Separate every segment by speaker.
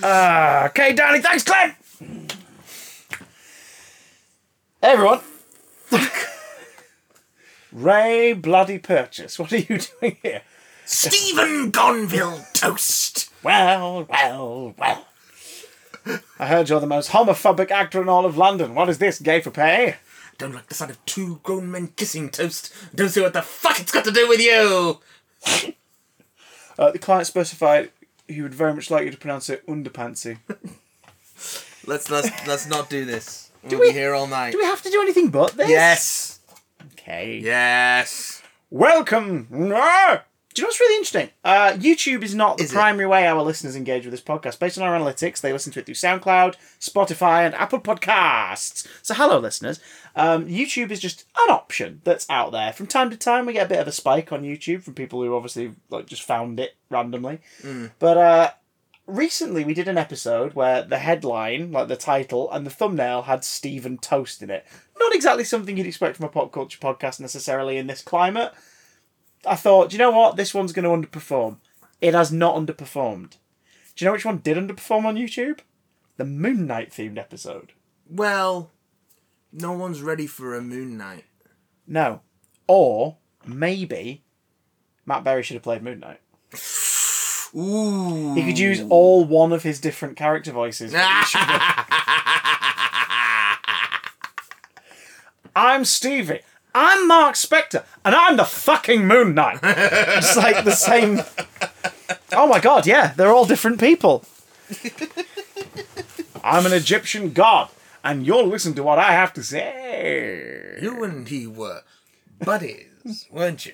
Speaker 1: Ah, okay, Danny, thanks, Glenn.
Speaker 2: Hey, everyone.
Speaker 1: Ray bloody purchase. What are you doing here?
Speaker 2: Stephen Gonville Toast.
Speaker 1: Well, well, well. I heard you're the most homophobic actor in all of London. What is this, gay for pay?
Speaker 2: Don't like the sight of two grown men kissing toast. Don't see what the fuck it's got to do with you.
Speaker 1: Uh, the client specified he would very much like you to pronounce it underpantsy.
Speaker 3: Let's let's let's not do this. We'll be
Speaker 1: we-
Speaker 3: here all night.
Speaker 1: Do we have to do anything but this?
Speaker 3: Yes.
Speaker 1: Okay.
Speaker 3: Yes.
Speaker 1: Welcome. Do you know what's really interesting? Uh, YouTube is not the
Speaker 3: Is it?
Speaker 1: primary way our listeners engage with this podcast. Based on our analytics, they listen to it through SoundCloud, Spotify, and Apple Podcasts. So, hello, listeners. Um, YouTube is just an option that's out there. From time to time, we get a bit of a spike on YouTube from people who obviously like just found it randomly.
Speaker 3: Hmm.
Speaker 1: But uh, recently, we did an episode where the headline, like the title, and the thumbnail had Stephen Toast in it. Not exactly something you'd expect from a pop culture podcast necessarily in this climate. I thought, do you know what? This one's going to underperform. It has not underperformed. Do you know which one did underperform on YouTube? The Moon Knight themed episode.
Speaker 3: Well, no one's ready for a moon night.
Speaker 1: No. Or maybe Matt Berry should have played Moon Knight.
Speaker 3: Ooh.
Speaker 1: He could use all one of his different character voices. I'm Stevie. I'm Mark Spector, and I'm the fucking Moon Knight. It's like the same. Oh my god, yeah, they're all different people. I'm an Egyptian god, and you'll listen to what I have to say.
Speaker 3: You and he were buddies, weren't you?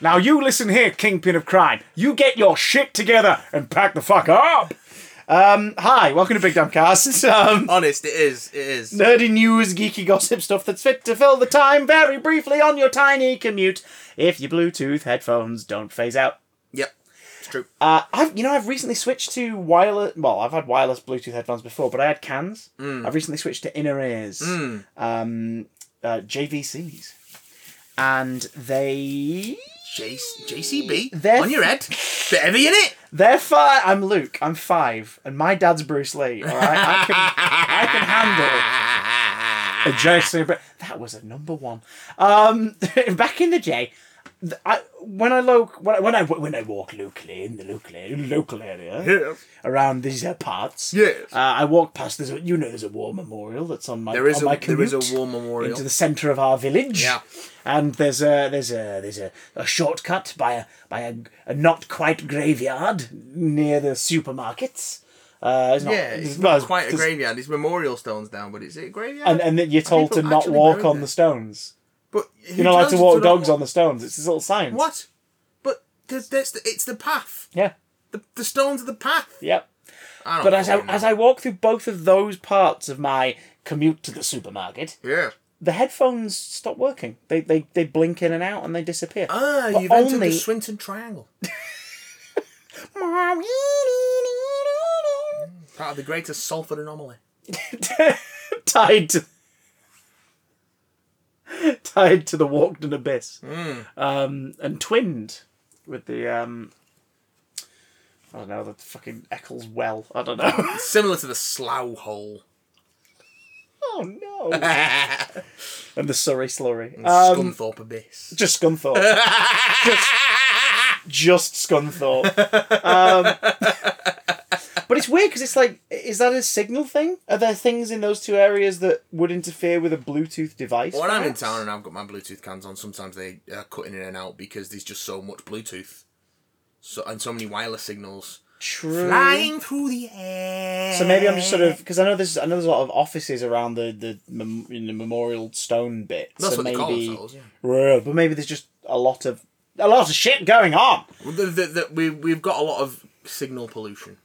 Speaker 1: Now you listen here, Kingpin of Crime. You get your shit together and pack the fuck up. Um, hi, welcome to Big Dumb Cast. Um,
Speaker 3: Honest, it is. It is.
Speaker 1: nerdy news, geeky gossip stuff that's fit to fill the time very briefly on your tiny commute. If your Bluetooth headphones don't phase out.
Speaker 3: Yep. It's true.
Speaker 1: Uh, I've you know I've recently switched to wireless. Well, I've had wireless Bluetooth headphones before, but I had cans. I've recently switched to inner ears, um, uh, JVCs, and they
Speaker 3: J- JCB
Speaker 1: They're-
Speaker 3: on your head. Bit heavy in it.
Speaker 1: They're five. I'm Luke. I'm five, and my dad's Bruce Lee. All right, I can, I can handle a Jason. But that was a number one. Um, back in the day, th- I when I lo- when I, when I when I walk locally in the local area, local area around these uh, parts,
Speaker 3: Yes.
Speaker 1: uh, I walk past. There's a, you know, there's a war memorial that's on my
Speaker 3: There is
Speaker 1: on
Speaker 3: a
Speaker 1: my
Speaker 3: there is a
Speaker 1: commute
Speaker 3: war memorial.
Speaker 1: into the centre of our village.
Speaker 3: Yeah.
Speaker 1: And there's a there's a there's a, a shortcut by a by a, a not quite graveyard near the supermarkets. Uh, it's not,
Speaker 3: yeah, it's
Speaker 1: well,
Speaker 3: not quite a
Speaker 1: there's-
Speaker 3: graveyard. It's memorial stones down, but is it a graveyard?
Speaker 1: And uh, and that you're told to
Speaker 3: People
Speaker 1: not
Speaker 3: actually
Speaker 1: walk
Speaker 3: buried
Speaker 1: on
Speaker 3: there.
Speaker 1: the stones.
Speaker 3: but
Speaker 1: You're not allowed to walk dogs on the stones. It's this little sign.
Speaker 3: What? But there's, there's the, it's the path.
Speaker 1: Yeah.
Speaker 3: The, the stones are the path.
Speaker 1: Yep.
Speaker 3: I don't
Speaker 1: But as I
Speaker 3: fucking know.
Speaker 1: as I walk through both of those parts of my commute to the supermarket,
Speaker 3: yeah.
Speaker 1: the headphones stop working. They they, they blink in and out and they disappear.
Speaker 3: Ah,
Speaker 1: But
Speaker 3: you've entered
Speaker 1: only-
Speaker 3: the Swinton Triangle, part of the greater Salford anomaly.
Speaker 1: tied to tied to the Walkden abyss, um, and twinned with the um, I don't know the fucking Eccles well. I don't know.
Speaker 3: Similar to the Slough Hole.
Speaker 1: oh no!
Speaker 3: and
Speaker 1: and the Surrey slurry. Um,
Speaker 3: Scunthorpe Abyss.
Speaker 1: just Scunthorpe. just Scunthorpe. Um, but it's weird because it's like, is that a signal thing? Are there things in those two areas that would interfere with a Bluetooth device?
Speaker 3: When I'm in
Speaker 1: perhaps?
Speaker 3: town and I've got my Bluetooth cans on, sometimes they are cutting in and out because there's just so much Bluetooth. So and so many wireless signals.
Speaker 1: True.
Speaker 3: Flying through the air.
Speaker 1: Mm. So maybe I'm just sort of because I know there's I know there's a lot of offices around the the, mem- in the memorial stone bit.
Speaker 3: That's
Speaker 1: so
Speaker 3: what
Speaker 1: maybe,
Speaker 3: they call themselves, yeah.
Speaker 1: Well, but maybe there's just a lot of a lot of shit going on.
Speaker 3: Well, the- the- the- we, we've got a lot of signal pollution.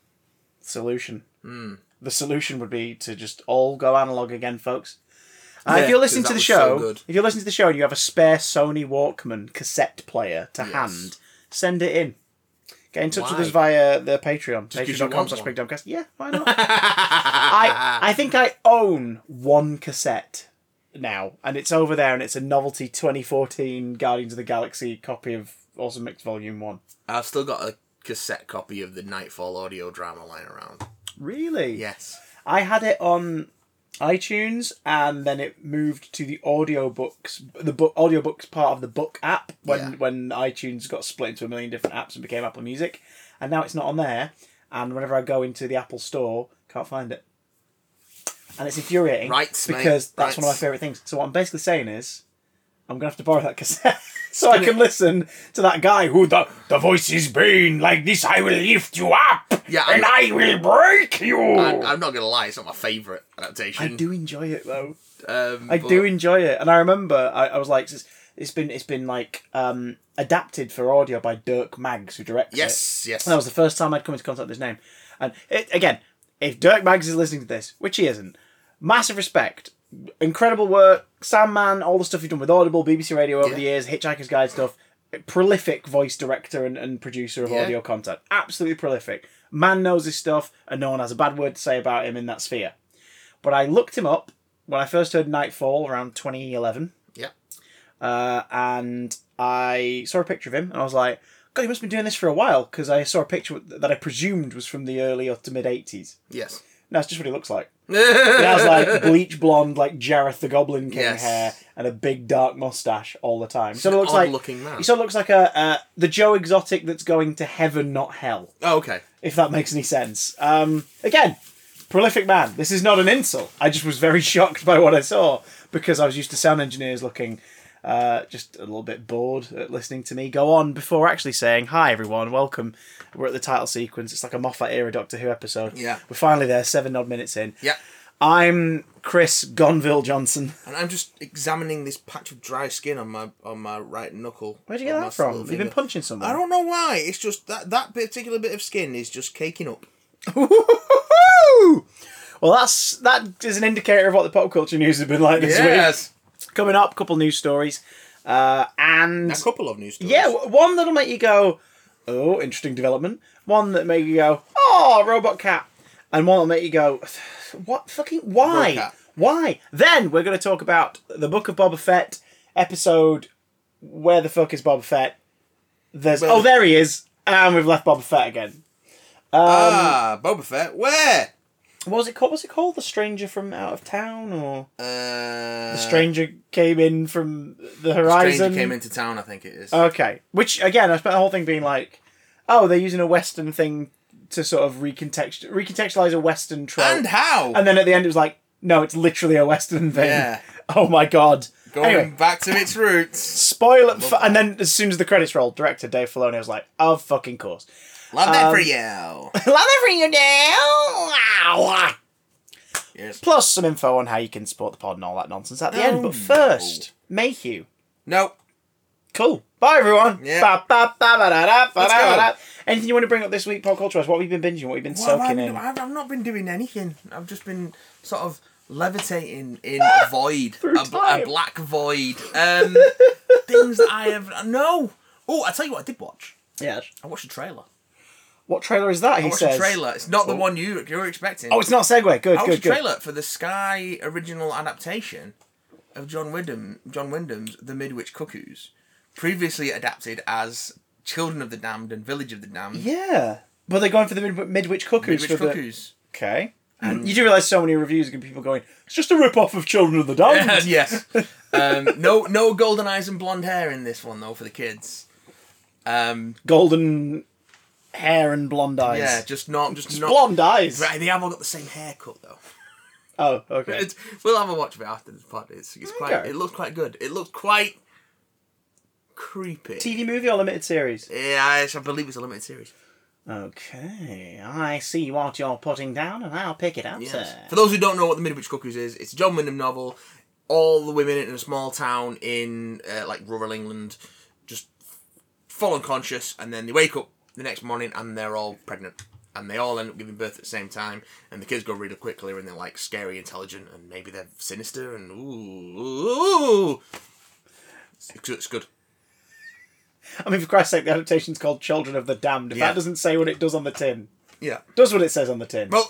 Speaker 1: Solution.
Speaker 3: Hmm.
Speaker 1: The solution would be to just all go analog again, folks. Uh, if
Speaker 3: Yeah,
Speaker 1: you're listening
Speaker 3: 'cause
Speaker 1: to the
Speaker 3: that was so
Speaker 1: show,
Speaker 3: good.
Speaker 1: if you're listening to the show and you have a spare Sony Walkman cassette player to hand, send it in. Get in touch with
Speaker 3: Why?
Speaker 1: us via the Patreon.
Speaker 3: 'cause you
Speaker 1: Patreon.com
Speaker 3: want
Speaker 1: slash
Speaker 3: one.
Speaker 1: Big Dumb Cast. Yeah, why not? I I think I own one cassette now, and it's over there, and it's a novelty 2014 Guardians of the Galaxy copy of Awesome Mix Volume 1.
Speaker 3: I've still got a cassette copy of the Nightfall audio drama lying around.
Speaker 1: Really?
Speaker 3: Yes.
Speaker 1: I had it on iTunes and then it moved to the audiobooks the book audiobooks part of the book app when
Speaker 3: Yeah.
Speaker 1: when iTunes got split into a million different apps and became Apple Music and now it's not on there and whenever I go into the Apple store can't find it. And it's infuriating
Speaker 3: Rights, mate.
Speaker 1: because that's one of my
Speaker 3: Rights.
Speaker 1: favorite things. So what I'm basically saying is I'm going to have to borrow that cassette so I can listen to that guy who the the voice is being like this I will lift you up
Speaker 3: Yeah,
Speaker 1: and I, will break you.
Speaker 3: I, I'm not gonna lie, it's not my favourite adaptation.
Speaker 1: Oh. I do enjoy it though.
Speaker 3: Um,
Speaker 1: I
Speaker 3: but-
Speaker 1: do enjoy it, and I remember I, I was like, it's, it's been it's been like um, adapted for audio by Dirk Maggs, who directs it.
Speaker 3: Yes, yes.
Speaker 1: And that was the first time I'd come into contact with his name. And it, again, if Dirk Maggs is listening to this, which he isn't, massive respect. Incredible work. Sandman, all the stuff you've done with Audible, BBC Radio over
Speaker 3: Yeah.
Speaker 1: the years, Hitchhiker's Guide stuff. Prolific voice director and, and producer of
Speaker 3: Yeah.
Speaker 1: audio content. Absolutely prolific. Man knows his stuff, and no one has a bad word to say about him in that sphere. But I looked him up when I first heard Nightfall around 2011
Speaker 3: Yep.
Speaker 1: uh, and I saw a picture of him, and I was like, "God, he must have been doing this for a while," because I saw a picture that I presumed was from the early or to mid '80s.
Speaker 3: Yes. Oh,
Speaker 1: No, it's just what he looks like. He has like bleach blonde, like Jareth the Goblin King
Speaker 3: Yes.
Speaker 1: hair, and a big dark mustache all the time. He sort
Speaker 3: an
Speaker 1: of looks like
Speaker 3: odd-looking man.
Speaker 1: He sort of looks like a uh, the Joe Exotic that's going to heaven, not hell.
Speaker 3: oh, okay.
Speaker 1: If that makes any sense. Um, again. Prolific man. This is not an insult. I just was very shocked by what I saw because I was used to sound engineers looking uh, just a little bit bored at listening to me go on before actually saying hi everyone welcome we're at the title sequence it's like a moffat era doctor who episode
Speaker 3: Yeah.
Speaker 1: we're finally there seven odd minutes in
Speaker 3: Yeah.
Speaker 1: i'm chris gonville johnson
Speaker 3: And I'm just examining this patch of dry skin on my on my right knuckle.
Speaker 1: where'd you get
Speaker 3: on my
Speaker 1: that from
Speaker 3: little
Speaker 1: you've been
Speaker 3: finger.
Speaker 1: punching someone
Speaker 3: I don't know why. It's just that that particular bit of skin is just caking up.
Speaker 1: well that's that is an indicator of what the pop culture news has been like this week coming up a couple news stories uh, and
Speaker 3: A couple of news stories.
Speaker 1: Yeah, w- one that'll make you go, oh, interesting development. One that make you go, oh, robot cat. And one that'll make you go, what fucking, why?
Speaker 3: Robot cat.
Speaker 1: Why? Then we're going to talk about the Book of Boba Fett episode, Where the Fuck is Boba Fett? There's,
Speaker 3: Well-
Speaker 1: oh, there he is. And we've left Boba Fett again. Um,
Speaker 3: ah, Boba Fett. Where?
Speaker 1: What was it called? What was it called? The Stranger from Out of Town? Or
Speaker 3: Uh,
Speaker 1: The Stranger Came In From the Horizon?
Speaker 3: Stranger came into town. I think it is.
Speaker 1: Okay. Which again, I spent the whole thing being like, oh, they're using a Western thing to sort of recontext recontextualize a Western trope.
Speaker 3: and how?
Speaker 1: And then at the end, it was like, no, it's literally a Western thing.
Speaker 3: Yeah.
Speaker 1: Oh my god.
Speaker 3: Going
Speaker 1: Anyway,
Speaker 3: back to its roots.
Speaker 1: spoiler. F- and then as soon as the credits rolled, director Dave Filoni was like, oh fucking course.
Speaker 3: Love that
Speaker 1: Um,
Speaker 3: for you.
Speaker 1: Love it for you, Dale.
Speaker 3: Yes.
Speaker 1: Plus some info on how you can support the pod and all that nonsense at the end.
Speaker 3: No.
Speaker 1: But first, Mayhew.
Speaker 3: No.
Speaker 1: Cool. Bye, everyone.
Speaker 3: Yeah.
Speaker 1: Ba, ba, ba, ba, da, da, ba,
Speaker 3: Let's
Speaker 1: da,
Speaker 3: go.
Speaker 1: da. Anything you want to bring up this week, pop culture? What have you been binging? What have you been
Speaker 3: Well,
Speaker 1: soaking
Speaker 3: I'm,
Speaker 1: in?
Speaker 3: I've, I've not been doing anything. I've just been sort of levitating in a void,
Speaker 1: Through
Speaker 3: a, bl-
Speaker 1: time.
Speaker 3: a black void. Um, things that I have no. Oh, I tell you what, I did watch.
Speaker 1: Yeah.
Speaker 3: I watched a trailer.
Speaker 1: What trailer is that?
Speaker 3: I
Speaker 1: He
Speaker 3: watched
Speaker 1: says.
Speaker 3: a trailer. It's not the one you you were expecting.
Speaker 1: Oh, it's not a segue. Good,
Speaker 3: I watched
Speaker 1: good,
Speaker 3: a
Speaker 1: good.
Speaker 3: trailer for the Sky original adaptation of John Wyndham, John Wyndham's The Midwich Cuckoos, previously adapted as Children of the Damned and Village of the Damned.
Speaker 1: Yeah. But they're going for the mid- Midwich Cuckoos. for
Speaker 3: Midwich
Speaker 1: the-
Speaker 3: Cuckoos. Hmm.
Speaker 1: Okay. you do realise so many reviews and people going, it's just a rip off of Children of the Damned.
Speaker 3: yes. Um, no, no golden eyes and blonde hair in this one though for the kids. Um,
Speaker 1: Golden hair and blonde eyes.
Speaker 3: yeah, just not, just not.
Speaker 1: Blonde eyes.
Speaker 3: Right, they have all got the same haircut though.
Speaker 1: Oh, okay.
Speaker 3: It's, we'll have a watch of it after this pod. It's, it's quite.
Speaker 1: Okay.
Speaker 3: It looks quite good. It looks quite creepy.
Speaker 1: TV movie or limited series?
Speaker 3: yeah, I, I believe it's a limited series.
Speaker 1: Okay, I see what you're putting down, and I'll pick it up,
Speaker 3: Yes.
Speaker 1: sir.
Speaker 3: For those who don't know what the Midwich Cuckoos is, it's a John Wyndham novel. All the women in a small town in uh, like rural England just fall unconscious, and then they wake up the next morning and they're all pregnant, and they all end up giving birth at the same time. And the kids go really quickly, and they're like scary, intelligent, and maybe they're sinister, and ooh, ooh, ooh. It's, it's good.
Speaker 1: I mean, for Christ's sake, the adaptation's called Children of the Damned. If
Speaker 3: Yeah.
Speaker 1: That doesn't say what it does on the tin.
Speaker 3: Yeah.
Speaker 1: Does what it says on the tin.
Speaker 3: Well,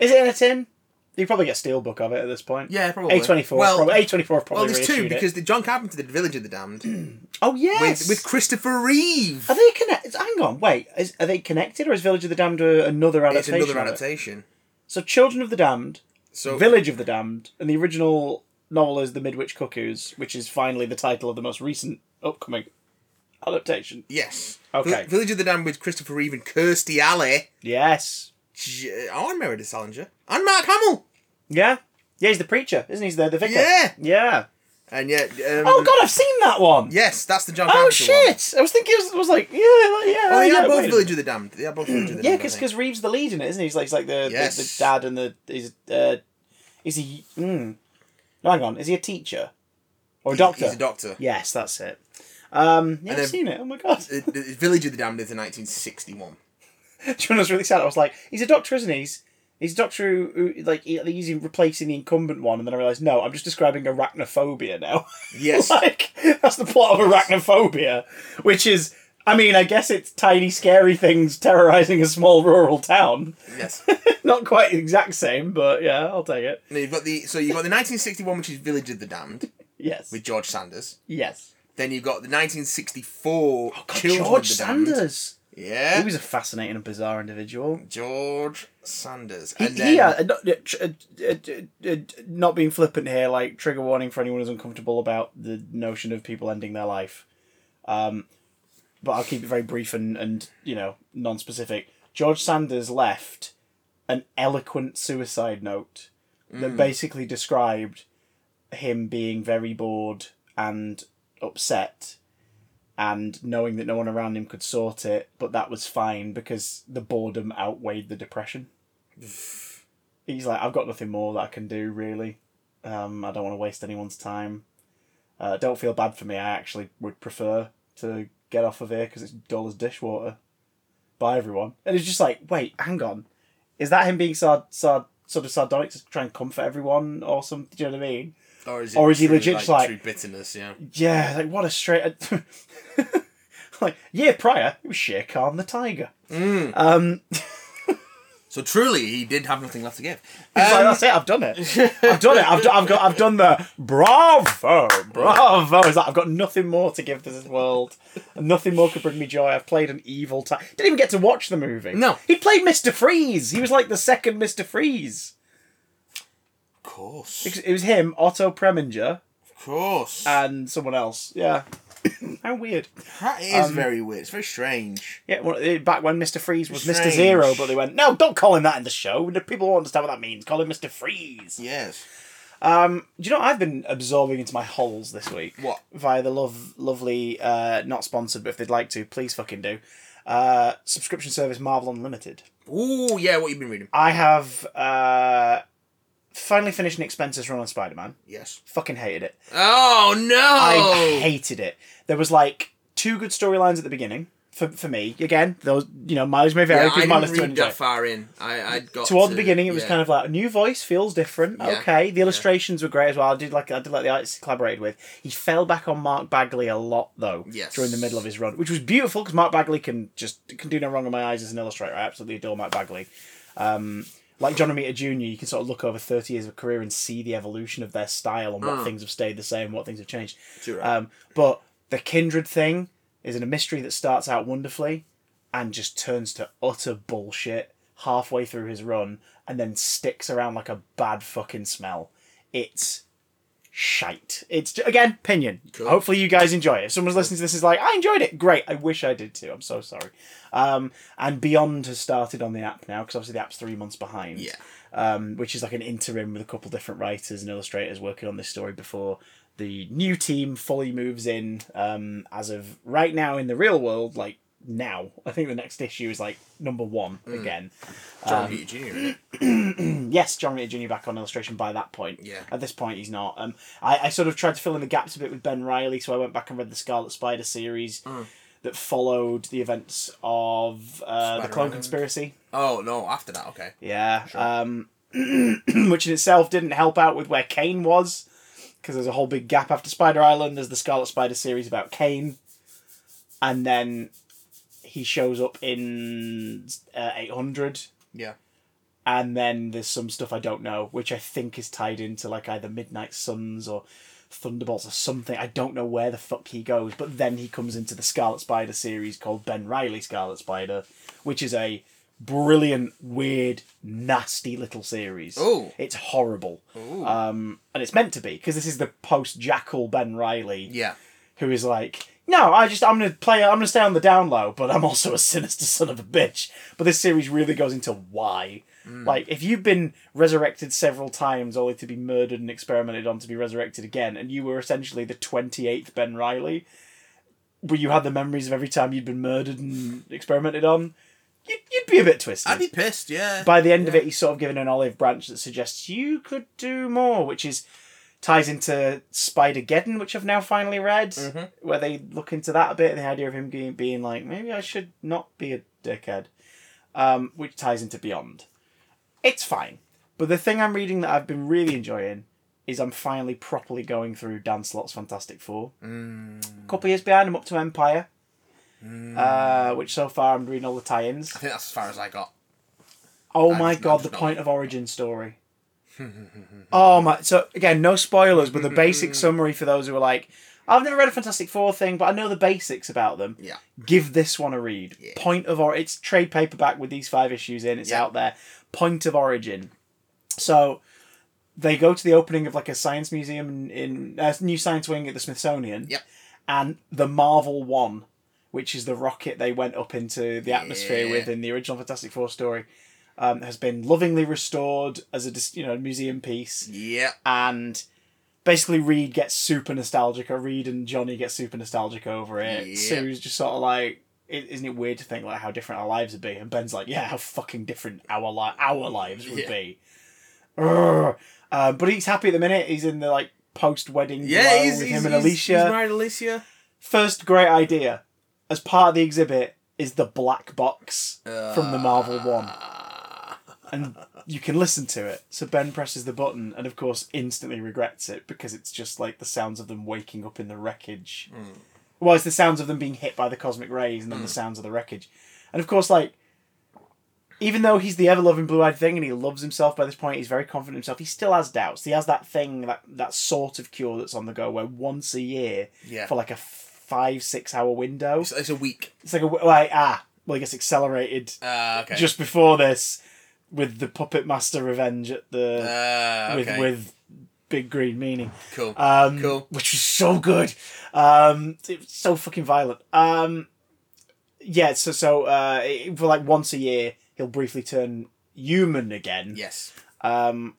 Speaker 1: Is it in a tin? You probably get steelbook of it at this point.
Speaker 3: Yeah, probably.
Speaker 1: A24.
Speaker 3: Well-
Speaker 1: probably, A24 have probably
Speaker 3: well, there's two
Speaker 1: reissued it.
Speaker 3: because the John Carpenter did Village of the Damned
Speaker 1: Oh, yes!
Speaker 3: with, with Christopher Reeve.
Speaker 1: Are they connected? Hang on, wait. Is, are they connected, or is Village of the Damned a, another
Speaker 3: It's
Speaker 1: adaptation?
Speaker 3: another
Speaker 1: of it?
Speaker 3: adaptation.
Speaker 1: So, Children of the Damned,
Speaker 3: So
Speaker 1: Village of the Damned, and the original novel is The Midwich Cuckoos, which is finally the title of the most recent upcoming adaptation.
Speaker 3: yes.
Speaker 1: Okay.
Speaker 3: Vill- Village of the Damned with Christopher Reeve and Kirsty Alley.
Speaker 1: Yes.
Speaker 3: J- oh, and Meredith Salinger. And Mark Hamill.
Speaker 1: Yeah. Yeah, he's the preacher, isn't he? He's the, the vicar.
Speaker 3: Yeah.
Speaker 1: Yeah.
Speaker 3: And yeah. Um,
Speaker 1: Oh God, I've seen that one.
Speaker 3: Yes, that's the John
Speaker 1: Oh
Speaker 3: Carpenter one.
Speaker 1: shit! I was thinking, it was, I was like, yeah, like, yeah.
Speaker 3: Oh, they
Speaker 1: yeah,
Speaker 3: had both
Speaker 1: wait.
Speaker 3: Village of the Damned. They had both Village of the
Speaker 1: Yeah,
Speaker 3: Damned. I
Speaker 1: because
Speaker 3: think.
Speaker 1: Reeves the lead in it, isn't he? He's like, he's like the,
Speaker 3: Yes.
Speaker 1: the the dad and the he's uh, is he? Mm, no, hang on, is he a teacher or a doctor?
Speaker 3: He's a doctor.
Speaker 1: Yes, that's it. Um, yeah,
Speaker 3: And
Speaker 1: I've
Speaker 3: then-
Speaker 1: seen it. Oh my god!
Speaker 3: Uh, the- the Village of the Damned is in 1961.
Speaker 1: Do you know what's really sad? I was like, he's a doctor, isn't he? He's, he's a doctor who, who like, he- he's replacing the incumbent one, and then I realised, no, I'm just describing arachnophobia now.
Speaker 3: Yes.
Speaker 1: like that's the plot of arachnophobia which is i mean i guess it's tiny scary things terrorizing a small rural town
Speaker 3: yes.
Speaker 1: not quite the exact same but yeah i'll take it
Speaker 3: No, you've got the so you've got the 1961, which is Village of the Damned
Speaker 1: yes
Speaker 3: with George Sanders.
Speaker 1: yes
Speaker 3: Then you've got the 1964
Speaker 1: Oh, God,
Speaker 3: Children
Speaker 1: george
Speaker 3: of the Damned.
Speaker 1: sanders he
Speaker 3: Yeah,
Speaker 1: was a fascinating and bizarre individual
Speaker 3: George Sanders.
Speaker 1: He-
Speaker 3: And then
Speaker 1: he, uh, not, uh, tr- uh, uh, uh, uh, not being flippant here, like trigger warning for anyone who's uncomfortable about the notion of people ending their life. Um, but I'll keep it very brief and, and you know non-specific. George Sanders left an eloquent suicide note
Speaker 3: Mm.
Speaker 1: that basically described him being very bored and upset and knowing that no one around him could sort it but that was fine because the boredom outweighed the depression he's like, I've got nothing more that I can do really. Um, I don't want to waste anyone's time. Uh, don't feel bad for me. I actually would prefer to get off of here because it's dull as dishwater. Bye everyone. And it's just like, wait, hang on, is that him being sard, sard sort of sardonic to try and comfort everyone or something? Do you know what I mean?
Speaker 3: or is,
Speaker 1: or is he
Speaker 3: through,
Speaker 1: legit just like-
Speaker 3: through bitterness? Yeah,
Speaker 1: Yeah, like what a straight. like yeah, prior it was Shere Khan the Tiger. Um,
Speaker 3: so truly he did have nothing left to give.
Speaker 1: It's like,
Speaker 3: Um,
Speaker 1: that's it. I've done it. I've done it. I've, do, I've got. I've done the bravo, bravo. It's like I've got nothing more to give to this world. Nothing more could bring me joy. I've played an evil time. Didn't even get to watch the movie.
Speaker 3: No.
Speaker 1: he played Mister Freeze. He was like the second Mister Freeze.
Speaker 3: of course,
Speaker 1: Because It was him, Otto Preminger,
Speaker 3: of course.
Speaker 1: and someone else. Yeah, how weird.
Speaker 3: that is
Speaker 1: um,
Speaker 3: very weird. It's very strange.
Speaker 1: Yeah, well, eh, back when Mister Freeze was Mister
Speaker 3: Strange.
Speaker 1: Zero, but they went no, don't call him that in the show. The People won't understand what that means. Call him Mister Freeze.
Speaker 3: Yes.
Speaker 1: Um, do you know what I've been absorbing into my holes this week?
Speaker 3: What?
Speaker 1: Via the love, lovely, uh, not sponsored, but if they'd like to, please fucking do. Uh, subscription service Marvel Unlimited.
Speaker 3: Ooh, yeah. What you've been reading?
Speaker 1: I have uh, finally finished Nick Spencer's run on Spider Man.
Speaker 3: Yes.
Speaker 1: Fucking hated it.
Speaker 3: Oh no!
Speaker 1: I hated it. There was like two good storylines at the beginning for, for me. Again, those you know mileage may vary.
Speaker 3: Yeah,
Speaker 1: people
Speaker 3: I
Speaker 1: might
Speaker 3: didn't
Speaker 1: listen to
Speaker 3: read
Speaker 1: enjoy.
Speaker 3: that far in. I I got
Speaker 1: toward the
Speaker 3: to-
Speaker 1: beginning it was
Speaker 3: yeah.
Speaker 1: kind of like a new voice feels different
Speaker 3: Yeah.
Speaker 1: okay the illustrations were great as well i did like i did like the artists he collaborated with he fell back on mark bagley a lot though
Speaker 3: Yes.
Speaker 1: during the middle of his run which was beautiful because mark bagley can just can do no wrong in my eyes as an illustrator i absolutely adore mark bagley um like John Romita Jr., you can sort of look over 30 years of career and see the evolution of their style and what
Speaker 3: Mm.
Speaker 1: things have stayed the same, what things have changed.
Speaker 3: Sure.
Speaker 1: Um, but the Kindred thing is in a mystery that starts out wonderfully and just turns to utter bullshit halfway through his run and then sticks around like a bad fucking smell. It's shite. It's ju- again, opinion.
Speaker 3: Cool.
Speaker 1: Hopefully you guys enjoy it. If someone's listening to this is like, I enjoyed it. Great. I wish I did too. I'm so sorry. Um, and Beyond has started on the app now because obviously the app's three months behind
Speaker 3: Yeah.
Speaker 1: um, which is like an interim with a couple different writers and illustrators working on this story before the new team fully moves in. Um, as of right now in the real world, like now, I think the next issue is like number one
Speaker 3: Mm.
Speaker 1: again. um,
Speaker 3: John Peter Jr. innit?
Speaker 1: Yes, John Romita Jr. back on illustration by that point.
Speaker 3: Yeah.
Speaker 1: At this point, he's not. Um, I, I sort of tried to fill in the gaps a bit with Ben Riley, so I went back and read the Scarlet Spider series that followed the events of uh, the
Speaker 3: Spider
Speaker 1: Clone
Speaker 3: Island.
Speaker 1: Conspiracy.
Speaker 3: Oh no! After that, okay.
Speaker 1: Yeah. Um, which in itself didn't help out with where Kane was, because there's a whole big gap after Spider Island. There's the Scarlet Spider series about Kane. and then he shows up in uh, 800
Speaker 3: Yeah.
Speaker 1: and then there's some stuff I don't know, which I think is tied into like either Midnight Suns or Thunderbolts or something. I don't know where the fuck he goes, but then he comes into the Scarlet Spider series called Ben Riley Scarlet Spider, which is a brilliant, weird, nasty little series.
Speaker 3: Ooh.
Speaker 1: It's horrible,
Speaker 3: Ooh.
Speaker 1: um, and it's meant to be because this is the post Jackal Ben Riley
Speaker 3: yeah.
Speaker 1: who is like, no, I just I'm gonna play. I'm gonna stay on the down low, but I'm also a sinister son of a bitch. But this series really goes into why. Like, if you've been resurrected several times, only to be murdered and experimented on to be resurrected again, and you were essentially the twenty eighth Ben Riley, but you had the memories of every time you'd been murdered and experimented on, you'd, you'd be a bit twisted
Speaker 3: I'd be pissed. Yeah.
Speaker 1: by the end of it, he's sort of given an olive branch that suggests you could do more, which is ties into Spider Geddon, which I've now finally read, where they look into that a bit and the idea of him being, being like, maybe I should not be a dickhead, um, which ties into Beyond. It's fine. But the thing I'm reading that I've been really enjoying is I'm finally properly going through Dan Slott's Fantastic Four. A couple years behind, I'm up to Empire, uh, which so far I'm reading all the tie ins.
Speaker 3: I think that's as far as I got.
Speaker 1: Oh
Speaker 3: I'm
Speaker 1: my
Speaker 3: just- I'm
Speaker 1: god, the
Speaker 3: just not-
Speaker 1: point of origin story. oh my! So again, no spoilers, but the basic summary for those who are like, I've never read a Fantastic Four thing, but I know the basics about them.
Speaker 3: Yeah.
Speaker 1: Give this one a read.
Speaker 3: Yeah.
Speaker 1: Point of or it's trade paperback with these five issues in. It's
Speaker 3: Yeah.
Speaker 1: out there. Point of origin. So they go to the opening of like a science museum in, in uh, New Science Wing at the Smithsonian.
Speaker 3: Yeah.
Speaker 1: And the Marvel One, which is the rocket they went up into the atmosphere
Speaker 3: Yeah.
Speaker 1: with in the original Fantastic Four story, um, has been lovingly restored as a dis- you know museum piece
Speaker 3: Yeah.
Speaker 1: and basically Reed gets super nostalgic, or Reed and Johnny get super nostalgic over it.
Speaker 3: Yeah.
Speaker 1: Sue's just sort of like, "I- isn't it weird to think like how different our lives would be? And Ben's like, yeah, how fucking different our li- our lives would
Speaker 3: Yeah.
Speaker 1: be. Urgh. Uh, but he's happy at the minute. He's in the like post wedding
Speaker 3: Yeah. He's,
Speaker 1: with
Speaker 3: he's,
Speaker 1: him and
Speaker 3: he's-
Speaker 1: Alicia.
Speaker 3: He's married Alicia.
Speaker 1: First great idea as part of the exhibit is the black box from
Speaker 3: Uh,
Speaker 1: the Marvel One
Speaker 3: Ah.
Speaker 1: and you can listen to it. So Ben presses the button and, of course, instantly regrets it because it's just like the sounds of them waking up in the wreckage.
Speaker 3: Hmm.
Speaker 1: Well, it's the sounds of them being hit by the cosmic rays and then the sounds of the wreckage. And, of course, like, even though he's the ever loving blue eyed thing and he loves himself by this point, he's very confident in himself, he still has doubts. He has that thing, that, that sort of cure that's on the go where once a year
Speaker 3: Yeah.
Speaker 1: for like a five, six hour window,
Speaker 3: It's, it's a week.
Speaker 1: it's like, a, like ah, well, I guess accelerated
Speaker 3: Uh, okay.
Speaker 1: just before this with the puppet master revenge at the
Speaker 3: Uh,
Speaker 1: with
Speaker 3: okay.
Speaker 1: with big green meaning
Speaker 3: cool.
Speaker 1: um
Speaker 3: Cool.
Speaker 1: which was so good um it was so fucking violent um yeah so so uh it- for like once a year he'll briefly turn human again
Speaker 3: yes.
Speaker 1: um,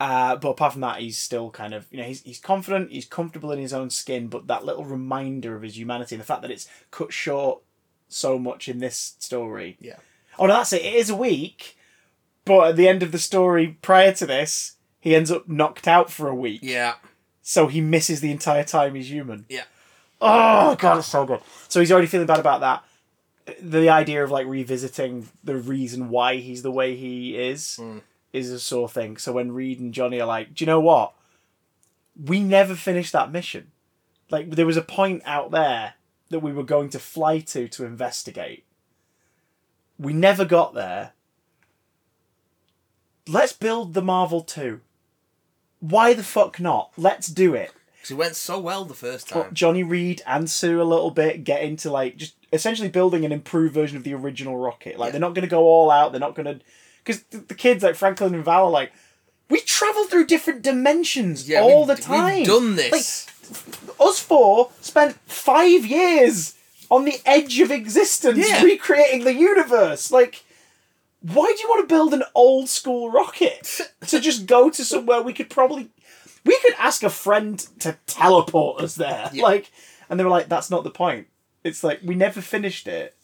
Speaker 1: uh, but apart from that, he's still kind of you know he's he's confident, he's comfortable in his own skin, but that little reminder of his humanity and the fact that it's cut short so much in this story.
Speaker 3: Yeah.
Speaker 1: Oh no, that's it. It is a week, but at the end of the story prior to this, he ends up knocked out for a week,
Speaker 3: Yeah.
Speaker 1: so he misses the entire time he's human.
Speaker 3: Yeah.
Speaker 1: Oh god, it's so good. So he's already feeling bad about that. The idea of like revisiting the reason why he's the way he is is a sore thing. So when Reed and Johnny are like, "Do you know what? We never finished that mission. Like there was a point out there that we were going to fly to to investigate. We never got there. Let's build the Marvel 2. Why the fuck not? Let's do it."
Speaker 3: 'Cause it went so well the first time.
Speaker 1: But Johnny Reed and Sue a little bit get into like just essentially building an improved version of the original rocket. Like
Speaker 3: Yeah.
Speaker 1: they're not going to go all out. They're not going to because the, the kids like Franklin and Val are like we travel through different dimensions
Speaker 3: yeah,
Speaker 1: all
Speaker 3: we've-
Speaker 1: the time.
Speaker 3: We've done this.
Speaker 1: Us four spent five years on the edge of existence
Speaker 3: Yeah.
Speaker 1: recreating the universe. Like, why do you want to build an old school rocket to just go to somewhere we could probably. We could ask a friend to teleport us there.
Speaker 3: Yeah.
Speaker 1: Like, and they were like, that's not the point. It's like, we never finished it.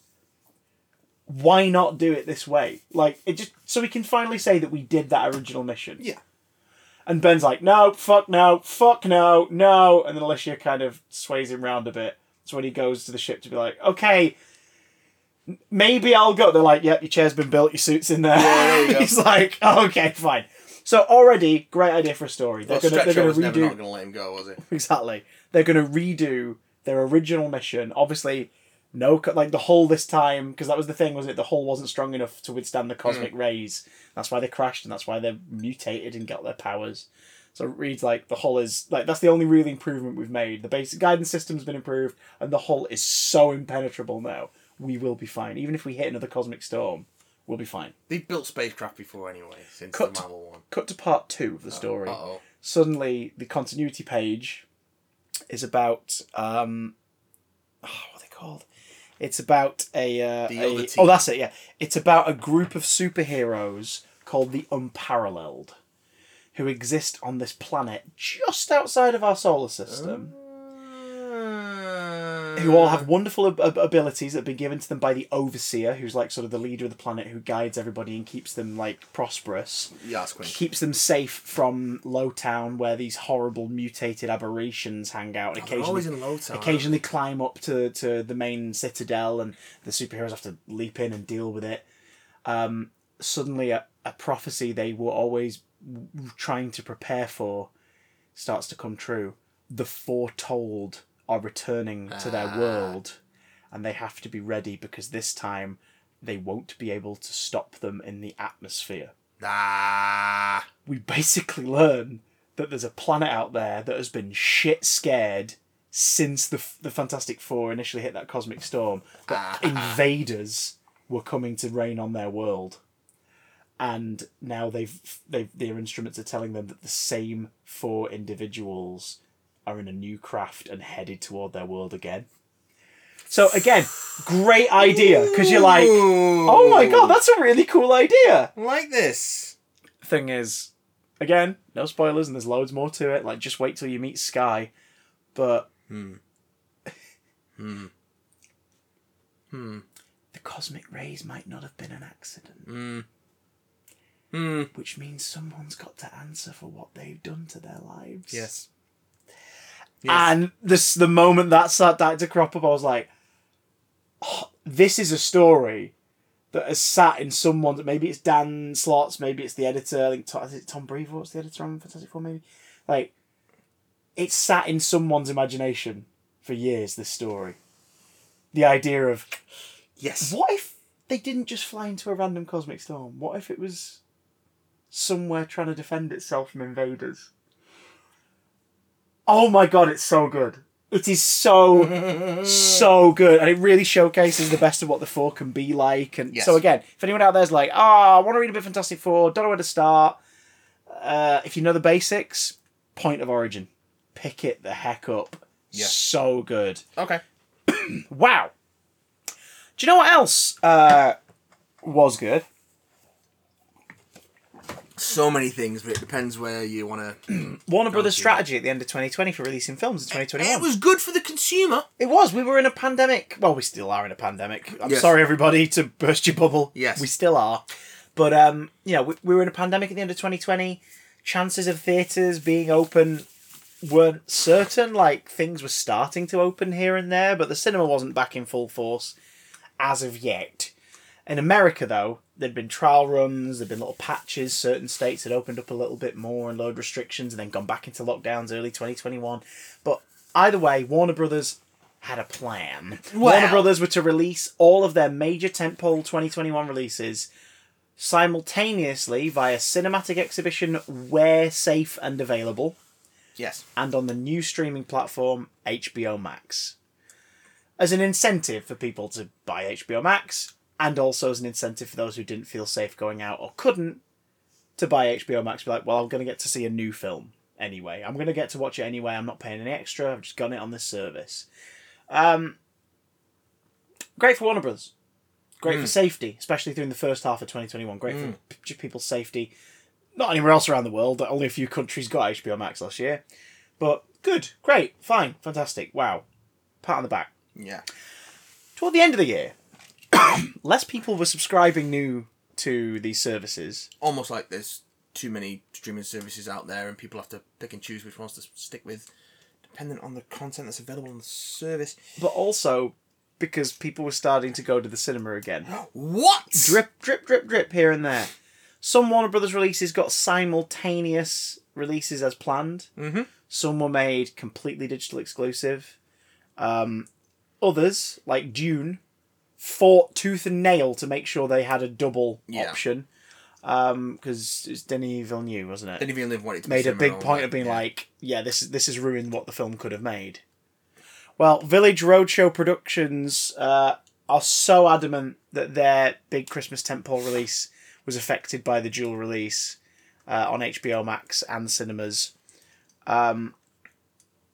Speaker 1: Why not do it this way? Like, it just. So we can finally say that we did that original mission.
Speaker 3: Yeah.
Speaker 1: And Ben's like, no, fuck no, fuck no, no. And then Alicia kind of sways him round a bit. So when he goes to the ship to be like, okay, m- maybe I'll go. They're like, yep, your chair's been built, your suit's in there.
Speaker 3: there you go.
Speaker 1: He's like, okay, fine. So already, great idea for a story. They're
Speaker 3: Well,
Speaker 1: gonna, they're
Speaker 3: Stretcher
Speaker 1: gonna
Speaker 3: was never
Speaker 1: redo
Speaker 3: not going to let him go, was he?
Speaker 1: exactly. They're gonna redo their original mission. Obviously, no, co- like the hull this time, because that was the thing, wasn't it? The hull wasn't strong enough to withstand the cosmic rays. That's why they crashed, and that's why they mutated and got their powers. So it reads like the hull is like that's the only real improvement we've made. The basic guidance system's been improved, and the hull is so impenetrable now. We will be fine, even if we hit another cosmic storm. We'll be fine.
Speaker 3: They've built spacecraft before anyway, since
Speaker 1: Cut.
Speaker 3: the Marvel one.
Speaker 1: Cut to part two of the story.
Speaker 3: Uh oh.
Speaker 1: Suddenly, the continuity page is about um, oh, what are they called? It's about a, uh,
Speaker 3: The
Speaker 1: a-
Speaker 3: other team.
Speaker 1: oh, that's it. Yeah, it's about a group of superheroes called the Unparalleled, who exist on this planet just outside of our solar system. Who all
Speaker 3: Uh.
Speaker 1: have wonderful ab- ab- abilities that have been given to them by the Overseer, who's like sort of the leader of the planet, who guides everybody and keeps them like prosperous
Speaker 3: Yeah, that's Queen.
Speaker 1: keeps them safe from Lowtown, where these horrible mutated aberrations hang out. and
Speaker 3: They're always
Speaker 1: Occasionally,
Speaker 3: in low time.
Speaker 1: occasionally climb up to, to the main citadel, and the superheroes have to leap in and deal with it. Um, suddenly, a, a prophecy they were always w- trying to prepare for starts to come true. The foretold are returning to their
Speaker 3: Ah.
Speaker 1: world, and they have to be ready because this time they won't be able to stop them in the atmosphere
Speaker 3: Ah.
Speaker 1: we basically learn that there's a planet out there that has been shit scared since the the Fantastic Four initially hit that cosmic storm that invaders were coming to rain on their world, and now they've they've their instruments are telling them that the same four individuals are in a new craft and headed toward their world again. So again, great idea because you're like, oh my god, that's a really cool idea
Speaker 3: I like this.
Speaker 1: thing is, again, no spoilers, and there's loads more to it. Like, just wait till you meet Sky. But
Speaker 3: Hmm.
Speaker 1: the cosmic rays might not have been an accident,
Speaker 3: Hmm. Hmm.
Speaker 1: which means someone's got to answer for what they've done to their lives.
Speaker 3: Yes.
Speaker 1: And this, the moment that started to crop up, I was like, "Oh, this is a story that has sat in someone's. Maybe it's Dan Slots, maybe it's the editor. I think Tom, is it Tom Brevoort was the editor on Fantastic Four, maybe. Like, it's sat in someone's imagination for years. This story, the idea of
Speaker 3: Yes.
Speaker 1: what if they didn't just fly into a random cosmic storm? What if it was somewhere trying to defend itself from invaders? Oh my god, it's so good. It is so so good, and it really showcases the best of what the four can be like. And
Speaker 3: Yes.
Speaker 1: so again, if anyone out there's like, ah, I want to read a bit of Fantastic Four, don't know where to start. Uh, if you know the basics, point of origin, pick it the heck up.
Speaker 3: Yeah.
Speaker 1: So good.
Speaker 3: Okay.
Speaker 1: Wow. Do you know what else uh, was good?
Speaker 3: So many things, but it depends where you want to.
Speaker 1: Warner Brothers' strategy at the end of 2020 for releasing films in 2021.
Speaker 3: It was good for the consumer.
Speaker 1: It was. We were in a pandemic. Well, we still are in a pandemic. I'm
Speaker 3: Yes.
Speaker 1: sorry, everybody, to burst your bubble.
Speaker 3: Yes.
Speaker 1: We still are. But, um, you know, we, we were in a pandemic at the end of 2020. Chances of theatres being open weren't certain. Like, things were starting to open here and there, but the cinema wasn't back in full force as of yet. In America, though, there'd been trial runs, there'd been little patches. Certain states had opened up a little bit more and lowered restrictions and then gone back into lockdowns early 2021. But either way, Warner Brothers had a plan. Warner Brothers were to release all of their major tentpole 2021 releases simultaneously via cinematic exhibition where safe and available
Speaker 3: Yes.
Speaker 1: and on the new streaming platform HBO Max. As an incentive for people to buy HBO Max, and also as an incentive for those who didn't feel safe going out or couldn't to buy HBO Max, be like, well, I'm going to get to see a new film anyway. I'm going to get to watch it anyway. I'm not paying any extra. I've just got it on this service. Um, great for Warner Brothers. Great for safety, especially during the first half of 2021. Great for p- p- people's safety. Not anywhere else around the world. Only a few countries got HBO Max last year. But good, great, fine, fantastic, wow. Pat on the back.
Speaker 3: Yeah.
Speaker 1: Toward the end of the year, less people were subscribing new to these services.
Speaker 3: Almost like there's too many streaming services out there, and people have to pick and choose which ones to stick with, dependent on the content that's available on the service.
Speaker 1: But also because people were starting to go to the cinema again.
Speaker 3: What?
Speaker 1: drip, drip, drip, drip here and there. Some Warner Brothers releases got simultaneous releases as planned. Mm-hmm. Some were made completely digital exclusive, Um, others, like Dune, fought tooth and nail to make sure they had a double
Speaker 3: Yeah.
Speaker 1: option. Because it's Denis Villeneuve, wasn't it?
Speaker 3: Didn't even live wanted to be
Speaker 1: made a
Speaker 3: cinema
Speaker 1: big
Speaker 3: and all
Speaker 1: point
Speaker 3: that.
Speaker 1: of being
Speaker 3: Yeah.
Speaker 1: like, yeah, this this has ruined what the film could have made. Well, Village Roadshow Productions uh, are so adamant that their big Christmas tentpole release was affected by the dual release uh, on HBO Max and cinemas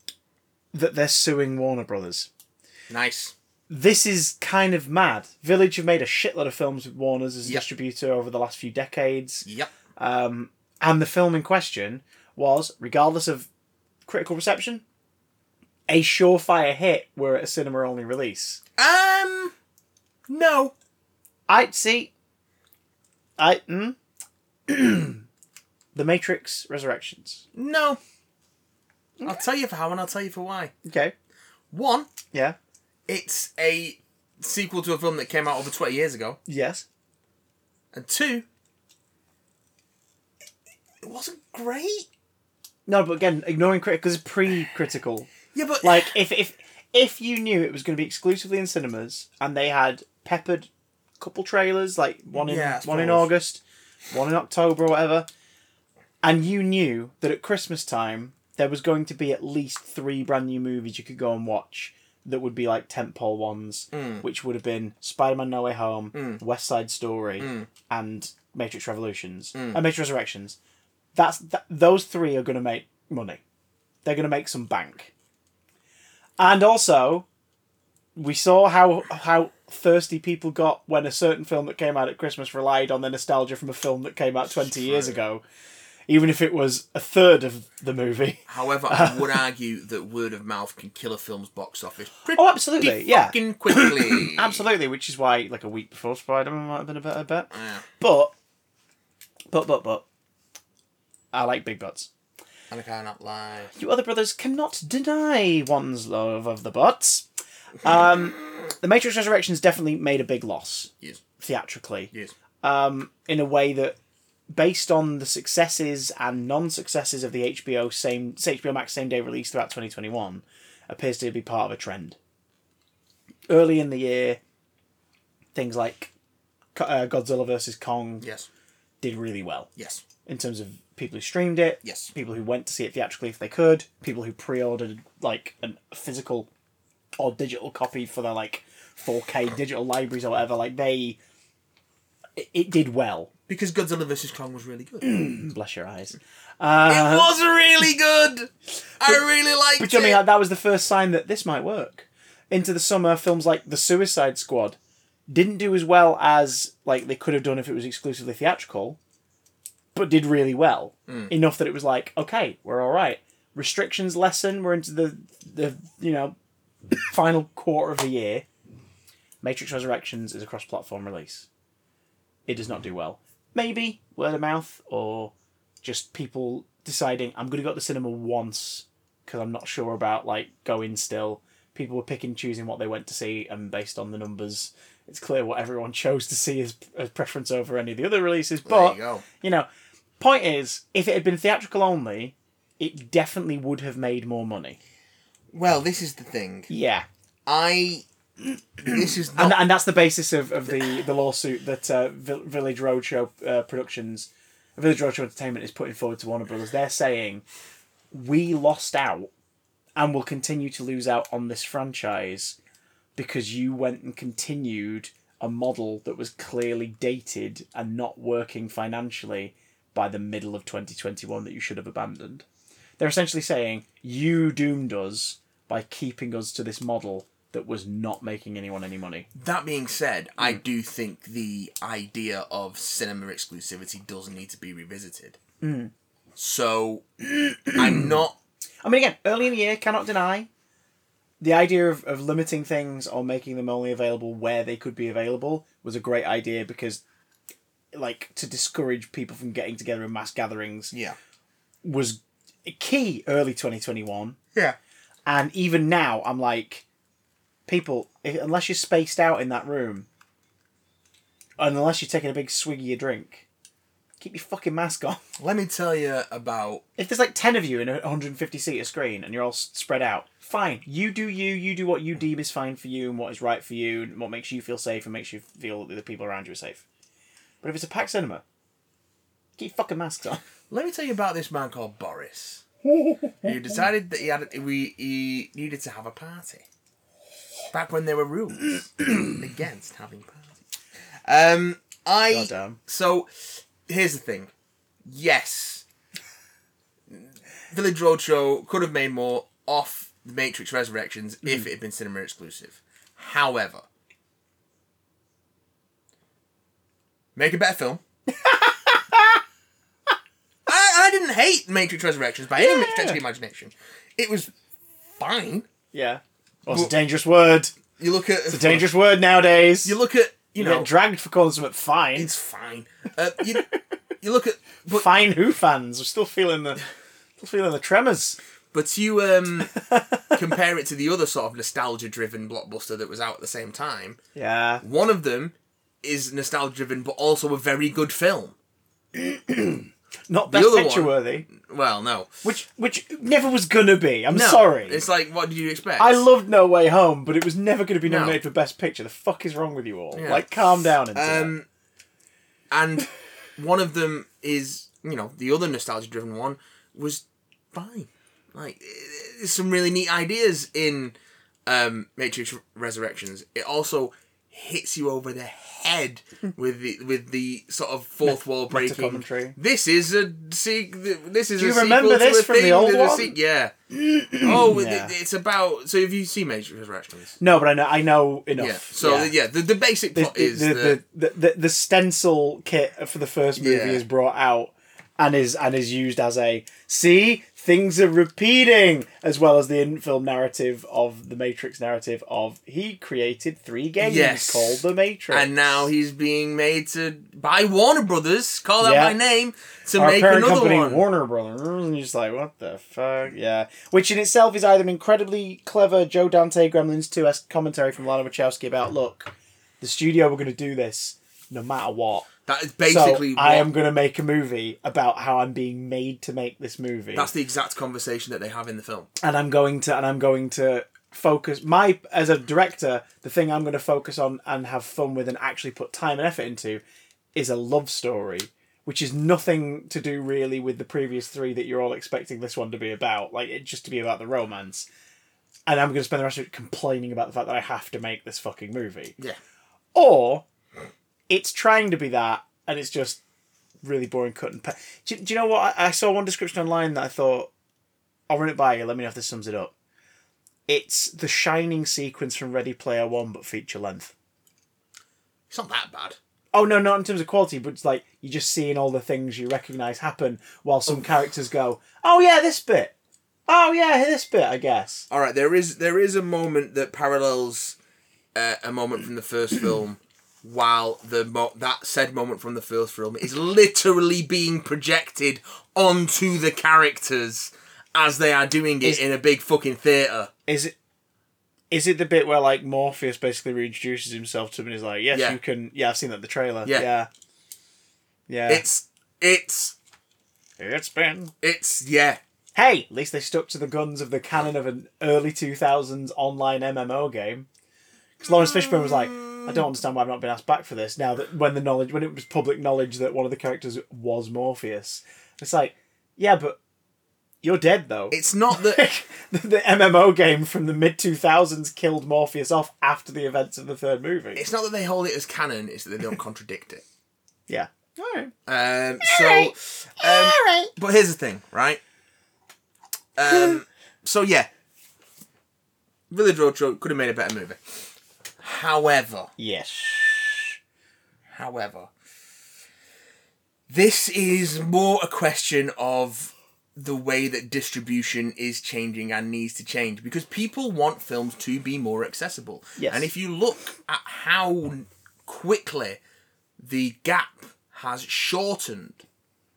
Speaker 1: um, that they're suing Warner Brothers
Speaker 3: nice.
Speaker 1: this is kind of mad. Village have made a shitload of films with Warner's as a
Speaker 3: Yep.
Speaker 1: distributor over the last few decades.
Speaker 3: Yep.
Speaker 1: Um, and the film in question was, regardless of critical reception, a surefire hit were it a cinema only release.
Speaker 3: Um, no.
Speaker 1: I see. I. Mm, the Matrix Resurrections.
Speaker 3: No. I'll tell you for how and I'll tell you for why.
Speaker 1: Okay.
Speaker 3: One,
Speaker 1: Yeah.
Speaker 3: it's a sequel to a film that came out over 20 years ago.
Speaker 1: Yes.
Speaker 3: And two, it wasn't great.
Speaker 1: No, but again, ignoring critical is pre-critical.
Speaker 3: Yeah, but
Speaker 1: like if if if you knew it was going to be exclusively in cinemas and they had peppered couple trailers like one in
Speaker 3: Yeah, I
Speaker 1: one in
Speaker 3: suppose.
Speaker 1: August, one in October or whatever, and you knew that at Christmas time there was going to be at least three brand new movies you could go and watch that would be like tentpole ones, which would have been Spider-Man: No Way Home, West Side Story, and Matrix Revolutions and Matrix Resurrections. That's th- those three are going to make money. They're going to make some bank. And also, we saw how how thirsty people got when a certain film that came out at Christmas relied on the nostalgia from a film that came out twenty years ago, even if it was a third of the movie.
Speaker 3: however, I would argue that word of mouth can kill a film's box office pretty
Speaker 1: Oh, absolutely, yeah,
Speaker 3: fucking quickly.
Speaker 1: absolutely. Which is why, like a week before Spider Man might have been a better bet.
Speaker 3: Yeah,
Speaker 1: But, but, but, but, I like big butts.
Speaker 3: and I cannot lie.
Speaker 1: You other brothers cannot deny one's love of the butts. Um, the Matrix Resurrections definitely made a big loss
Speaker 3: Yes,
Speaker 1: theatrically.
Speaker 3: yes.
Speaker 1: um, in a way that based on the successes and non-successes of the HBO same HBO Max same day release throughout 2021 appears to be part of a trend. Early in the year, things like Co- uh, Godzilla versus Kong
Speaker 3: Yes,
Speaker 1: did really well
Speaker 3: yes,
Speaker 1: in terms of people who streamed it,
Speaker 3: yes.
Speaker 1: people who went to see it theatrically if they could, people who pre-ordered like a physical or digital copy for their like 4K digital libraries or whatever. Like they, it, it did well.
Speaker 3: Because Godzilla vs Kong was really good.
Speaker 1: Mm.
Speaker 3: it
Speaker 1: Bless your eyes.
Speaker 3: was really good. I really liked
Speaker 1: Uh-huh. But do you know what I
Speaker 3: it.
Speaker 1: mean? Like, that was the first sign that this might work. Into the summer, films like The Suicide Squad didn't do as well as like they could have done if it was exclusively theatrical, but did really well enough that it was like, okay, we're all right. Restrictions lessen. We're into the the you know final quarter of the year. Matrix Resurrections is a cross-platform release. It does not do well. Maybe word of mouth or just people deciding I'm going to go to the cinema once because I'm not sure about like going still. People were picking choosing what they went to see, and based on the numbers, it's clear what everyone chose to see is a preference over any of the other releases.
Speaker 3: there
Speaker 1: But
Speaker 3: you go.
Speaker 1: you know, point is, if it had been theatrical only, it definitely would have made more money.
Speaker 3: Well, this is the thing.
Speaker 1: Yeah,
Speaker 3: I. This is
Speaker 1: and,
Speaker 3: not.
Speaker 1: and that's the basis of, of the, the lawsuit that uh, Vill- Village Roadshow uh, Productions, Village Roadshow Entertainment is putting forward to Warner Brothers. They're saying we lost out and will continue to lose out on this franchise because you went and continued a model that was clearly dated and not working financially by the middle of 2021 that you should have abandoned. They're essentially saying you doomed us by keeping us to this model that was not making anyone any money.
Speaker 3: That being said, I
Speaker 1: Mm.
Speaker 3: do think the idea of cinema exclusivity does need to be revisited.
Speaker 1: Mm.
Speaker 3: So I'm not.
Speaker 1: I mean, again, early in the year, cannot deny the idea of, of limiting things or making them only available where they could be available was a great idea because, like, to discourage people from getting together in mass gatherings
Speaker 3: Yeah.
Speaker 1: was key early 2021.
Speaker 3: Yeah.
Speaker 1: And even now, I'm like, people, if, unless you're spaced out in that room, and unless you're taking a big swig of your drink, Keep your fucking mask on.
Speaker 3: Let me tell you about
Speaker 1: If there's like 10 of you in a 150 seater screen and you're all s- spread out, fine. You do you, you do what you deem is fine for you and what is right for you and what makes you feel safe and makes you feel that the people around you are safe. But if it's a packed cinema, keep fucking masks on.
Speaker 3: Let me tell you about this man called Boris. he decided that he had we he needed to have a party. Back when there were rules against having parties. Um, I
Speaker 1: Goddamn.
Speaker 3: so here's the thing. Yes, Village Roadshow could have made more off the Matrix Resurrections
Speaker 1: Mm-hmm.
Speaker 3: if it had been cinema exclusive. However, make a better film. I, I didn't hate Matrix Resurrections by any
Speaker 1: Yeah.
Speaker 3: stretch of the imagination. It was fine.
Speaker 1: Yeah. Well,
Speaker 3: Well-
Speaker 1: it's a dangerous word.
Speaker 3: You look at
Speaker 1: It's a dangerous word nowadays.
Speaker 3: You look at
Speaker 1: You
Speaker 3: you, know
Speaker 1: get dragged for calling something fine.
Speaker 3: it's fine. Uh, you you look at but
Speaker 1: Fine Who fans are still feeling the still feeling the tremors.
Speaker 3: But you um, compare it to the other sort of nostalgia driven blockbuster that was out at the same time.
Speaker 1: Yeah.
Speaker 3: One of them is nostalgia driven, but also a very good film.
Speaker 1: Not best
Speaker 3: other
Speaker 1: picture
Speaker 3: one-
Speaker 1: worthy.
Speaker 3: Well, no.
Speaker 1: Which which never was gonna be. I'm
Speaker 3: No.
Speaker 1: sorry.
Speaker 3: It's like, what did you expect?
Speaker 1: I loved No Way Home, but it was never going to be
Speaker 3: No.
Speaker 1: nominated for Best Picture. The fuck is wrong with you all?
Speaker 3: Yeah.
Speaker 1: Like, calm down. Internet.
Speaker 3: Um, and one of them is, you know, the other nostalgia driven one was fine. Like, eh, there's some really neat ideas in um, Matrix Resurrections. It also hits you over the head with the with the sort of fourth wall breaking.
Speaker 1: meta-commentary.
Speaker 3: This is a se- This is
Speaker 1: Do
Speaker 3: a
Speaker 1: you remember
Speaker 3: sequel to
Speaker 1: this
Speaker 3: a
Speaker 1: from the
Speaker 3: thing
Speaker 1: old
Speaker 3: that a
Speaker 1: one?
Speaker 3: yeah. oh, it-
Speaker 1: Yeah.
Speaker 3: it's about. So have you seen Matrix Resurrections?
Speaker 1: no, but I know I know enough.
Speaker 3: Yeah. So yeah, the, the basic
Speaker 1: the,
Speaker 3: plot
Speaker 1: the,
Speaker 3: is
Speaker 1: the,
Speaker 3: that-
Speaker 1: the, the, the, the stencil kit for the first movie
Speaker 3: Yeah.
Speaker 1: is brought out and is and is used as a see things are repeating as well as the in-film narrative of the Matrix narrative of he created three games
Speaker 3: Yes.
Speaker 1: called the Matrix
Speaker 3: And now he's being made to by Warner Brothers, call out
Speaker 1: Yeah.
Speaker 3: by name, to
Speaker 1: our
Speaker 3: make
Speaker 1: parent
Speaker 3: another
Speaker 1: company
Speaker 3: one.
Speaker 1: Warner Brothers. And you're just like, what the fuck? Yeah. Which in itself is either an incredibly clever Joe Dante Gremlins 2 esque commentary from Lana Wachowski about, look, the studio were going to do this no matter what.
Speaker 3: that is basically
Speaker 1: so
Speaker 3: what,
Speaker 1: I am going to make a movie about how I'm being made to make this movie.
Speaker 3: that's the exact conversation that they have in the film.
Speaker 1: and I'm going to, and I'm going to focus my as a director the thing i'm going to focus on and have fun with and actually put time and effort into is a love story, which is nothing to do really with the previous three that you're all expecting this one to be about. Like it just to be about the romance. And I'm going to spend the rest of it complaining about the fact that I have to make this fucking movie.
Speaker 3: Yeah.
Speaker 1: Or it's trying to be that, and it's just really boring cut and pa- do, do you know what? I, I saw one description online that I thought, I'll run it by you. Let me know if this sums it up. It's the shining sequence from Ready Player One, but feature length.
Speaker 3: It's not that bad.
Speaker 1: Oh no, not in terms of quality, but it's like you're just seeing all the things you recognise happen while some characters go, Oh yeah, this bit. Oh yeah, this bit, I guess.
Speaker 3: All right, there is there is a moment that parallels uh, a moment from the first film, while the mo- that said moment from the first film is literally being projected onto the characters as they are doing it
Speaker 1: Is-
Speaker 3: in a big fucking theater.
Speaker 1: Is it is it the bit where like Morpheus basically reintroduces himself to him and is like, Yes,
Speaker 3: Yeah.
Speaker 1: you can yeah, I've seen that in the trailer.
Speaker 3: Yeah.
Speaker 1: Yeah. Yeah.
Speaker 3: It's it's
Speaker 1: it's been
Speaker 3: it's yeah.
Speaker 1: Hey, at least they stuck to the guns of the canon of an early 2000s online MMO game. Because Lawrence Fishburne was like, I don't understand why I've not been asked back for this. Now that when the knowledge, when it was public knowledge that one of the characters was Morpheus, it's like, yeah, but you're dead though.
Speaker 3: It's not that
Speaker 1: the, the MMO game from the mid 2000s killed Morpheus off after the events of the third movie.
Speaker 3: it's not that they hold it as canon; it's that they don't contradict it.
Speaker 1: yeah. Alright.
Speaker 3: Um, so, um, but here's the thing, right? Um, so yeah, Village Roadshow could have made a better movie. However,
Speaker 1: Yes.
Speaker 3: however, this is more a question of the way that distribution is changing and needs to change because people want films to be more accessible.
Speaker 1: Yes.
Speaker 3: And if you look at how quickly the gap has shortened,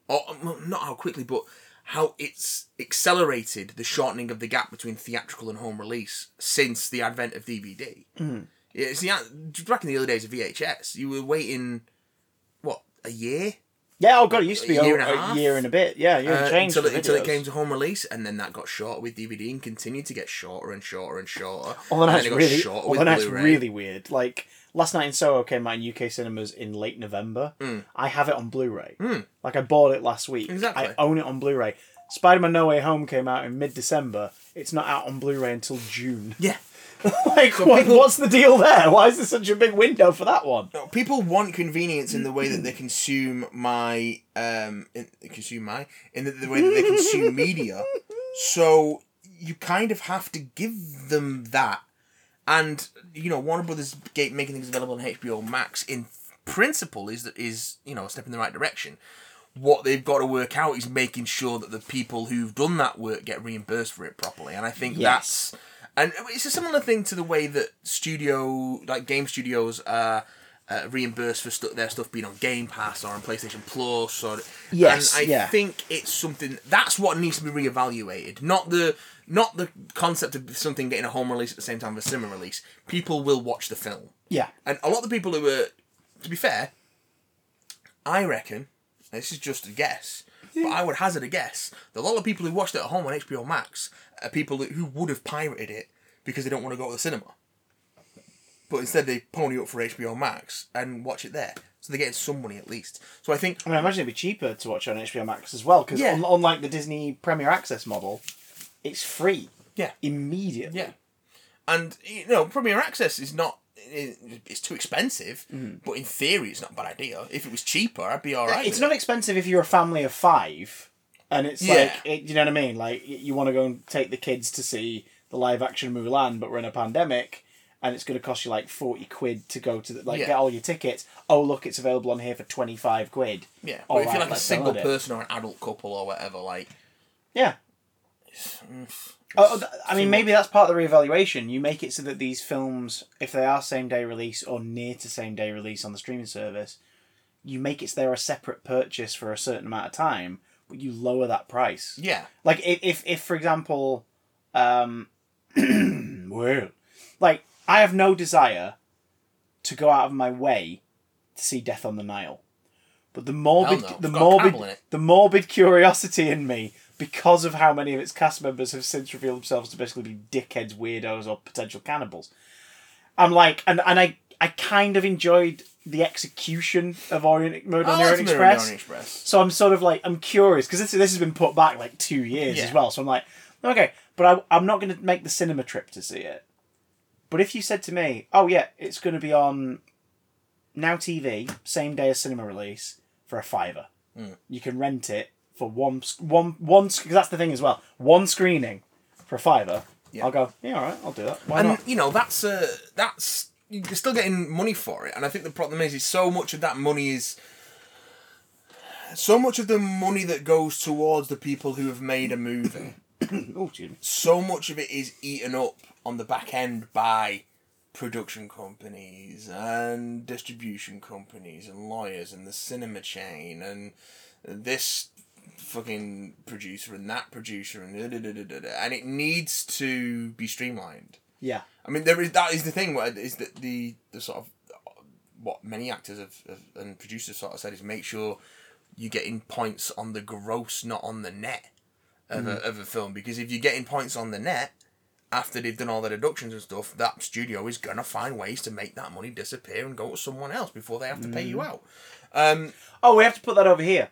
Speaker 3: or well, not how quickly, but how it's accelerated the shortening of the gap between theatrical and home release since the advent of DVD. It's the, back in the early days of VHS, you were waiting, what, a year
Speaker 1: Yeah, oh god, it used to be
Speaker 3: A year
Speaker 1: oh,
Speaker 3: and a half?
Speaker 1: year and a bit. Yeah, you
Speaker 3: Uh,
Speaker 1: uh, changed
Speaker 3: until, it,
Speaker 1: the
Speaker 3: until it
Speaker 1: videos.
Speaker 3: came to home release, and then that got shorter with DVD and continued to get shorter and shorter and shorter.
Speaker 1: Although
Speaker 3: and then
Speaker 1: Oh, that's
Speaker 3: it got
Speaker 1: really,
Speaker 3: shorter
Speaker 1: although
Speaker 3: with
Speaker 1: that's
Speaker 3: Blu-ray.
Speaker 1: really weird. Like last night in Soho came out in UK cinemas in late November.
Speaker 3: Hmm.
Speaker 1: I have it on Blu-ray. Like I bought it last week.
Speaker 3: Exactly.
Speaker 1: I own it on Blu-ray. Spider-Man: No Way Home came out in mid-December. It's not out on Blu-ray until June.
Speaker 3: Yeah.
Speaker 1: like, what, what's the deal there? Why is there such a big window for that one?
Speaker 3: No, people want convenience in the way that they consume my um in, consume my in the, the way that they consume media. So you kind of have to give them that. And you know, Warner Brothers ga- making things available on HBO Max in principle is that is you know a step in the right direction. What they've got to work out is making sure that the people who've done that work get reimbursed for it properly, and I think
Speaker 1: Yes.
Speaker 3: that's and it's a similar thing to the way that studio like game studios are uh, reimbursed for stu- their stuff being on Game Pass or on PlayStation Plus or
Speaker 1: Yes,
Speaker 3: and I
Speaker 1: yeah.
Speaker 3: think it's something that's what needs to be reevaluated. Not the not the concept of something getting a home release at the same time as a cinema release. People will watch the film,
Speaker 1: Yeah.
Speaker 3: and a lot of the people who were, to be fair, I reckon and this is just a guess, but I would hazard a guess that a lot of people who watched it at home on HBO Max are people who would have pirated it because they don't want to go to the cinema. But instead, they pony up for HBO Max and watch it there, so they're getting some money at least. So I think
Speaker 1: I mean, I imagine it'd be cheaper to watch on HBO Max as well because
Speaker 3: Yeah.
Speaker 1: un- unlike the Disney Premier Access model, it's free
Speaker 3: yeah,
Speaker 1: immediately.
Speaker 3: Yeah. And you know, Premier Access is not. i- It's too expensive, but in theory, it's not a bad idea. If it was cheaper, I'd be all right.
Speaker 1: it's
Speaker 3: with
Speaker 1: not
Speaker 3: it.
Speaker 1: expensive if you're a family of five, and it's like
Speaker 3: Yeah.
Speaker 1: it, you know what I mean. Like y- you want to go and take the kids to see the live action Mulan, but we're in a pandemic, and it's going to cost you like forty quid to go to the, like
Speaker 3: Yeah.
Speaker 1: get all your tickets. Oh look, it's available on here for twenty five quid.
Speaker 3: Yeah, but
Speaker 1: All
Speaker 3: if
Speaker 1: right,
Speaker 3: you're like a
Speaker 1: let's
Speaker 3: single
Speaker 1: download it.
Speaker 3: person or an adult couple or whatever, like mm,
Speaker 1: Yeah. Oh, th- I mean, maybe that's part of the reevaluation. You make it so that these films, if they are same day release or near to same day release on the streaming service, you make it so they're a separate purchase for a certain amount of time, but you lower that price.
Speaker 3: yeah,
Speaker 1: Like if if, if for example, um, well, like I have no desire to go out of my way to see Death on the Nile, but the morbid
Speaker 3: Hell no.
Speaker 1: the
Speaker 3: It's got Campbell in
Speaker 1: morbid
Speaker 3: it.
Speaker 1: the morbid curiosity in me because of how many of its cast members have since revealed themselves to basically be dickheads, weirdos, or potential cannibals. I'm like, and and I I kind of enjoyed the execution of Orient Murder on
Speaker 3: I
Speaker 1: the
Speaker 3: like
Speaker 1: Orient
Speaker 3: Murder on the
Speaker 1: Express.
Speaker 3: Orient Express.
Speaker 1: So I'm sort of like I'm curious because this this has been put back like two years
Speaker 3: Yeah.
Speaker 1: as well. So I'm like, okay, but I, I'm not going to make the cinema trip to see it. But if you said to me, oh yeah, it's going to be on Now TV same day as cinema release for a fiver,
Speaker 3: Hmm.
Speaker 1: you can rent it for one sc- one one because that's the thing as well, one screening for a fiver. I'll go. Yeah, all right, I'll do that. Why
Speaker 3: and
Speaker 1: not?
Speaker 3: you know that's uh, that's you're still getting money for it, and I think the problem is is so much of that money is so much of the money that goes towards the people who have made a movie.
Speaker 1: Oh, excuse me.
Speaker 3: so much of it is eaten up on the back end by production companies and distribution companies and lawyers and the cinema chain and this fucking producer and that producer and da, da, da, da, da, da, and it needs to be streamlined.
Speaker 1: Yeah.
Speaker 3: I mean, there is that is the thing. where- Is that the the sort of what many actors have, have and producers sort of said is make sure you're getting points on the gross, not on the net of, a,
Speaker 1: Mm-hmm.
Speaker 3: of a film. Because if you're getting points on the net after they've done all their deductions and stuff, that studio is gonna find ways to make that money disappear and go to someone else before they have to pay you
Speaker 1: Mm-hmm.
Speaker 3: out. Um,
Speaker 1: Oh, we have to put that over here.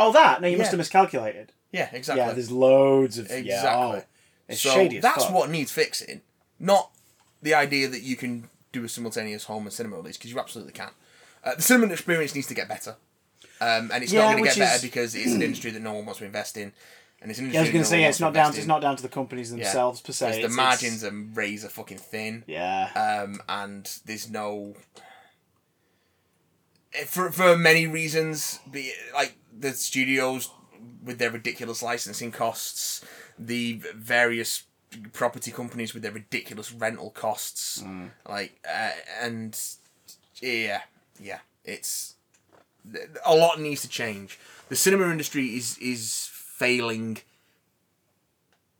Speaker 1: Oh, that? No, you
Speaker 3: Yeah.
Speaker 1: must have miscalculated.
Speaker 3: yeah, exactly.
Speaker 1: Yeah, there's loads of
Speaker 3: Exactly.
Speaker 1: Yeah, oh, it's
Speaker 3: so
Speaker 1: shady as
Speaker 3: that's
Speaker 1: fuck.
Speaker 3: what needs fixing, not the idea that you can do a simultaneous home and cinema release because you absolutely can. Uh, the cinema experience needs to get better, um, and it's
Speaker 1: Yeah,
Speaker 3: not going to
Speaker 1: which
Speaker 3: get better
Speaker 1: is-
Speaker 3: because it's an industry that no one wants to invest in, and it's an industry.
Speaker 1: Yeah, I was going
Speaker 3: that
Speaker 1: to
Speaker 3: no
Speaker 1: say
Speaker 3: one
Speaker 1: yeah,
Speaker 3: wants
Speaker 1: it's
Speaker 3: to
Speaker 1: not
Speaker 3: invest
Speaker 1: down. To,
Speaker 3: in.
Speaker 1: it's not down to the companies
Speaker 3: Yeah.
Speaker 1: themselves per se.
Speaker 3: Because
Speaker 1: It's-
Speaker 3: the
Speaker 1: it's-
Speaker 3: margins are razor fucking thin.
Speaker 1: Yeah.
Speaker 3: Um, and there's no. eh, For for many reasons, be like the studios with their ridiculous licensing costs, the various property companies with their ridiculous rental costs, like uh, and yeah, yeah, it's th- a lot needs to change. The cinema industry is is failing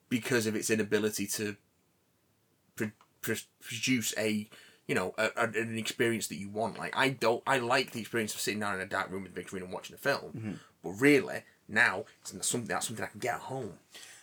Speaker 3: because of its inability to pro- pro- produce a you know a, a- an experience that you want. Like I don't, I like the experience of sitting down in a dark room with a big screen and watching a film.
Speaker 1: Mm-hmm.
Speaker 3: But really, now it's not something that's something I can get at home.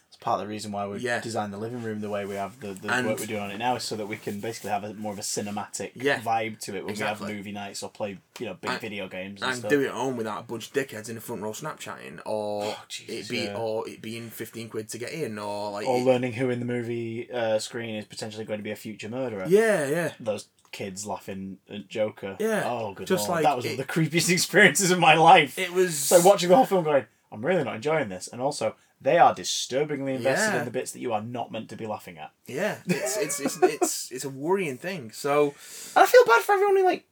Speaker 1: It's part of the reason why we
Speaker 3: Yeah.
Speaker 1: designed the living room the way we have the, the
Speaker 3: And-
Speaker 1: work we're doing on it now is so that we can basically have a, more of a cinematic
Speaker 3: Yeah.
Speaker 1: vibe to it when we
Speaker 3: Exactly.
Speaker 1: have movie nights or play you know big
Speaker 3: And-
Speaker 1: video games and,
Speaker 3: And
Speaker 1: stuff.
Speaker 3: do it at home without a bunch of dickheads in the front row snapchatting, or
Speaker 1: Oh, Jesus,
Speaker 3: it be
Speaker 1: yeah.
Speaker 3: or it being fifteen quid to get in, or like
Speaker 1: or
Speaker 3: it-
Speaker 1: learning who in the movie uh, screen is potentially going to be a future murderer.
Speaker 3: yeah, yeah.
Speaker 1: Those kids laughing at Joker.
Speaker 3: Yeah.
Speaker 1: Oh, good
Speaker 3: Just
Speaker 1: lord.
Speaker 3: like
Speaker 1: that was
Speaker 3: it-
Speaker 1: one of the creepiest experiences of my life.
Speaker 3: It was
Speaker 1: So watching the whole film, going, I'm really not enjoying this, and also they are disturbingly invested
Speaker 3: Yeah.
Speaker 1: in the bits that you are not meant to be laughing at.
Speaker 3: Yeah, it's it's it's it's, it's a worrying thing. So
Speaker 1: And I feel bad for everyone who like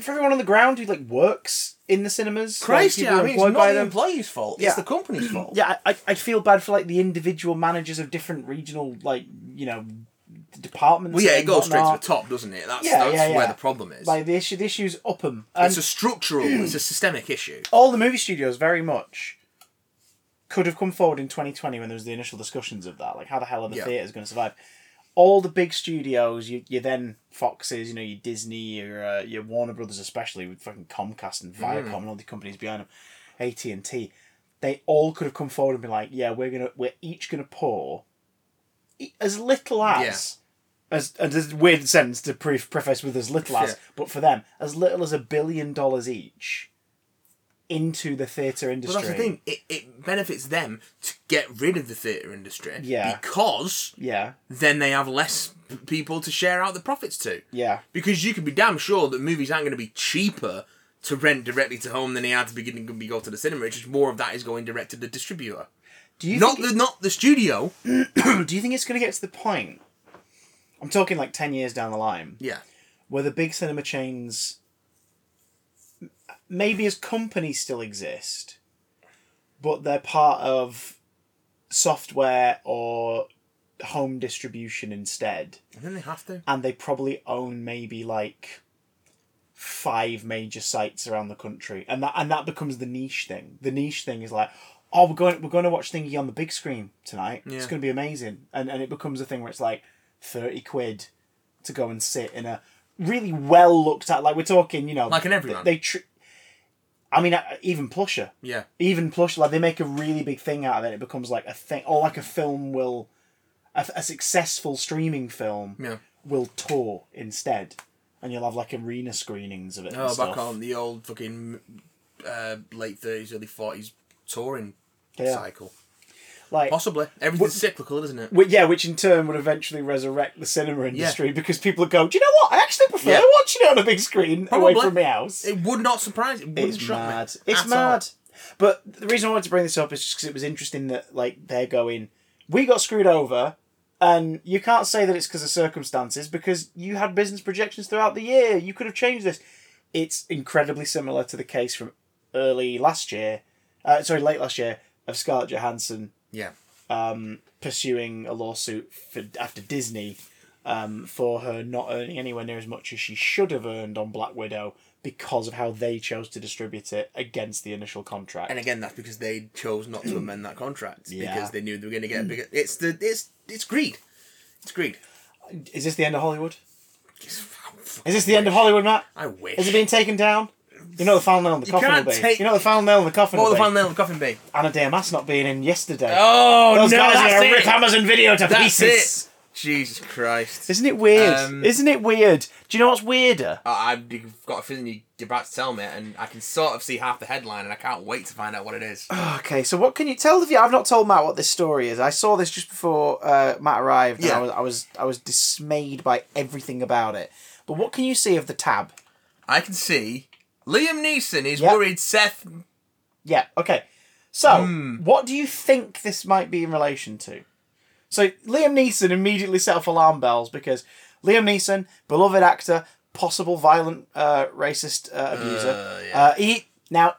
Speaker 1: for everyone on the ground who like works in the cinemas. like,
Speaker 3: Christ,
Speaker 1: people
Speaker 3: yeah,
Speaker 1: who
Speaker 3: I
Speaker 1: are
Speaker 3: mean, it's
Speaker 1: employed
Speaker 3: not
Speaker 1: by
Speaker 3: the
Speaker 1: them.
Speaker 3: employee's fault.
Speaker 1: Yeah.
Speaker 3: It's the company's fault.
Speaker 1: Yeah, I I- I'd feel bad for like the individual managers of different regional like you know departments.
Speaker 3: Well, yeah, it
Speaker 1: and
Speaker 3: goes straight to
Speaker 1: whatnot.
Speaker 3: the top, doesn't it? That's
Speaker 1: Yeah,
Speaker 3: that's
Speaker 1: yeah,
Speaker 3: where
Speaker 1: yeah.
Speaker 3: the problem is.
Speaker 1: Like the issue, the issue's up 'em. and
Speaker 3: it's a structural, it's a systemic issue.
Speaker 1: all the movie studios very much could have come forward in 2020 when there was the initial discussions of that like how the hell are the
Speaker 3: Yeah.
Speaker 1: theaters going to survive all the big studios you, your then foxes you know your disney your, uh, your warner brothers especially with fucking comcast and viacom
Speaker 3: Mm.
Speaker 1: and all the companies behind them at&t they all could have come forward and been like yeah we're gonna we're each gonna pour e- as little as as and as weird sentence to pre- preface with as little as
Speaker 3: Yeah.
Speaker 1: but for them as little as a billion dollars each into the theatre
Speaker 3: But
Speaker 1: industry
Speaker 3: that's the thing; it, it benefits them to get rid of the theatre industry.
Speaker 1: Yeah.
Speaker 3: Because
Speaker 1: yeah
Speaker 3: then they have less p- people to share out the profits to.
Speaker 1: yeah
Speaker 3: Because you can be damn sure that movies aren't going to be cheaper to rent directly to home than they are to beginning to be go to the cinema. It's just more of that is going direct to the distributor,
Speaker 1: do you
Speaker 3: not
Speaker 1: think
Speaker 3: the not the studio.
Speaker 1: do you think it's going to get to the point i'm talking like 10 years down the line
Speaker 3: Yeah.
Speaker 1: where the big cinema chains m- maybe as companies still exist but they're part of software or home distribution instead
Speaker 3: And then they have to.
Speaker 1: and they probably own maybe like five major sites around the country and that and that becomes the niche thing the niche thing is like oh we're going we're going to watch thingy on the big screen tonight it's
Speaker 3: Yeah.
Speaker 1: going to be amazing and and it becomes a thing where it's like 30 quid to go and sit in a really well looked at like we're talking you know
Speaker 3: Like an everyman.
Speaker 1: they, they tr- i mean uh, even plusher
Speaker 3: Yeah.
Speaker 1: even plush like they make a really big thing out of it it becomes like a thing or like a film will a, a successful streaming film
Speaker 3: Yeah.
Speaker 1: will tour instead and you'll have like arena screenings of it and
Speaker 3: Oh,
Speaker 1: stuff.
Speaker 3: back on the old fucking uh, late thirties, early forties touring
Speaker 1: Yeah.
Speaker 3: cycle.
Speaker 1: like
Speaker 3: Possibly everything's cyclical, isn't it?
Speaker 1: wh- yeah which in turn would eventually resurrect the cinema industry because people would go do you know what i actually prefer
Speaker 3: Yeah.
Speaker 1: watching it on a big screen away
Speaker 3: Probably.
Speaker 1: from my house
Speaker 3: It would not surprise. It wouldn't
Speaker 1: it's
Speaker 3: shock me
Speaker 1: mad
Speaker 3: at
Speaker 1: it's
Speaker 3: all.
Speaker 1: mad but the reason i wanted to bring this up is just because it was interesting that like they're going we got screwed over and you can't say that it's because of circumstances because you had business projections throughout the year you could have changed this it's incredibly similar to the case from early last year uh, sorry late last year of scarlett johansson
Speaker 3: Yeah.
Speaker 1: um, pursuing a lawsuit for, after Disney um, for her not earning anywhere near as much as she should have earned on Black Widow because of how they chose to distribute it against the initial contract.
Speaker 3: And again, that's because they chose not to amend that contract
Speaker 1: Yeah.
Speaker 3: because they knew they were going to get a bigger. It's the it's it's greed. It's greed.
Speaker 1: Is this the end of Hollywood?
Speaker 3: It's-
Speaker 1: Is this the end of Hollywood, Matt?
Speaker 3: I wish.
Speaker 1: Is it being taken down? You know the final nail in the
Speaker 3: You
Speaker 1: coffin will
Speaker 3: can't
Speaker 1: be.
Speaker 3: take-
Speaker 1: You know the final nail in the coffin
Speaker 3: What
Speaker 1: will
Speaker 3: would Oh, the
Speaker 1: be.
Speaker 3: final nail of the coffin be?
Speaker 1: Anna de Amas not being in yesterday.
Speaker 3: Oh
Speaker 1: Those guys are
Speaker 3: that's
Speaker 1: going to
Speaker 3: it.
Speaker 1: rip hammers and video to
Speaker 3: That's
Speaker 1: pieces.
Speaker 3: it. Jesus Christ!
Speaker 1: Isn't it weird?
Speaker 3: Um,
Speaker 1: Isn't it weird? Do you know what's weirder?
Speaker 3: I, I've you've got a feeling you- you're about to tell me, and I can sort of see half the headline, and I can't wait to find out what it is.
Speaker 1: Okay, so what can you tell the view? I've not told Matt what this story is. I saw this just before uh, Matt arrived. And
Speaker 3: Yeah.
Speaker 1: I was, I was I was dismayed by everything about it. But what can you see of the tab?
Speaker 3: I can see Liam Neeson is
Speaker 1: Yep.
Speaker 3: worried Seth.
Speaker 1: Yeah. Okay. So
Speaker 3: Hmm.
Speaker 1: what do you think this might be in relation to? So Liam Neeson immediately set off alarm bells because Liam Neeson, beloved actor, possible violent uh, racist uh, abuser. Uh, he now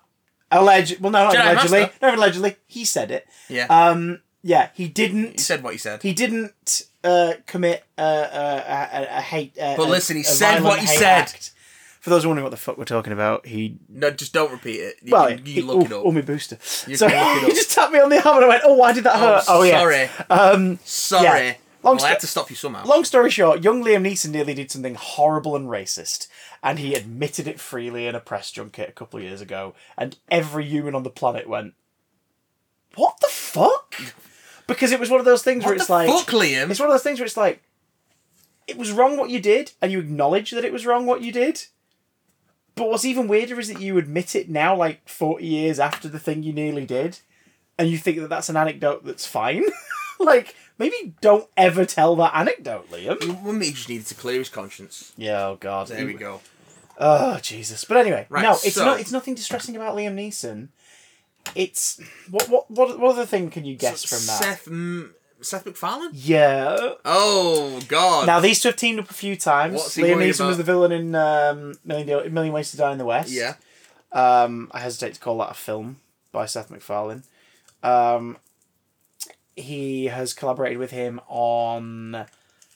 Speaker 1: alleged. Well, no, not
Speaker 3: Jedi
Speaker 1: allegedly.
Speaker 3: Master.
Speaker 1: No, allegedly. He said it.
Speaker 3: Yeah,
Speaker 1: Um. Yeah, he didn't.
Speaker 3: he said what he said.
Speaker 1: He didn't uh, commit uh, uh, a, a, a hate. Uh,
Speaker 3: But
Speaker 1: a-
Speaker 3: listen, he
Speaker 1: a
Speaker 3: said
Speaker 1: violent
Speaker 3: what he
Speaker 1: hate
Speaker 3: said.
Speaker 1: act. For those wondering what the fuck we're talking about, he
Speaker 3: no, just don't repeat it. You,
Speaker 1: well,
Speaker 3: can, you
Speaker 1: he-
Speaker 3: can look
Speaker 1: oh,
Speaker 3: it up.
Speaker 1: oh, my booster.
Speaker 3: You
Speaker 1: so
Speaker 3: can look it
Speaker 1: he
Speaker 3: up.
Speaker 1: just tapped me on the arm and I went, "Oh, why did that
Speaker 3: Oh,
Speaker 1: hurt?" Oh yeah,
Speaker 3: sorry.
Speaker 1: Um,
Speaker 3: Sorry.
Speaker 1: Yeah. Long
Speaker 3: Well, I
Speaker 1: sto-
Speaker 3: had to stop you somehow.
Speaker 1: Long story short, young Liam Neeson nearly did something horrible and racist, and he admitted it freely in a press junket a couple of years ago, and every human on the planet went, What the fuck? Because it was one of those things where
Speaker 3: What
Speaker 1: it's
Speaker 3: the
Speaker 1: like
Speaker 3: fuck, Liam?
Speaker 1: it's one of those things where it's like it was wrong what you did, and you acknowledge that it was wrong what you did. But what's even weirder is that you admit it now, like forty years after the thing you nearly did, and you think that that's an anecdote that's fine. like maybe don't ever tell that anecdote, Liam.
Speaker 3: One that he just needed to clear his conscience.
Speaker 1: Yeah, oh god.
Speaker 3: There we go.
Speaker 1: Oh Jesus! But anyway,
Speaker 3: Right,
Speaker 1: no, it's
Speaker 3: so-
Speaker 1: not. It's nothing distressing about Liam Neeson. It's what what what what other thing can you guess from that?
Speaker 3: Seth, mm, Seth MacFarlane?
Speaker 1: Yeah.
Speaker 3: Oh, God.
Speaker 1: Now these two have teamed up a few times.
Speaker 3: What's he
Speaker 1: Liam
Speaker 3: worried
Speaker 1: Neeson was
Speaker 3: about?
Speaker 1: the villain in um, Million, Dale- Million Ways to Die in the West.
Speaker 3: yeah.
Speaker 1: Um, I hesitate to call that a film by Seth MacFarlane. Um, he has collaborated with him on.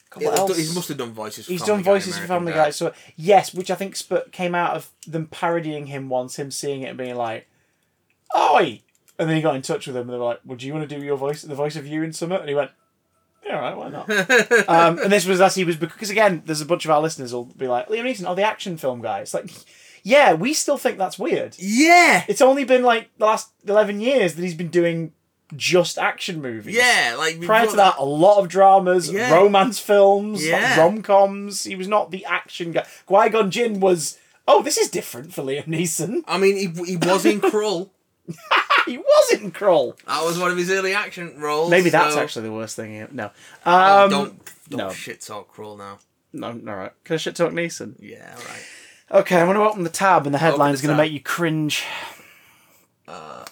Speaker 1: God,
Speaker 3: He's
Speaker 1: what else?
Speaker 3: done- He must have done voices for
Speaker 1: He's
Speaker 3: Family
Speaker 1: done
Speaker 3: Guy and
Speaker 1: voices for
Speaker 3: American
Speaker 1: Family
Speaker 3: Dad.
Speaker 1: Guy, so yes, which I think sp- came out of them parodying him once, him seeing it and being like, "Oi!" And then he got in touch with them, and they were like, "Well, do you want to do your voice, the voice of you in summer?" And he went, "Yeah, all right, why not?" um, and this was as he was because again, there's a bunch of our listeners will be like, "Liam Neeson, oh, the action film guy." It's like, yeah, we still think that's weird.
Speaker 3: Yeah.
Speaker 1: It's only been like the last eleven years that he's been doing just action movies.
Speaker 3: Yeah. Like,
Speaker 1: Prior to
Speaker 3: before-
Speaker 1: that, a lot of dramas,
Speaker 3: Yeah.
Speaker 1: romance films,
Speaker 3: Yeah.
Speaker 1: rom coms. He was not the action guy. Qui Gon Jinn was. Oh, this is different for Liam Neeson.
Speaker 3: I mean, he, he was in Krull.
Speaker 1: He was in Krull.
Speaker 3: That was one of his early action roles.
Speaker 1: Maybe that's
Speaker 3: so-
Speaker 1: actually the worst thing. Here. No. Um,
Speaker 3: Oh, don't don't
Speaker 1: no.
Speaker 3: shit talk Krull now.
Speaker 1: No, all right. Can I shit talk Neeson?
Speaker 3: Yeah, all right.
Speaker 1: Okay, I'm going to open the tab, and the headline's
Speaker 3: the
Speaker 1: going to
Speaker 3: tab. Uh.
Speaker 1: make you cringe. Liam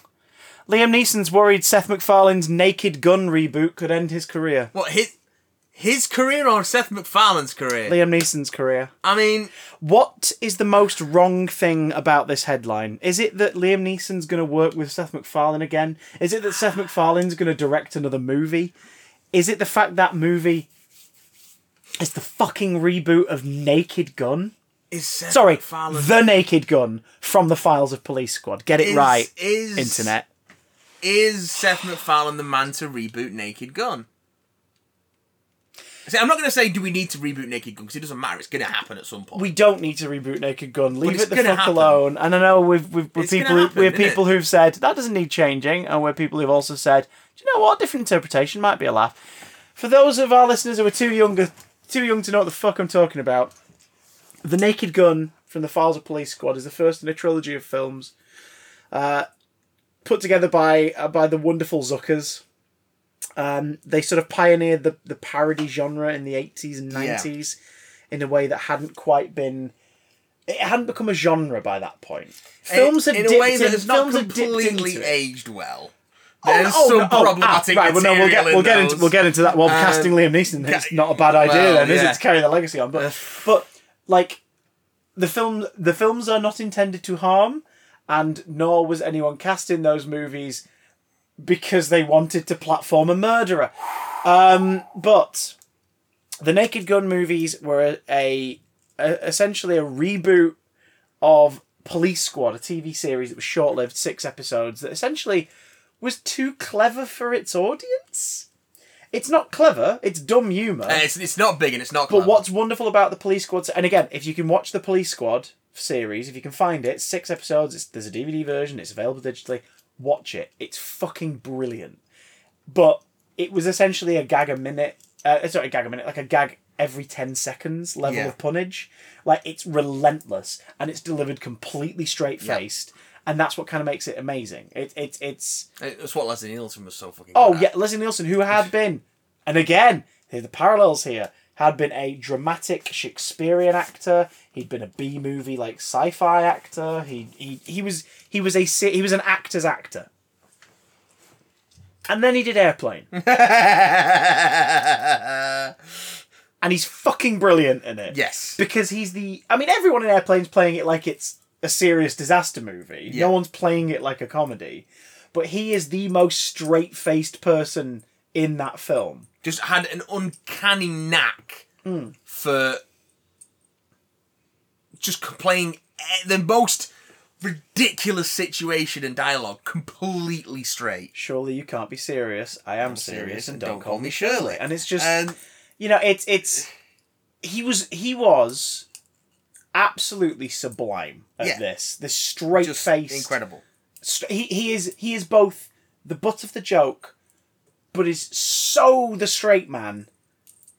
Speaker 1: Neeson's worried Seth MacFarlane's Naked Gun reboot could end his career.
Speaker 3: What his his career or Seth MacFarlane's career?
Speaker 1: Liam Neeson's career.
Speaker 3: I mean,
Speaker 1: What is the most wrong thing about this headline? Is it that Liam Neeson's going to work with Seth MacFarlane again? Is it that Seth MacFarlane's going to direct another movie? Is it the fact that movie is the fucking reboot of Naked Gun?
Speaker 3: is Seth
Speaker 1: Sorry,
Speaker 3: MacFarlane
Speaker 1: The Naked Gun from the files of Police Squad. Get it
Speaker 3: is,
Speaker 1: right,
Speaker 3: Is
Speaker 1: internet.
Speaker 3: Is Seth MacFarlane the man to reboot Naked Gun? See, I'm not going to say do we need to reboot Naked Gun because it doesn't matter. It's going to happen at some point.
Speaker 1: We don't need to reboot Naked Gun. Leave
Speaker 3: it's
Speaker 1: it the
Speaker 3: gonna
Speaker 1: fuck
Speaker 3: happen.
Speaker 1: alone. And I know we've we've we're
Speaker 3: It's gonna
Speaker 1: people who-
Speaker 3: happen,
Speaker 1: we're
Speaker 3: isn't it?
Speaker 1: people who've said that doesn't need changing, and we're people who've also said, do you know what? Different interpretation might be a laugh. For those of our listeners who are too young too young to know what the fuck I'm talking about, the Naked Gun from the Files of Police Squad is the first in a trilogy of films, uh, put together by uh, by the wonderful Zuckers. Um, they sort of pioneered the, the parody genre in the 80s and 90s in a way that hadn't quite been it hadn't become a genre by that point. Films
Speaker 3: in,
Speaker 1: had
Speaker 3: in
Speaker 1: dipped
Speaker 3: a way
Speaker 1: in,
Speaker 3: that has not
Speaker 1: films had dipped
Speaker 3: completely
Speaker 1: into it.
Speaker 3: aged well.
Speaker 1: Oh,
Speaker 3: There's
Speaker 1: oh,
Speaker 3: some
Speaker 1: no, oh,
Speaker 3: problematic
Speaker 1: ah, right, well, no, we'll get
Speaker 3: material in
Speaker 1: we'll get
Speaker 3: those.
Speaker 1: into we'll get into that. Well, casting Liam Neeson is not a bad idea
Speaker 3: well,
Speaker 1: then, is
Speaker 3: yeah.
Speaker 1: it? To carry the legacy on, but but like the film, the films are not intended to harm, and nor was anyone cast in those movies because they wanted to platform a murderer. Um, but the Naked Gun movies were a, a essentially a reboot of Police Squad, a TV series that was short lived, six episodes, that essentially was too clever for its audience. It's not clever, it's dumb humour.
Speaker 3: Uh, it's, it's not big and it's
Speaker 1: But
Speaker 3: not. clever.
Speaker 1: what's wonderful about the Police Squad, and again, if you can watch the Police Squad series, if you can find it, six episodes, it's, there's a DVD version, it's available digitally, watch it. It's fucking brilliant. But it was essentially a gag a minute, uh, sorry, a gag a minute, like a gag every 10 seconds level
Speaker 3: Yeah.
Speaker 1: of punnage. Like, it's relentless and it's delivered completely straight faced. And that's what kind of makes it amazing. It, it, it's.
Speaker 3: Uh, It's what Leslie Nielsen was so fucking.
Speaker 1: Oh
Speaker 3: good at.
Speaker 1: yeah, Leslie Nielsen, who had been, and again, here's the parallels here. Had been a dramatic Shakespearean actor. He'd been a B movie like sci-fi actor. He he he was he was a se- he was an actor's actor. And then he did Airplane, and he's fucking brilliant in it.
Speaker 3: yes.
Speaker 1: because he's the. I mean, everyone in Airplane's playing it like it's a serious disaster movie.
Speaker 3: Yeah.
Speaker 1: No one's playing it like a comedy, but he is the most straight-faced person in that film.
Speaker 3: just had an uncanny knack
Speaker 1: Hmm.
Speaker 3: for just playing e- the most ridiculous situation and dialogue completely straight.
Speaker 1: Surely you can't be serious. I am serious, and don't, call me
Speaker 3: Shirley.
Speaker 1: Shirley. And it's just
Speaker 3: And
Speaker 1: you know, it's it's he was he was absolutely sublime at
Speaker 3: Yeah.
Speaker 1: this. This straight
Speaker 3: just
Speaker 1: face,
Speaker 3: incredible.
Speaker 1: st- he he is he is both the butt of the joke, but is so the straight man.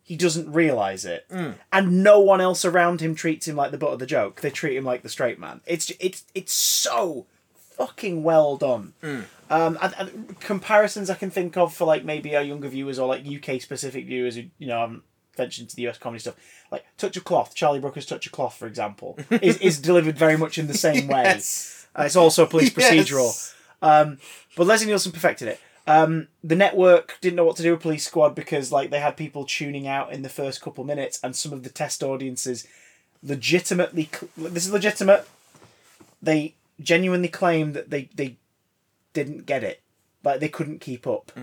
Speaker 1: He doesn't realize it, and no one else around him treats him like the butt of the joke. They treat him like the straight man. It's j- it's it's so fucking well done. Um, and, and comparisons I can think of for like maybe our younger viewers or like UK specific viewers who you know haven't ventured into the US comedy stuff, like Touch of Cloth, Charlie Brooker's Touch of Cloth, for example, is, is delivered very much in the same way. Uh, it's also a police procedural.
Speaker 3: Yes.
Speaker 1: But Leslie Nielsen perfected it. Um, the network didn't know what to do with Police Squad because like they had people tuning out in the first couple minutes, and some of the test audiences legitimately cl- this is legitimate. They genuinely claimed that they they didn't get it, like they couldn't keep up.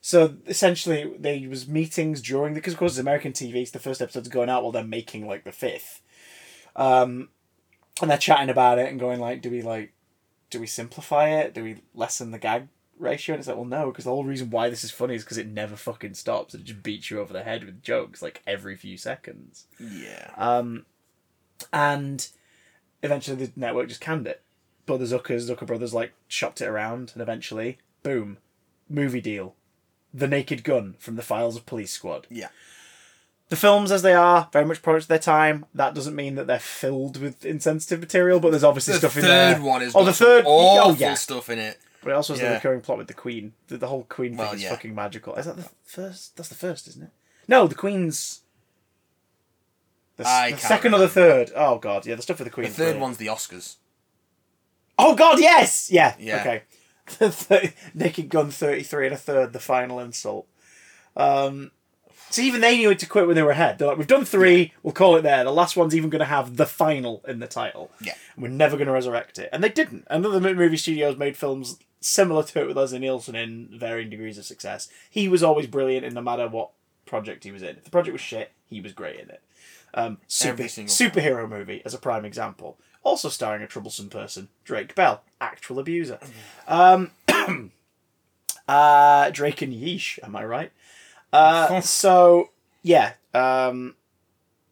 Speaker 1: So essentially, there was meetings during the because of course it's American TV. It's the first episode's going out while they're making like the fifth, um, and they're chatting about it and going like, do we like do we simplify it? Do we lessen the gag ratio? And it's like, well, no, because the whole reason why this is funny is because it never fucking stops. It just beats you over the head with jokes like every few seconds.
Speaker 3: Yeah.
Speaker 1: And eventually the network just canned it. But the Zuckers, Zucker Brothers, like shopped it around and eventually, boom, movie deal. The Naked Gun from the files of Police Squad.
Speaker 3: yeah.
Speaker 1: The films, as they are, very much products of their time. That doesn't mean that they're filled with insensitive material, but there's obviously
Speaker 3: The
Speaker 1: stuff in there.
Speaker 3: third one is
Speaker 1: oh,
Speaker 3: got
Speaker 1: the
Speaker 3: some
Speaker 1: third.
Speaker 3: awful
Speaker 1: oh, yeah.
Speaker 3: stuff in it.
Speaker 1: But it also has the
Speaker 3: Yeah.
Speaker 1: recurring plot with the Queen. The, the whole Queen thing
Speaker 3: Well,
Speaker 1: is
Speaker 3: yeah.
Speaker 1: fucking magical. Is that the first? That's the first, isn't it? No, the Queen's. The, s-
Speaker 3: I
Speaker 1: the
Speaker 3: can't
Speaker 1: second or the third? Oh god, yeah, the stuff with the Queen.
Speaker 3: The third one's the Oscars.
Speaker 1: Oh god, yes, yeah,
Speaker 3: Yeah.
Speaker 1: okay. The thir- Naked Gun thirty three and a third, the final insult. Um, so even they knew to quit when they were ahead. They're like, we've done three, we'll call it there. The last one's even going to have the final in the title.
Speaker 3: Yeah.
Speaker 1: And we're never going to resurrect it. And they didn't. And other movie studios made films similar to it with Leslie Nielsen in varying degrees of success. He was always brilliant in no matter what project he was in. If the project was shit, he was great in it. Um, super,
Speaker 3: Every single
Speaker 1: superhero movie as a prime example. Also starring a troublesome person, Drake Bell, actual abuser. Um, uh, Drake and Yeesh, am I right? Uh, so yeah, um,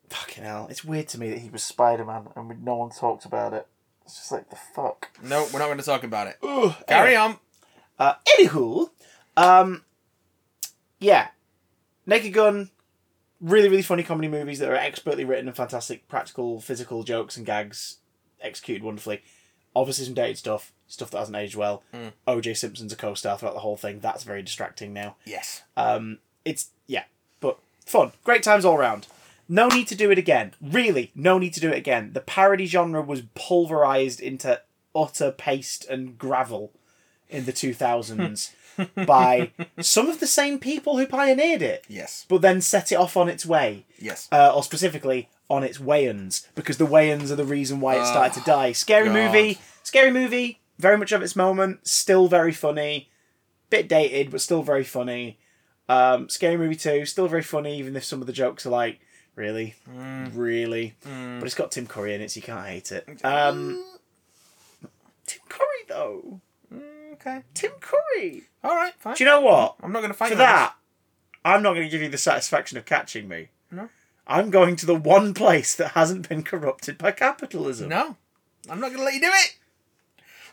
Speaker 1: fucking hell, it's weird to me that he was Spider Man and no one talks about it. It's just like the fuck.
Speaker 3: No, we're not going to talk about it. Carry on.
Speaker 1: Uh, anywho, um, yeah, Naked Gun, really, really funny comedy movies that are expertly written and fantastic practical, physical jokes and gags executed wonderfully. Obviously, some dated stuff, stuff that hasn't aged well. OJ Simpson's a co-star throughout the whole thing. That's very distracting now.
Speaker 3: Yes.
Speaker 1: Um, it's yeah, but fun, great times all round. No need to do it again. Really, no need to do it again. The parody genre was pulverized into utter paste and gravel in the 2000s by some of the same people who pioneered it,
Speaker 3: Yes.
Speaker 1: but then set it off on its way
Speaker 3: Yes.
Speaker 1: uh, or specifically on its Wayans, because the Wayans are the reason why it started to die. Scary
Speaker 3: God.
Speaker 1: movie, scary movie, very much of its moment, still very funny, bit dated, but still very funny. Um, scary movie 2, still very funny, even if some of the jokes are like, really, really. But it's got Tim Curry in it, so you can't hate it. Um, Tim Curry, though.
Speaker 3: okay.
Speaker 1: Tim Curry.
Speaker 3: All right. Fine.
Speaker 1: Do you know what?
Speaker 3: I'm not going to fight
Speaker 1: For
Speaker 3: you on
Speaker 1: that, I'm not going to give you the satisfaction of catching me.
Speaker 3: No.
Speaker 1: I'm going to the one place that hasn't been corrupted by capitalism.
Speaker 3: this. No. I'm not going to let you do it.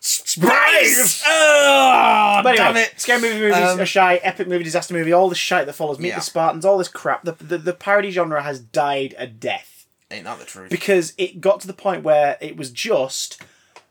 Speaker 1: Space!
Speaker 3: Oh,
Speaker 1: But
Speaker 3: damn
Speaker 1: anyway,
Speaker 3: it.
Speaker 1: scary movie movies
Speaker 3: Um,
Speaker 1: are shy, epic movie, disaster movie, all the shite that follows, Meet
Speaker 3: Yeah.
Speaker 1: the Spartans, all this crap. The, the, the parody genre has died a death
Speaker 3: Ain't that the truth?
Speaker 1: because it got to the point where it was just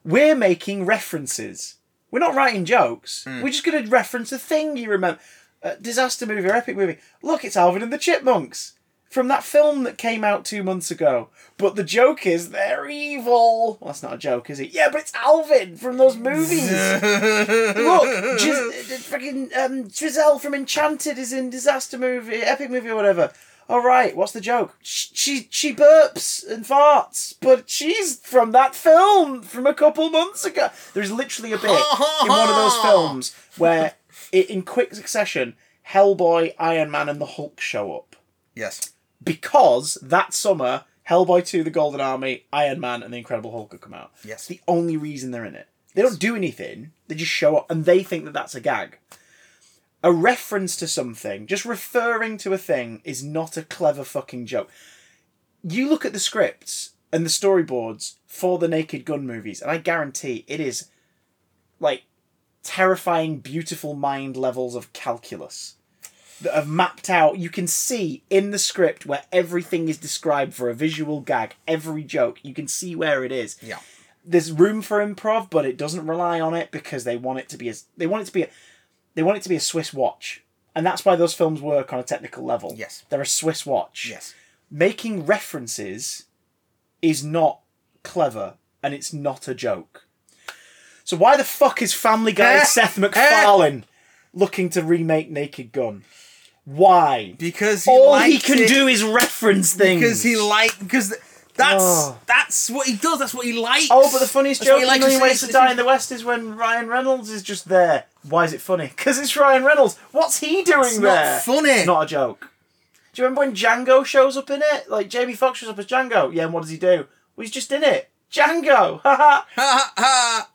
Speaker 1: we're making references. We're not writing jokes. We're just going to reference a thing you remember. Uh, disaster movie or epic movie. Look, it's Alvin and the Chipmunks from that film that came out two months ago. But the joke is they're evil. Well, that's not a joke, is it? Yeah, but it's Alvin from those movies. Look, Gis- uh, fucking um, Giselle from Enchanted is in disaster movie, epic movie, or whatever. All right, what's the joke? Sh- She she burps and farts, but she's from that film from a couple months ago. There's literally a bit in one of those films where, it, in quick succession, Hellboy, Iron Man, and the Hulk show up
Speaker 3: yes.
Speaker 1: because that summer Hellboy 2, The Golden Army, Iron Man, and The Incredible Hulk have come out.
Speaker 3: Yes.
Speaker 1: It's the only reason they're in it. They don't do anything, they just show up and they think that that's a gag. A reference to something, just referring to a thing, is not a clever fucking joke. You look at the scripts and the storyboards for the Naked Gun movies, and I guarantee it is like terrifying, beautiful mind levels of calculus that have mapped out. You can see in the script where everything is described for a visual gag, every joke. You can see where it is.
Speaker 3: Yeah.
Speaker 1: There's room for improv, but it doesn't rely on it because they want it to be as they want it to be. A, they want it to be a Swiss watch, and that's why those films work on a technical level.
Speaker 3: Yes.
Speaker 1: they're a Swiss watch
Speaker 3: Yes.
Speaker 1: making references is not clever and it's not a joke. So why the fuck is Family Guy
Speaker 3: Eh?
Speaker 1: Seth MacFarlane looking to remake Naked Gun? Why?
Speaker 3: Because he
Speaker 1: All
Speaker 3: likes
Speaker 1: he can
Speaker 3: it.
Speaker 1: do is reference things.
Speaker 3: because he like because th- that's
Speaker 1: Oh.
Speaker 3: that's what he does. That's what he likes.
Speaker 1: Oh, but the funniest
Speaker 3: That's what
Speaker 1: joke
Speaker 3: he
Speaker 1: in
Speaker 3: likes
Speaker 1: Million Ways
Speaker 3: say.
Speaker 1: to Die in the West is when Ryan Reynolds is just there. Why is it funny? Because it's Ryan Reynolds. What's he doing
Speaker 3: It's
Speaker 1: there?
Speaker 3: not funny.
Speaker 1: It's not a joke. Do you remember when Django shows up in it? Like Jamie Foxx shows up as Django. Yeah, and what does he do? Well, he's just in it. Django. Haha.
Speaker 3: Ha, ha, ha.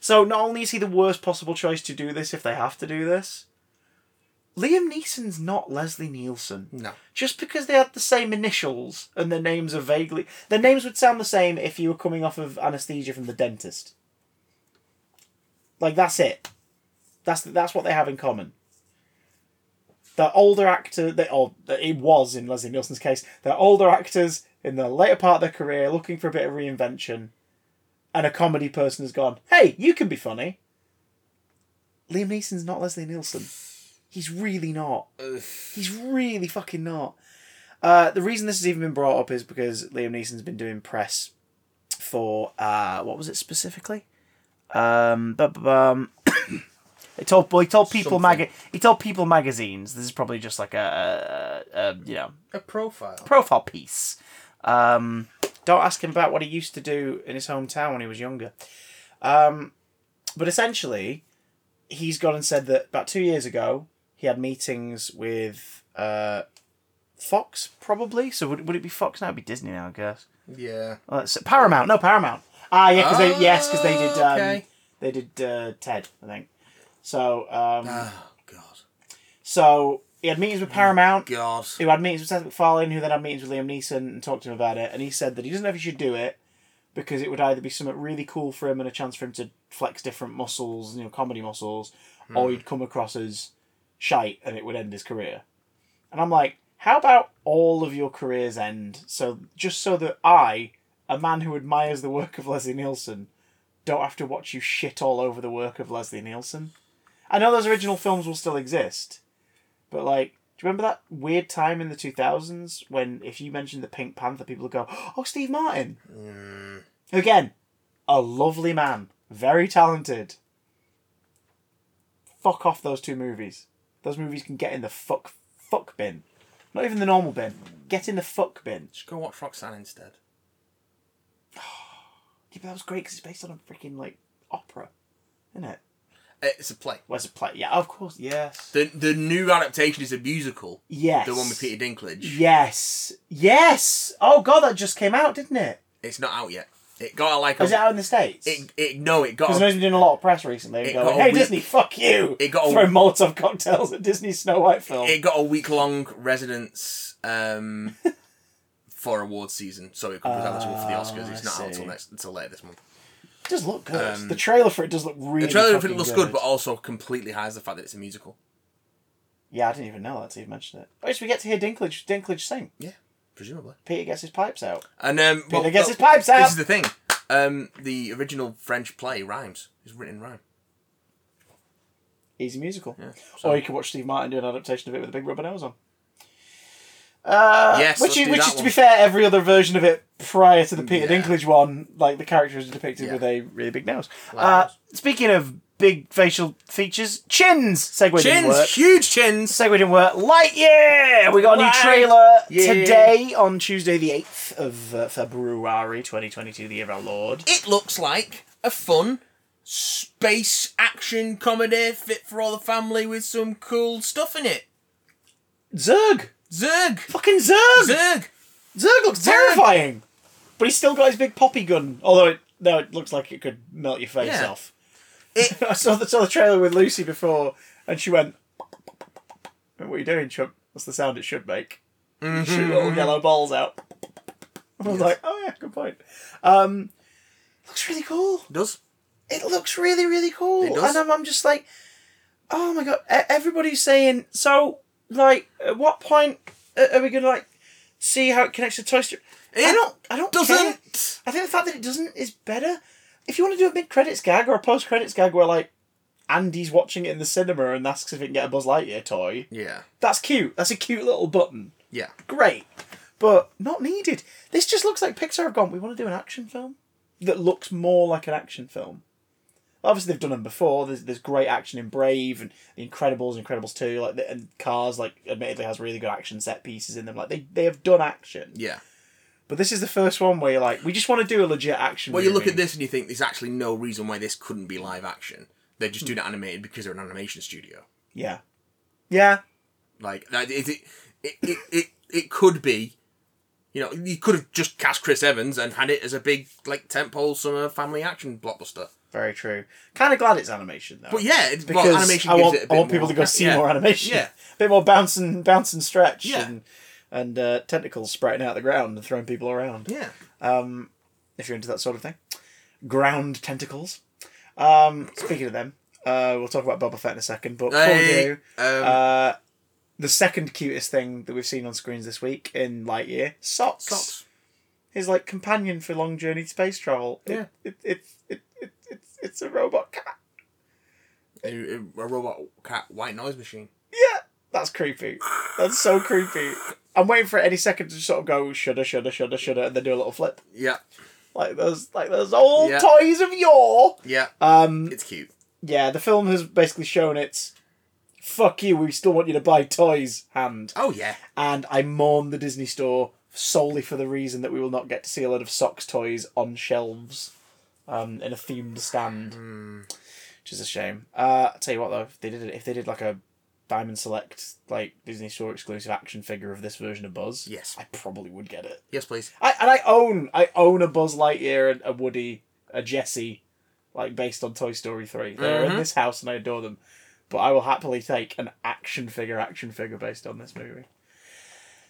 Speaker 1: so not only is he the worst possible choice to do this if they have to do this, Liam Neeson's not Leslie Nielsen.
Speaker 3: No.
Speaker 1: Just because they had the same initials and their names are vaguely their names would sound the same if you were coming off of anesthesia from the dentist. Like that's it. That's that's what they have in common. The older actor that or it was in Leslie Nielsen's case, they're older actors in the later part of their career looking for a bit of reinvention. And a comedy person has gone, Hey, you can be funny. Liam Neeson's not Leslie Nielsen. He's really not. He's really fucking not. Uh, the reason this has even been brought up is because Liam Neeson's been doing press for uh, what was it specifically? Um, bu- bu- bum. he told well, he told people
Speaker 3: Something.
Speaker 1: maga- he told people magazines. This is probably just like a, a, a you know
Speaker 2: A profile.
Speaker 1: profile piece. Um, don't ask him about what he used to do in his hometown when he was younger. Um, but essentially, he's gone and said that about two years ago he had meetings with uh, Fox, probably. So would, would it be Fox now? It'd be Disney now, I guess.
Speaker 3: Yeah.
Speaker 1: Well, it's Paramount. No, Paramount. Ah, yeah, because they yes, because they did um,
Speaker 3: Okay.
Speaker 1: they did uh, Ted, I think. So um,
Speaker 3: Oh God.
Speaker 1: so he had meetings with Paramount
Speaker 3: God.
Speaker 1: who had meetings with Seth MacFarlane, who then had meetings with Liam Neeson and talked to him about it. And he said that he doesn't know if he should do it because it would either be something really cool for him and a chance for him to flex different muscles, you know, comedy muscles, or he'd come across as shite and it would end his career. And I'm like, how about all of your careers end? So just so that I, a man who admires the work of Leslie Nielsen, don't have to watch you shit all over the work of Leslie Nielsen. I know those original films will still exist, but like, do you remember that weird time in the two thousands when if you mentioned the Pink Panther, people would go, "Oh, Steve Martin." Again, a lovely man, very talented. Fuck off those two movies. Those movies can get in the fuck fuck bin, not even the normal bin. Get in the fuck bin.
Speaker 3: Just go watch Roxanne instead.
Speaker 1: Yeah, but that was great because it's based on a freaking like opera, isn't it?
Speaker 3: It's a play.
Speaker 1: Where's the play? Yeah, of course. Yes.
Speaker 3: The the new adaptation is a musical.
Speaker 1: Yes.
Speaker 3: The one with Peter Dinklage.
Speaker 1: Yes. Yes. Oh god, that just came out, didn't it?
Speaker 3: It's not out yet. It got a, like a,
Speaker 1: Is it out in the states?
Speaker 3: it, it no it got
Speaker 1: Because
Speaker 3: a-
Speaker 1: there's been doing a lot of press recently.
Speaker 3: It
Speaker 1: going,
Speaker 3: got a
Speaker 1: hey,
Speaker 3: wee-
Speaker 1: Disney, fuck you!
Speaker 3: It got a-
Speaker 1: Throw Molotov cocktails at Disney's Snow White film.
Speaker 3: it got a week long residence um for awards season, so it could be eligible for the Oscars.
Speaker 1: Ah, I
Speaker 3: It's not out
Speaker 1: see.
Speaker 3: until next until later this month.
Speaker 1: it does look good.
Speaker 3: um,
Speaker 1: the trailer for it does look really
Speaker 3: The trailer for
Speaker 1: fucking
Speaker 3: it looks good, but also completely hides the fact that it's a musical.
Speaker 1: Yeah, I didn't even know that to even mention it. But we get to hear Dinklage, Dinklage sing.
Speaker 3: Yeah, presumably.
Speaker 1: Peter gets his pipes out.
Speaker 3: And um, well,
Speaker 1: Peter gets
Speaker 3: well,
Speaker 1: his pipes out!
Speaker 3: This is the thing. Um, the original French play rhymes. It's written in rhyme.
Speaker 1: He's a musical.
Speaker 3: Yeah.
Speaker 1: Or you could watch Steve Martin do an adaptation of it with a big rubber nose on. Uh,
Speaker 3: Yes,
Speaker 1: which
Speaker 3: let's
Speaker 1: is,
Speaker 3: do
Speaker 1: which
Speaker 3: that
Speaker 1: is to
Speaker 3: one.
Speaker 1: be fair, every other version of it prior to the Peter
Speaker 3: Yeah.
Speaker 1: Dinklage one, like the character is depicted
Speaker 3: Yeah.
Speaker 1: with a really big nose.
Speaker 3: Like
Speaker 1: Uh,
Speaker 3: nose.
Speaker 1: speaking of big facial features, chins. Segue didn't
Speaker 3: chins,
Speaker 1: work.
Speaker 3: huge chins.
Speaker 1: Segue didn't work. Light year. We got a new
Speaker 3: Light
Speaker 1: trailer
Speaker 3: year.
Speaker 1: today on Tuesday, the eighth of uh, February, twenty twenty two, the year of our Lord.
Speaker 3: It looks like a fun space action comedy fit for all the family with some cool stuff in it.
Speaker 1: Zerg,
Speaker 3: Zerg,
Speaker 1: fucking Zerg.
Speaker 3: Zerg.
Speaker 1: Zerg looks terrifying, but he's still got his big poppy gun. Although it no, it looks like it could melt your face
Speaker 3: Yeah.
Speaker 1: off. I saw the, saw the trailer with Lucy before, and she went, "What are you doing?" She went, "That's the sound it should make."
Speaker 3: Mm-hmm.
Speaker 1: Shoot little yellow balls out. I was like, "Oh yeah, good point." Um, looks really cool.
Speaker 3: Does
Speaker 1: It looks really really cool,
Speaker 3: It does.
Speaker 1: and I'm, I'm just like, "Oh my god!" E- Everybody's saying so. Like, at what point a- are we gonna like see how it connects to Toy Story? I
Speaker 3: It
Speaker 1: don't. I don't care.
Speaker 3: doesn't?
Speaker 1: I think the fact that it doesn't is better. If you want to do a mid credits gag or a post credits gag where like Andy's watching it in the cinema and asks if he can get a Buzz Lightyear toy,
Speaker 3: Yeah,
Speaker 1: that's cute. That's a cute little button.
Speaker 3: yeah.
Speaker 1: Great. But not needed. This just looks like Pixar have gone, we want to do an action film that looks more like an action film. Obviously, they've done them before. There's, there's great action in Brave and The Incredibles, Incredibles 2. Like, the- and Cars, like, admittedly has really good action set pieces in them. Like, they, they have done action.
Speaker 3: Yeah.
Speaker 1: But this is the first one where you're like, we just want to do a legit action.
Speaker 3: Well, you look
Speaker 1: movie.
Speaker 3: at this and you think there's actually no reason why this couldn't be live action. They're just doing it animated because they're an animation studio.
Speaker 1: Yeah. Yeah.
Speaker 3: Like that, it, it, it, it, it, it could be. You know, you could have just cast Chris Evans and had it as a big like tentpole summer family action blockbuster.
Speaker 1: Very true. Kind of glad it's animation though.
Speaker 3: But yeah, it's,
Speaker 1: because
Speaker 3: well, animation
Speaker 1: I
Speaker 3: gives
Speaker 1: want,
Speaker 3: it a bit
Speaker 1: I want
Speaker 3: more-
Speaker 1: people to go see
Speaker 3: yeah.
Speaker 1: more animation.
Speaker 3: Yeah.
Speaker 1: A bit more bounce and bounce and stretch
Speaker 3: Yeah.
Speaker 1: and and uh, tentacles sprouting out the ground and throwing people around.
Speaker 3: Yeah,
Speaker 1: If you're into that sort of thing. Ground tentacles. Um, speaking of them, uh, we'll talk about Boba Fett in a second, but before we
Speaker 3: Hey,
Speaker 1: do,
Speaker 3: um,
Speaker 1: uh, the second cutest thing that we've seen on screens this week in Lightyear, socks.
Speaker 3: socks.
Speaker 1: his like companion for long journey space travel. It-
Speaker 3: Yeah.
Speaker 1: It, it, it, it, it's it's a robot cat.
Speaker 3: A, a a robot cat white noise machine.
Speaker 1: Yeah, that's creepy. That's so creepy. I'm waiting for it any second to sort of go shudder, shudder, shudder, shudder, and then do a little flip
Speaker 3: Yeah,
Speaker 1: like those like those old
Speaker 3: Yeah.
Speaker 1: toys of yore.
Speaker 3: yeah.
Speaker 1: Um,
Speaker 3: It's cute.
Speaker 1: yeah, the film has basically shown its fuck you. We still want you to buy toys hand,
Speaker 3: Oh yeah.
Speaker 1: and I mourn the Disney store solely for the reason that we will not get to see a lot of socks toys on shelves. Um, in a themed stand. which is a shame. Uh, I tell you what though, if they did if they did like a Diamond Select like Disney Store exclusive action figure of this version of Buzz,
Speaker 3: Yes.
Speaker 1: I probably would get it.
Speaker 3: Yes, please.
Speaker 1: I and I own I own a Buzz Lightyear and a Woody, a Jesse, like based on Toy Story three. They're in
Speaker 3: Mhm.
Speaker 1: this house and I adore them, but I will happily take an action figure action figure based on this movie.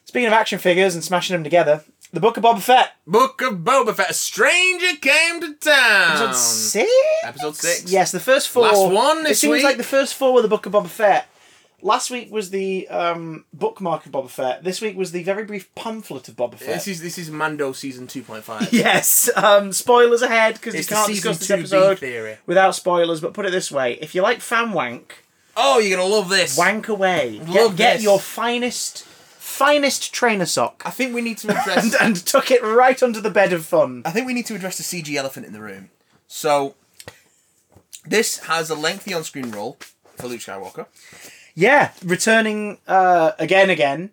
Speaker 1: Speaking of action figures and smashing them together, the Book of Boba Fett,
Speaker 3: Book of Boba Fett. A stranger came to town.
Speaker 1: episode six.
Speaker 3: Um, Episode six.
Speaker 1: Yes, the first four.
Speaker 3: Last one
Speaker 1: it
Speaker 3: this
Speaker 1: seems
Speaker 3: week.
Speaker 1: like the first four were the Book of Boba Fett. Last week was the um, bookmark of Boba Fett. This week was the very brief pamphlet of Boba Fett.
Speaker 3: This is this is Mando season two point five.
Speaker 1: yes, um, spoilers ahead because you
Speaker 3: It's the
Speaker 1: can't
Speaker 3: season
Speaker 1: discuss this
Speaker 3: two B
Speaker 1: episode
Speaker 3: theory.
Speaker 1: without spoilers. But put it this way: if you like fan wank,
Speaker 3: Oh, you're gonna love this.
Speaker 1: wank away. Get,
Speaker 3: Love
Speaker 1: get
Speaker 3: this.
Speaker 1: your finest, finest trainer sock
Speaker 3: I think we need to
Speaker 1: and,
Speaker 3: address.
Speaker 1: and tuck it right under the bed of fun.
Speaker 3: I think we need to address the CG elephant in the room. So, this has a lengthy on-screen role for Luke Skywalker.
Speaker 1: Yeah, returning uh, again, again,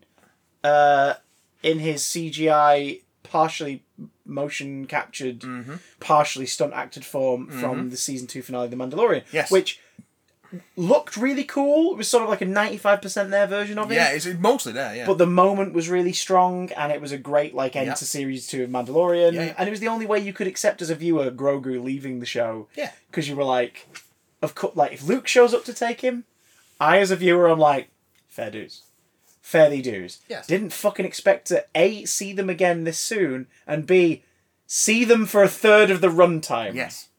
Speaker 1: uh, in his CGI, partially motion captured,
Speaker 3: Mm-hmm.
Speaker 1: partially stunt acted form from the season two finale of The Mandalorian.
Speaker 3: Yes.
Speaker 1: which looked really cool. It was sort of like a ninety-five percent their version of it.
Speaker 3: Yeah, it's mostly there. Yeah.
Speaker 1: But the moment was really strong, and it was a great like end
Speaker 3: Yeah.
Speaker 1: to series two of Mandalorian,
Speaker 3: Yeah.
Speaker 1: and it was the only way you could accept as a viewer Grogu leaving the show.
Speaker 3: Yeah.
Speaker 1: because you were like, of course, like if Luke shows up to take him, I as a viewer I'm like, fair dues, fair thee dues.
Speaker 3: Yes.
Speaker 1: Didn't fucking expect to a see them again this soon, and b see them for a third of the runtime.
Speaker 3: Yes.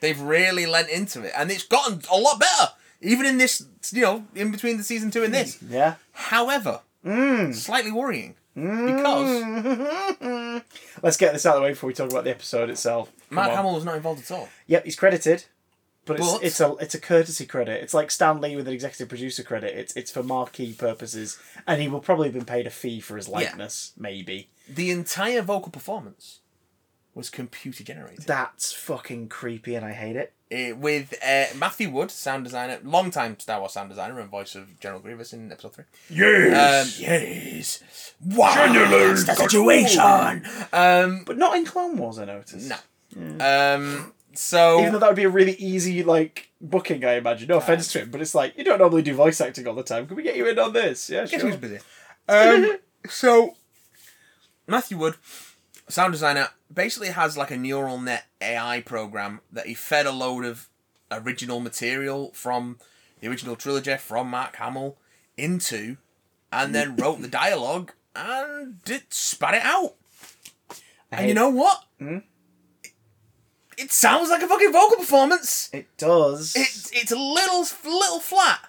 Speaker 3: They've really lent into it, and it's gotten a lot better, even in this, you know, in between the season two and this.
Speaker 1: Yeah.
Speaker 3: However,
Speaker 1: Mm.
Speaker 3: slightly worrying because
Speaker 1: Mm. Let's get this out of the way before we talk about the episode itself. Come
Speaker 3: Mark
Speaker 1: on.
Speaker 3: Hamill was not involved at all.
Speaker 1: Yep, he's credited, but it's,
Speaker 3: But-
Speaker 1: it's a it's a courtesy credit. It's like Stan Lee with an executive producer credit. It's it's for marquee purposes, and he will probably have been paid a fee for his likeness. Maybe
Speaker 3: The entire vocal performance was computer generated.
Speaker 1: that's fucking creepy, and I hate it.
Speaker 3: Uh, with uh, Matthew Wood, sound designer, long time Star Wars sound designer and voice of General Grievous in Episode Three.
Speaker 2: Yes.
Speaker 3: Um, yes, wow, that's the situation. Um,
Speaker 1: But not in Clone Wars, I noticed.
Speaker 3: no. Um, so
Speaker 1: Even though that would be a really easy like booking, I imagine. No offense to him, but it's like you don't normally do voice acting all the time. Can we get you in on this? Yeah,
Speaker 3: Guess
Speaker 1: sure.
Speaker 3: who's busy? Um, so Matthew Wood, sound designer, basically has like a neural net AI program that he fed a load of original material from the original trilogy from Mark Hamill into, and then
Speaker 1: Mm.
Speaker 3: wrote the dialogue and it spat it out. And
Speaker 1: hate- Hmm?
Speaker 3: you know what? It sounds like a fucking vocal performance.
Speaker 1: It does.
Speaker 3: It's it's a little little flat.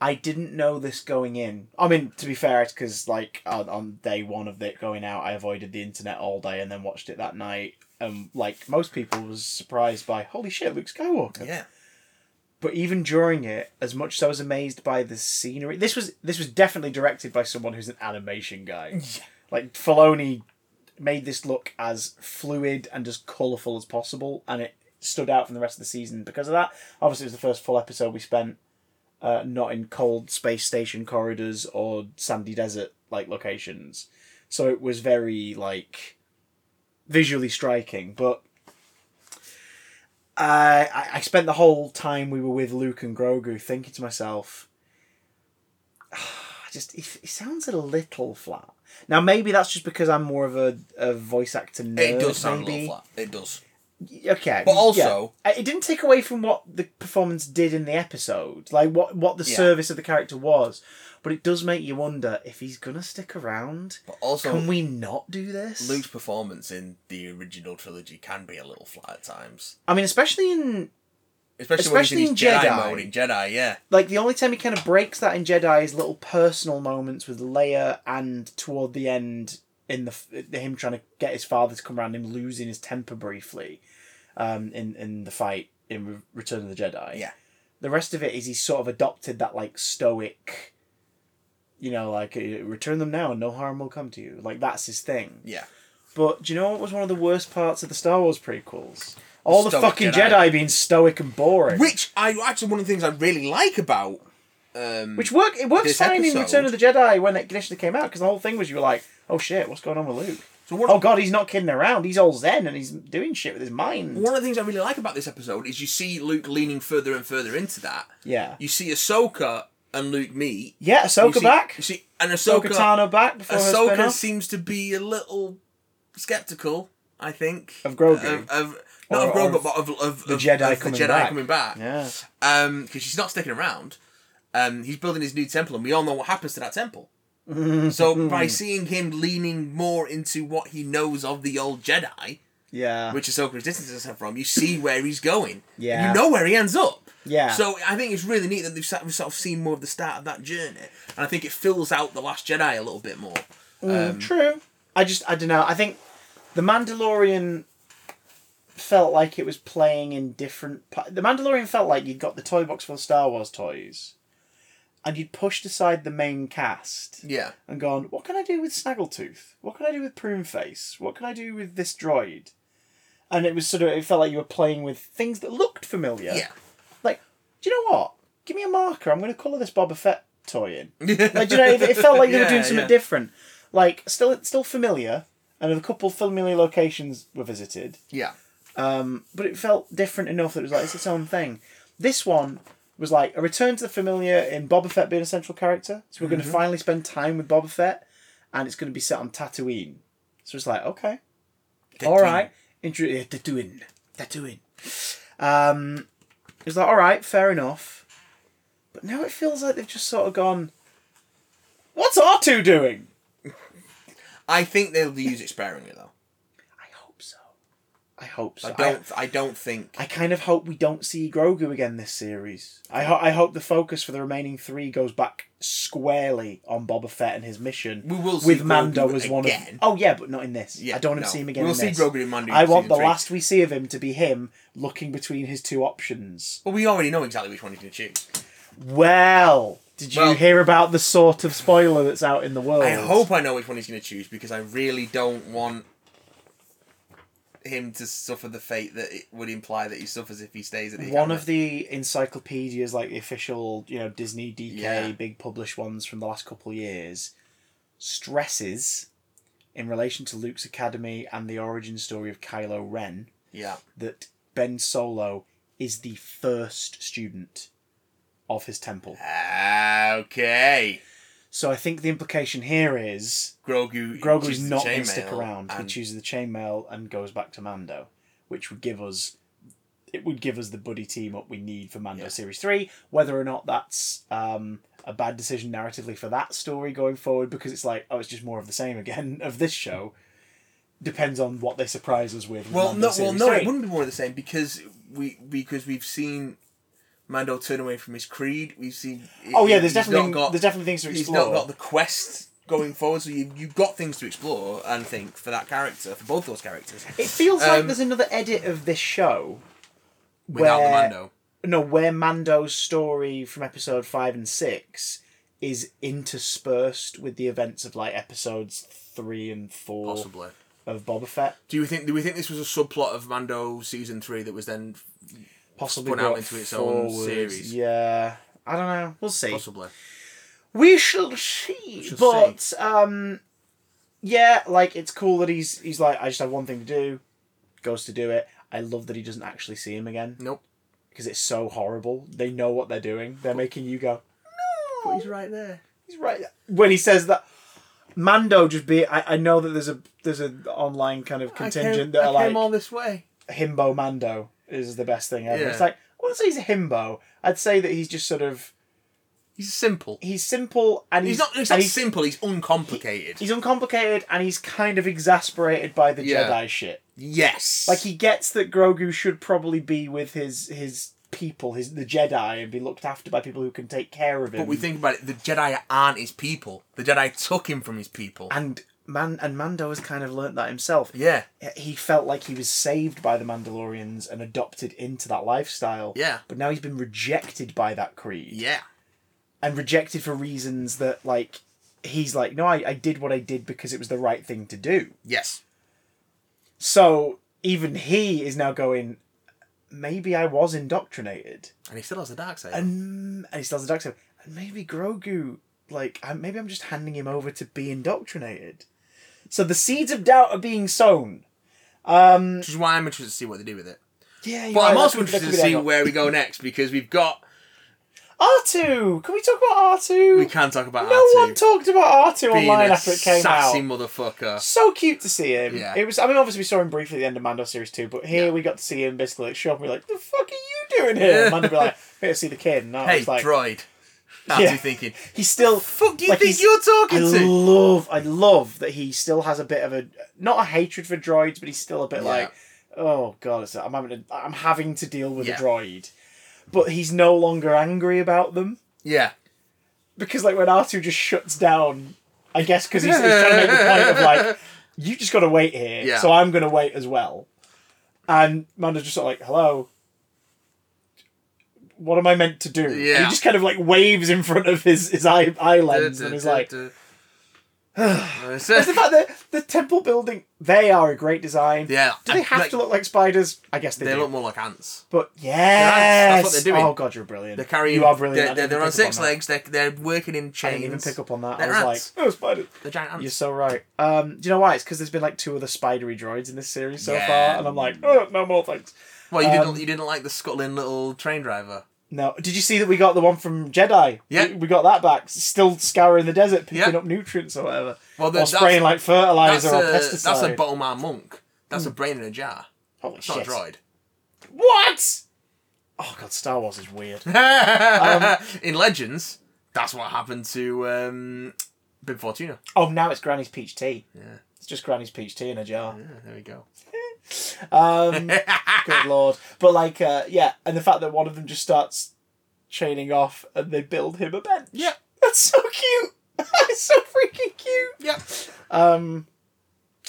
Speaker 1: I didn't know this going in. I mean, to be fair, it's because like on, on day one of it going out, I avoided the internet all day and then watched it that night. Um, like most people, was surprised by holy shit, Luke Skywalker.
Speaker 3: Yeah.
Speaker 1: But even during it, as much as I was amazed by the scenery, this was this was definitely directed by someone who's an animation guy. Like Filoni made this look as fluid and as colourful as possible, and it stood out from the rest of the season because of that. Obviously, it was the first full episode we spent uh, not in cold space station corridors or sandy desert like locations, so it was very like visually striking, but. I, I- I spent the whole time we were with Luke and Grogu thinking to myself, "Ah, just he, he sounds a little flat. Now maybe that's just because I'm more of a, a voice actor nerd.
Speaker 3: It does sound
Speaker 1: maybe.
Speaker 3: a little flat. It does.
Speaker 1: Okay,
Speaker 3: But also-
Speaker 1: yeah. Uh, it didn't take away from what the performance did in the episode, like what what the
Speaker 3: Yeah.
Speaker 1: service of the character was. But it does make you wonder if he's gonna stick around.
Speaker 3: But also,
Speaker 1: Can we not do this?
Speaker 3: Luke's performance in the original trilogy can be a little flat at times,
Speaker 1: I mean, especially in
Speaker 3: especially, when he's
Speaker 1: Especially
Speaker 3: in, his
Speaker 1: in
Speaker 3: Jedi,
Speaker 1: Jedi.
Speaker 3: mode. In Jedi, yeah,
Speaker 1: like the only time he kind of breaks that in Jedi is little personal moments with Leia, and toward the end in the f- him trying to get his father to come around, him losing his temper briefly, um, in in the fight in Re- Return of the Jedi.
Speaker 3: Yeah.
Speaker 1: The rest of it is he's sort of adopted that like stoic, you know, like uh, return them now and no harm will come to you. Like that's his thing.
Speaker 3: yeah.
Speaker 1: But do you know what was one of the worst parts of the Star Wars prequels? All the
Speaker 3: Stoic
Speaker 1: fucking
Speaker 3: Jedi.
Speaker 1: Jedi. being stoic and boring.
Speaker 3: Which I actually one of the things I really like about um,
Speaker 1: Which work it works
Speaker 3: This
Speaker 1: fine in
Speaker 3: episode-
Speaker 1: Return of the Jedi when it initially came out because the whole thing was you were like, oh shit, what's going on with Luke?
Speaker 3: so one,
Speaker 1: Oh god, he's not kidding around. He's all zen and he's doing shit with his mind.
Speaker 3: one of the things I really like about this episode is you see Luke leaning further and further into that.
Speaker 1: Yeah,
Speaker 3: You see Ahsoka and Luke meet.
Speaker 1: yeah.
Speaker 3: You
Speaker 1: Ahsoka
Speaker 3: see-
Speaker 1: back.
Speaker 3: You see, and
Speaker 1: Ahsoka
Speaker 3: Ahsoka.
Speaker 1: Tano back before her
Speaker 3: Ahsoka
Speaker 1: spin-off.
Speaker 3: seems to be a little skeptical. I think
Speaker 1: Of Grogu?
Speaker 3: Of- of- not
Speaker 1: Or-
Speaker 3: of
Speaker 1: or
Speaker 3: Grogu,
Speaker 1: of
Speaker 3: but of, of
Speaker 1: the
Speaker 3: of-
Speaker 1: Jedi
Speaker 3: of the
Speaker 1: coming
Speaker 3: Jedi
Speaker 1: back.
Speaker 3: coming back.
Speaker 1: Yeah,
Speaker 3: because Um, she's not sticking around. Um, he's building his new temple, and we all know what happens to that temple. so by seeing him leaning more into what he knows of the old Jedi,
Speaker 1: yeah,
Speaker 3: which Ahsoka is distancing herself from, you see where he's going.
Speaker 1: Yeah.
Speaker 3: you know where he ends up.
Speaker 1: yeah.
Speaker 3: So I think it's really neat that they've sort of sort of seen more of the start of that journey, and I think it fills out the Last Jedi a little bit more.
Speaker 1: Mm, true. I just I don't know. I think the Mandalorian felt like it was playing in different. Pa- the Mandalorian felt like you'd got the toy box full of Star Wars toys, and you'd pushed aside the main cast.
Speaker 3: Yeah,
Speaker 1: and gone, what can I do with Snaggletooth? What can I do with Pruneface? What can I do with this droid? And it was sort of, it felt like you were playing with things that looked familiar.
Speaker 3: yeah,
Speaker 1: Like, do you know what? Give me a marker. I'm going to colour this Boba Fett toy in. Like, do you know, it, it felt like they were
Speaker 3: Yeah,
Speaker 1: doing something
Speaker 3: yeah.
Speaker 1: different. Like, still, still familiar, and a couple familiar locations were visited.
Speaker 3: yeah.
Speaker 1: Um, but it felt different enough that it was like it's its own thing. This one was like a return to the familiar in Boba Fett being a central character. So we're going
Speaker 3: Mm-hmm.
Speaker 1: to finally spend time with Boba Fett, and it's going to be set on Tatooine. So it's like okay, all right, Intro- yeah, Tatooine, Tatooine. Um, it's like all right, fair enough. But now it feels like they've just sort of gone. What's R two doing?
Speaker 3: I think they'll use it sparingly though.
Speaker 1: I hope so. I hope so.
Speaker 3: I don't. I don't think.
Speaker 1: I kind of hope we don't see Grogu again this series. I, ho- I hope the focus for the remaining three goes back squarely on Boba Fett and his mission.
Speaker 3: We will see
Speaker 1: with Mando
Speaker 3: Grogu
Speaker 1: as one
Speaker 3: again.
Speaker 1: of. Oh yeah, but not in this.
Speaker 3: Yeah,
Speaker 1: I don't want
Speaker 3: no.
Speaker 1: to see him again.
Speaker 3: We'll
Speaker 1: in
Speaker 3: see
Speaker 1: this.
Speaker 3: Grogu in Mando in
Speaker 1: I want
Speaker 3: season
Speaker 1: the
Speaker 3: three.
Speaker 1: last we see of him to be him looking between his two options.
Speaker 3: Well, we already know exactly which one he's going to choose.
Speaker 1: Well, did you
Speaker 3: Well-
Speaker 1: hear about the sort of spoiler that's out in the world?
Speaker 3: I hope I know which one he's going to choose because I really don't want him to suffer the fate that it would imply that he suffers if he stays at the
Speaker 1: one
Speaker 3: Academy.
Speaker 1: of the encyclopedias, like the official, you know, Disney DK
Speaker 3: Yeah.
Speaker 1: big published ones from the last couple of years, stresses in relation to Luke's academy and the origin story of Kylo Ren
Speaker 3: yeah
Speaker 1: that Ben Solo is the first student of his temple.
Speaker 3: Ah, okay
Speaker 1: So I think the implication here is
Speaker 3: Grogu.
Speaker 1: Grogu's
Speaker 3: chooses
Speaker 1: not
Speaker 3: the
Speaker 1: going to
Speaker 3: chainmail
Speaker 1: stick around. He
Speaker 3: and-
Speaker 1: chooses the chainmail and goes back to Mando, which would give us it would give us the buddy team up we need for Mando
Speaker 3: Yeah.
Speaker 1: series three. Whether or not that's um, a bad decision narratively for that story going forward, because it's like oh, it's just more of the same again of this show. Depends on what they surprise us with. with
Speaker 3: Well,
Speaker 1: Mando
Speaker 3: no, well,
Speaker 1: series
Speaker 3: no, it
Speaker 1: three.
Speaker 3: wouldn't be more of the same because we because we've seen Mando turn away from his creed. We've seen.
Speaker 1: Oh yeah,
Speaker 3: he-
Speaker 1: there's
Speaker 3: he's
Speaker 1: definitely
Speaker 3: not got,
Speaker 1: there's definitely things to
Speaker 3: he's
Speaker 1: explore.
Speaker 3: not got the quest going forward. So you you've got things to explore and think for that character for both those characters
Speaker 1: It feels like
Speaker 3: Um,
Speaker 1: there's another edit of this show
Speaker 3: without
Speaker 1: where-
Speaker 3: the Mando.
Speaker 1: no, where Mando's story from episode five and six is interspersed with the events of like episodes three and four
Speaker 3: Possibly.
Speaker 1: of Boba Fett,
Speaker 3: Do you think? Do we think this was a subplot of Mando season three that was then
Speaker 1: possibly
Speaker 3: Spun out
Speaker 1: brought
Speaker 3: into its own
Speaker 1: forward.
Speaker 3: series.
Speaker 1: Yeah, I don't know. We'll see.
Speaker 3: possibly?
Speaker 1: We shall see.
Speaker 3: shall
Speaker 1: but um, yeah, like it's cool that he's he's like I just have one thing to do, goes to do it. I love that he doesn't actually see him again
Speaker 3: Nope.
Speaker 1: because it's so horrible. They know what they're doing. They're making you go.
Speaker 3: But he's right there.
Speaker 1: He's right when he says that. Mando just be. I, I know that there's a there's an online kind of
Speaker 3: I came,
Speaker 1: contingent
Speaker 3: I
Speaker 1: that are
Speaker 3: came
Speaker 1: like
Speaker 3: all this way.
Speaker 1: himbo Mando is the best thing ever.
Speaker 3: Yeah.
Speaker 1: It's like I wouldn't say he's a himbo. I'd say that he's just sort of
Speaker 3: He's simple.
Speaker 1: he's simple and he's,
Speaker 3: He's not. He's
Speaker 1: and
Speaker 3: not
Speaker 1: he's,
Speaker 3: simple. He's uncomplicated.
Speaker 1: he's uncomplicated and he's kind of exasperated by the
Speaker 3: Yeah.
Speaker 1: Jedi shit.
Speaker 3: yes.
Speaker 1: Like he gets that Grogu should probably be with his his people, his the Jedi, and be looked after by people who can take care of him.
Speaker 3: But we think about it, the Jedi aren't his people. The Jedi took him from his people.
Speaker 1: and man and Mando has kind of learnt that himself.
Speaker 3: yeah,
Speaker 1: he felt like he was saved by the Mandalorians and adopted into that lifestyle.
Speaker 3: Yeah.
Speaker 1: But now he's been rejected by that creed.
Speaker 3: yeah,
Speaker 1: And rejected for reasons that, like, he's like, no, I, I did what I did because it was the right thing to do.
Speaker 3: yes.
Speaker 1: So even he is now going, maybe I was indoctrinated.
Speaker 3: And he still has the dark side.
Speaker 1: And, and he still has the dark side. And maybe Grogu, like, I, maybe I'm just handing him over to be indoctrinated. So the seeds of doubt are being sown.
Speaker 3: which is why I'm interested to see what they do with it.
Speaker 1: Yeah, you're
Speaker 3: But
Speaker 1: right,
Speaker 3: I'm
Speaker 1: that
Speaker 3: also
Speaker 1: could- that
Speaker 3: interested
Speaker 1: could be
Speaker 3: to
Speaker 1: their
Speaker 3: see
Speaker 1: goal.
Speaker 3: where we go next because we've got.
Speaker 1: R2! Can we talk about R2?
Speaker 3: We can talk about
Speaker 1: no
Speaker 3: R2
Speaker 1: one talked about R2
Speaker 3: being
Speaker 1: online
Speaker 3: a
Speaker 1: after it came
Speaker 3: sassy
Speaker 1: out.
Speaker 3: motherfucker.
Speaker 1: So cute to see him.
Speaker 3: Yeah.
Speaker 1: It was I mean obviously we saw him briefly at the end of Mando series two, but here
Speaker 3: Yeah.
Speaker 1: we got to see him basically like show up and be like, The fuck are you doing here? And Mando be like, I'm here to see the kid and I
Speaker 3: Hey,
Speaker 1: was like
Speaker 3: droid. That's
Speaker 1: Yeah.
Speaker 3: you thinking.
Speaker 1: he's still
Speaker 3: Fuck do you
Speaker 1: Like,
Speaker 3: think
Speaker 1: he's-
Speaker 3: you're
Speaker 1: I
Speaker 3: talking to?
Speaker 1: love I love that he still has a bit of a not a hatred for droids, but he's still a bit
Speaker 3: Yeah.
Speaker 1: like Oh god, it's, I'm having to, I'm having to deal with
Speaker 3: Yeah.
Speaker 1: a droid. But he's no longer angry about them.
Speaker 3: Yeah.
Speaker 1: because like when R2 just shuts down, I guess because he's, he's trying to make the point of like, you just got to wait here,
Speaker 3: Yeah.
Speaker 1: so I'm gonna wait as well. And Mando's just sort of like, hello. What am I meant to do? And he
Speaker 3: Yeah.
Speaker 1: just kind of like waves in front of his his eye, eye lens and he's like,
Speaker 3: Duh, duh,
Speaker 1: "It's the
Speaker 3: duh.
Speaker 1: fact that the temple building they are a great design.
Speaker 3: yeah.
Speaker 1: Do they have
Speaker 3: like,
Speaker 1: to look like spiders? I guess they,
Speaker 3: They
Speaker 1: do.
Speaker 3: look more like ants.
Speaker 1: but yes,
Speaker 3: ants, that's what they're doing.
Speaker 1: Oh god, you're brilliant.
Speaker 3: They're carrying.
Speaker 1: You are brilliant. I
Speaker 3: They're,
Speaker 1: didn't
Speaker 3: they're, they're
Speaker 1: pick
Speaker 3: on
Speaker 1: up
Speaker 3: six
Speaker 1: that.
Speaker 3: legs. They're, they're working in chains.
Speaker 1: I didn't even pick up on that.
Speaker 3: They're
Speaker 1: I was
Speaker 3: ants.
Speaker 1: like, oh, spiders.
Speaker 3: The giant ants.
Speaker 1: You're so right. Um, do you know why? It's because there's been like two other spidery droids in this series so
Speaker 3: Yeah.
Speaker 1: far, and I'm like, oh, no more thanks.
Speaker 3: Well, you
Speaker 1: Um,
Speaker 3: didn't. You didn't like the scuttling little train driver.
Speaker 1: No, did you see that we got the one from Jedi?
Speaker 3: Yeah.
Speaker 1: we, we got that back. Still scouring the desert, picking
Speaker 3: Yeah.
Speaker 1: up nutrients or whatever,
Speaker 3: Well,
Speaker 1: or
Speaker 3: that's,
Speaker 1: spraying like
Speaker 3: that's,
Speaker 1: fertilizer or
Speaker 3: a,
Speaker 1: pesticide.
Speaker 3: that's a bottom man monk. That's a brain in a jar.
Speaker 1: Holy
Speaker 3: It's not
Speaker 1: shit!
Speaker 3: a droid.
Speaker 1: What? Oh god, Star Wars is weird. Um,
Speaker 3: in Legends, that's what happened to um, Bib Fortuna.
Speaker 1: oh, now it's Granny's peach tea.
Speaker 3: Yeah.
Speaker 1: It's just Granny's peach tea in a jar.
Speaker 3: Yeah, there we go.
Speaker 1: Um, good lord! But like, uh, yeah, and the fact that one of them just starts chaining off and they build him a bench.
Speaker 3: Yeah.
Speaker 1: That's so cute. That's so freaking cute.
Speaker 3: Yep.
Speaker 1: Um,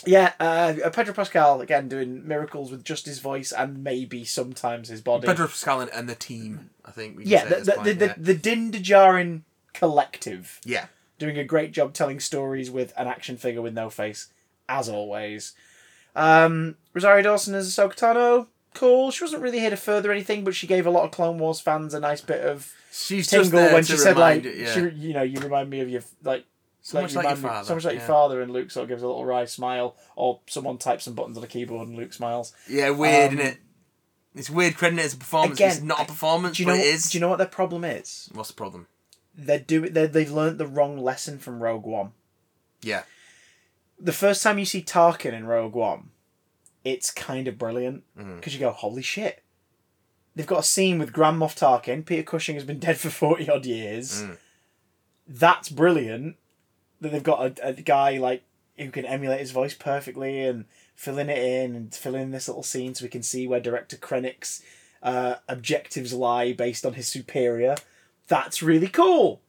Speaker 1: yeah, uh, Pedro Pascal again doing miracles with just his voice and maybe sometimes his body.
Speaker 3: Pedro Pascal and- and the team. I think. We can
Speaker 1: yeah,
Speaker 3: say
Speaker 1: the the,
Speaker 3: at this
Speaker 1: the,
Speaker 3: point,
Speaker 1: the, the Dindajarin collective
Speaker 3: yeah.
Speaker 1: doing a great job telling stories with an action figure with no face, as always. Um, Rosario Dawson as Ahsoka Tano, cool. She wasn't really here to further anything, but she gave a lot of Clone Wars fans a nice bit of
Speaker 3: Yeah. She's just
Speaker 1: tingle
Speaker 3: there
Speaker 1: when
Speaker 3: to
Speaker 1: she said
Speaker 3: remind
Speaker 1: like,
Speaker 3: it, yeah.
Speaker 1: she, you know, you remind me of your like.
Speaker 3: so much
Speaker 1: you
Speaker 3: like your
Speaker 1: remind me-
Speaker 3: father.
Speaker 1: So much like
Speaker 3: yeah.
Speaker 1: your father, and Luke sort of gives a little wry smile, or someone types some buttons on a keyboard and Luke smiles.
Speaker 3: Yeah, weird,
Speaker 1: Um,
Speaker 3: isn't it? It's weird crediting it as a performance.
Speaker 1: again,
Speaker 3: it's not
Speaker 1: I-
Speaker 3: a performance,
Speaker 1: Do you
Speaker 3: but
Speaker 1: know?
Speaker 3: it is.
Speaker 1: Do you know what their problem is?
Speaker 3: What's the problem?
Speaker 1: they're doing they they've learnt the wrong lesson from Rogue One.
Speaker 3: Yeah.
Speaker 1: The first time you see Tarkin in Rogue One, it's kind of brilliant because you go, "Holy shit!" They've got a scene with Grand Moff Tarkin. Peter Cushing has been dead for forty odd years. That's brilliant. That they've got a, a guy like who can emulate his voice perfectly and filling it in and filling in this little scene so we can see where director Krennic's uh, objectives lie based on his superior. That's really cool.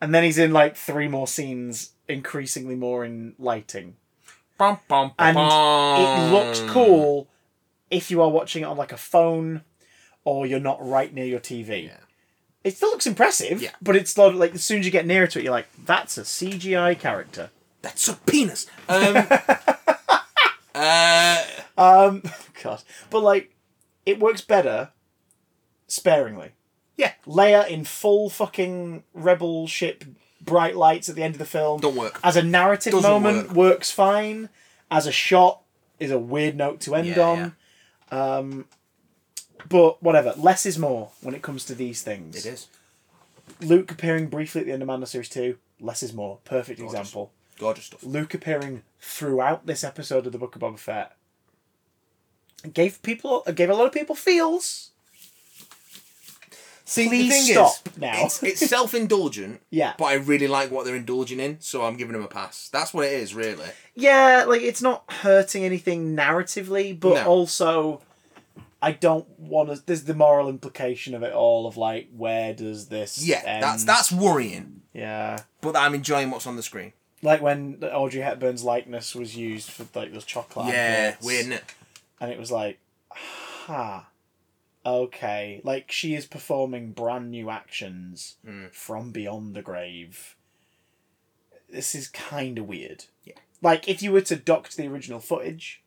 Speaker 1: And then he's in like three more scenes, increasingly more in lighting.
Speaker 3: Bum, bum, bum,
Speaker 1: And it
Speaker 3: bum.
Speaker 1: looks cool if you are watching it on like a phone or you're not right near your TV.
Speaker 3: Yeah.
Speaker 1: It still looks impressive,
Speaker 3: Yeah.
Speaker 1: but it's not like as soon as you get nearer to it, you're like, that's a CGI character.
Speaker 3: That's a penis. Um, uh,
Speaker 1: Um, God, but like, it works better sparingly.
Speaker 3: Yeah.
Speaker 1: Leia in full fucking rebel ship, bright lights at the end of the film.
Speaker 3: Don't work.
Speaker 1: As a narrative
Speaker 3: Doesn't
Speaker 1: moment,
Speaker 3: work.
Speaker 1: works fine. As a shot, is a weird note to end
Speaker 3: Yeah,
Speaker 1: on.
Speaker 3: yeah.
Speaker 1: But whatever, less is more when it comes to these things.
Speaker 3: it is
Speaker 1: Luke appearing briefly at the end of Mando series two, less is more. Perfect example.
Speaker 3: gorgeous stuff.
Speaker 1: Luke appearing throughout this episode of the Book of Boba Fett gave people gave a lot of people feels.
Speaker 3: See,
Speaker 1: Please
Speaker 3: the thing
Speaker 1: stop
Speaker 3: is,
Speaker 1: now.
Speaker 3: it's, it's self-indulgent.
Speaker 1: Yeah.
Speaker 3: But I really like what they're indulging in, so I'm giving them a pass. That's what it is, really.
Speaker 1: Yeah, like it's not hurting anything narratively, but
Speaker 3: No.
Speaker 1: also I don't want to. There's the moral implication of it all of like, where does this?
Speaker 3: Yeah,
Speaker 1: end?
Speaker 3: that's that's worrying,
Speaker 1: Yeah,
Speaker 3: but I'm enjoying what's on the screen.
Speaker 1: like when Audrey Hepburn's likeness was used for like those chocolate.
Speaker 3: yeah,
Speaker 1: amulets,
Speaker 3: weird. innit?
Speaker 1: and it was like, ha, okay, like she is performing brand new actions
Speaker 3: Mm.
Speaker 1: from beyond the grave. This is kind of weird.
Speaker 3: Yeah.
Speaker 1: Like if you were to doct the original footage,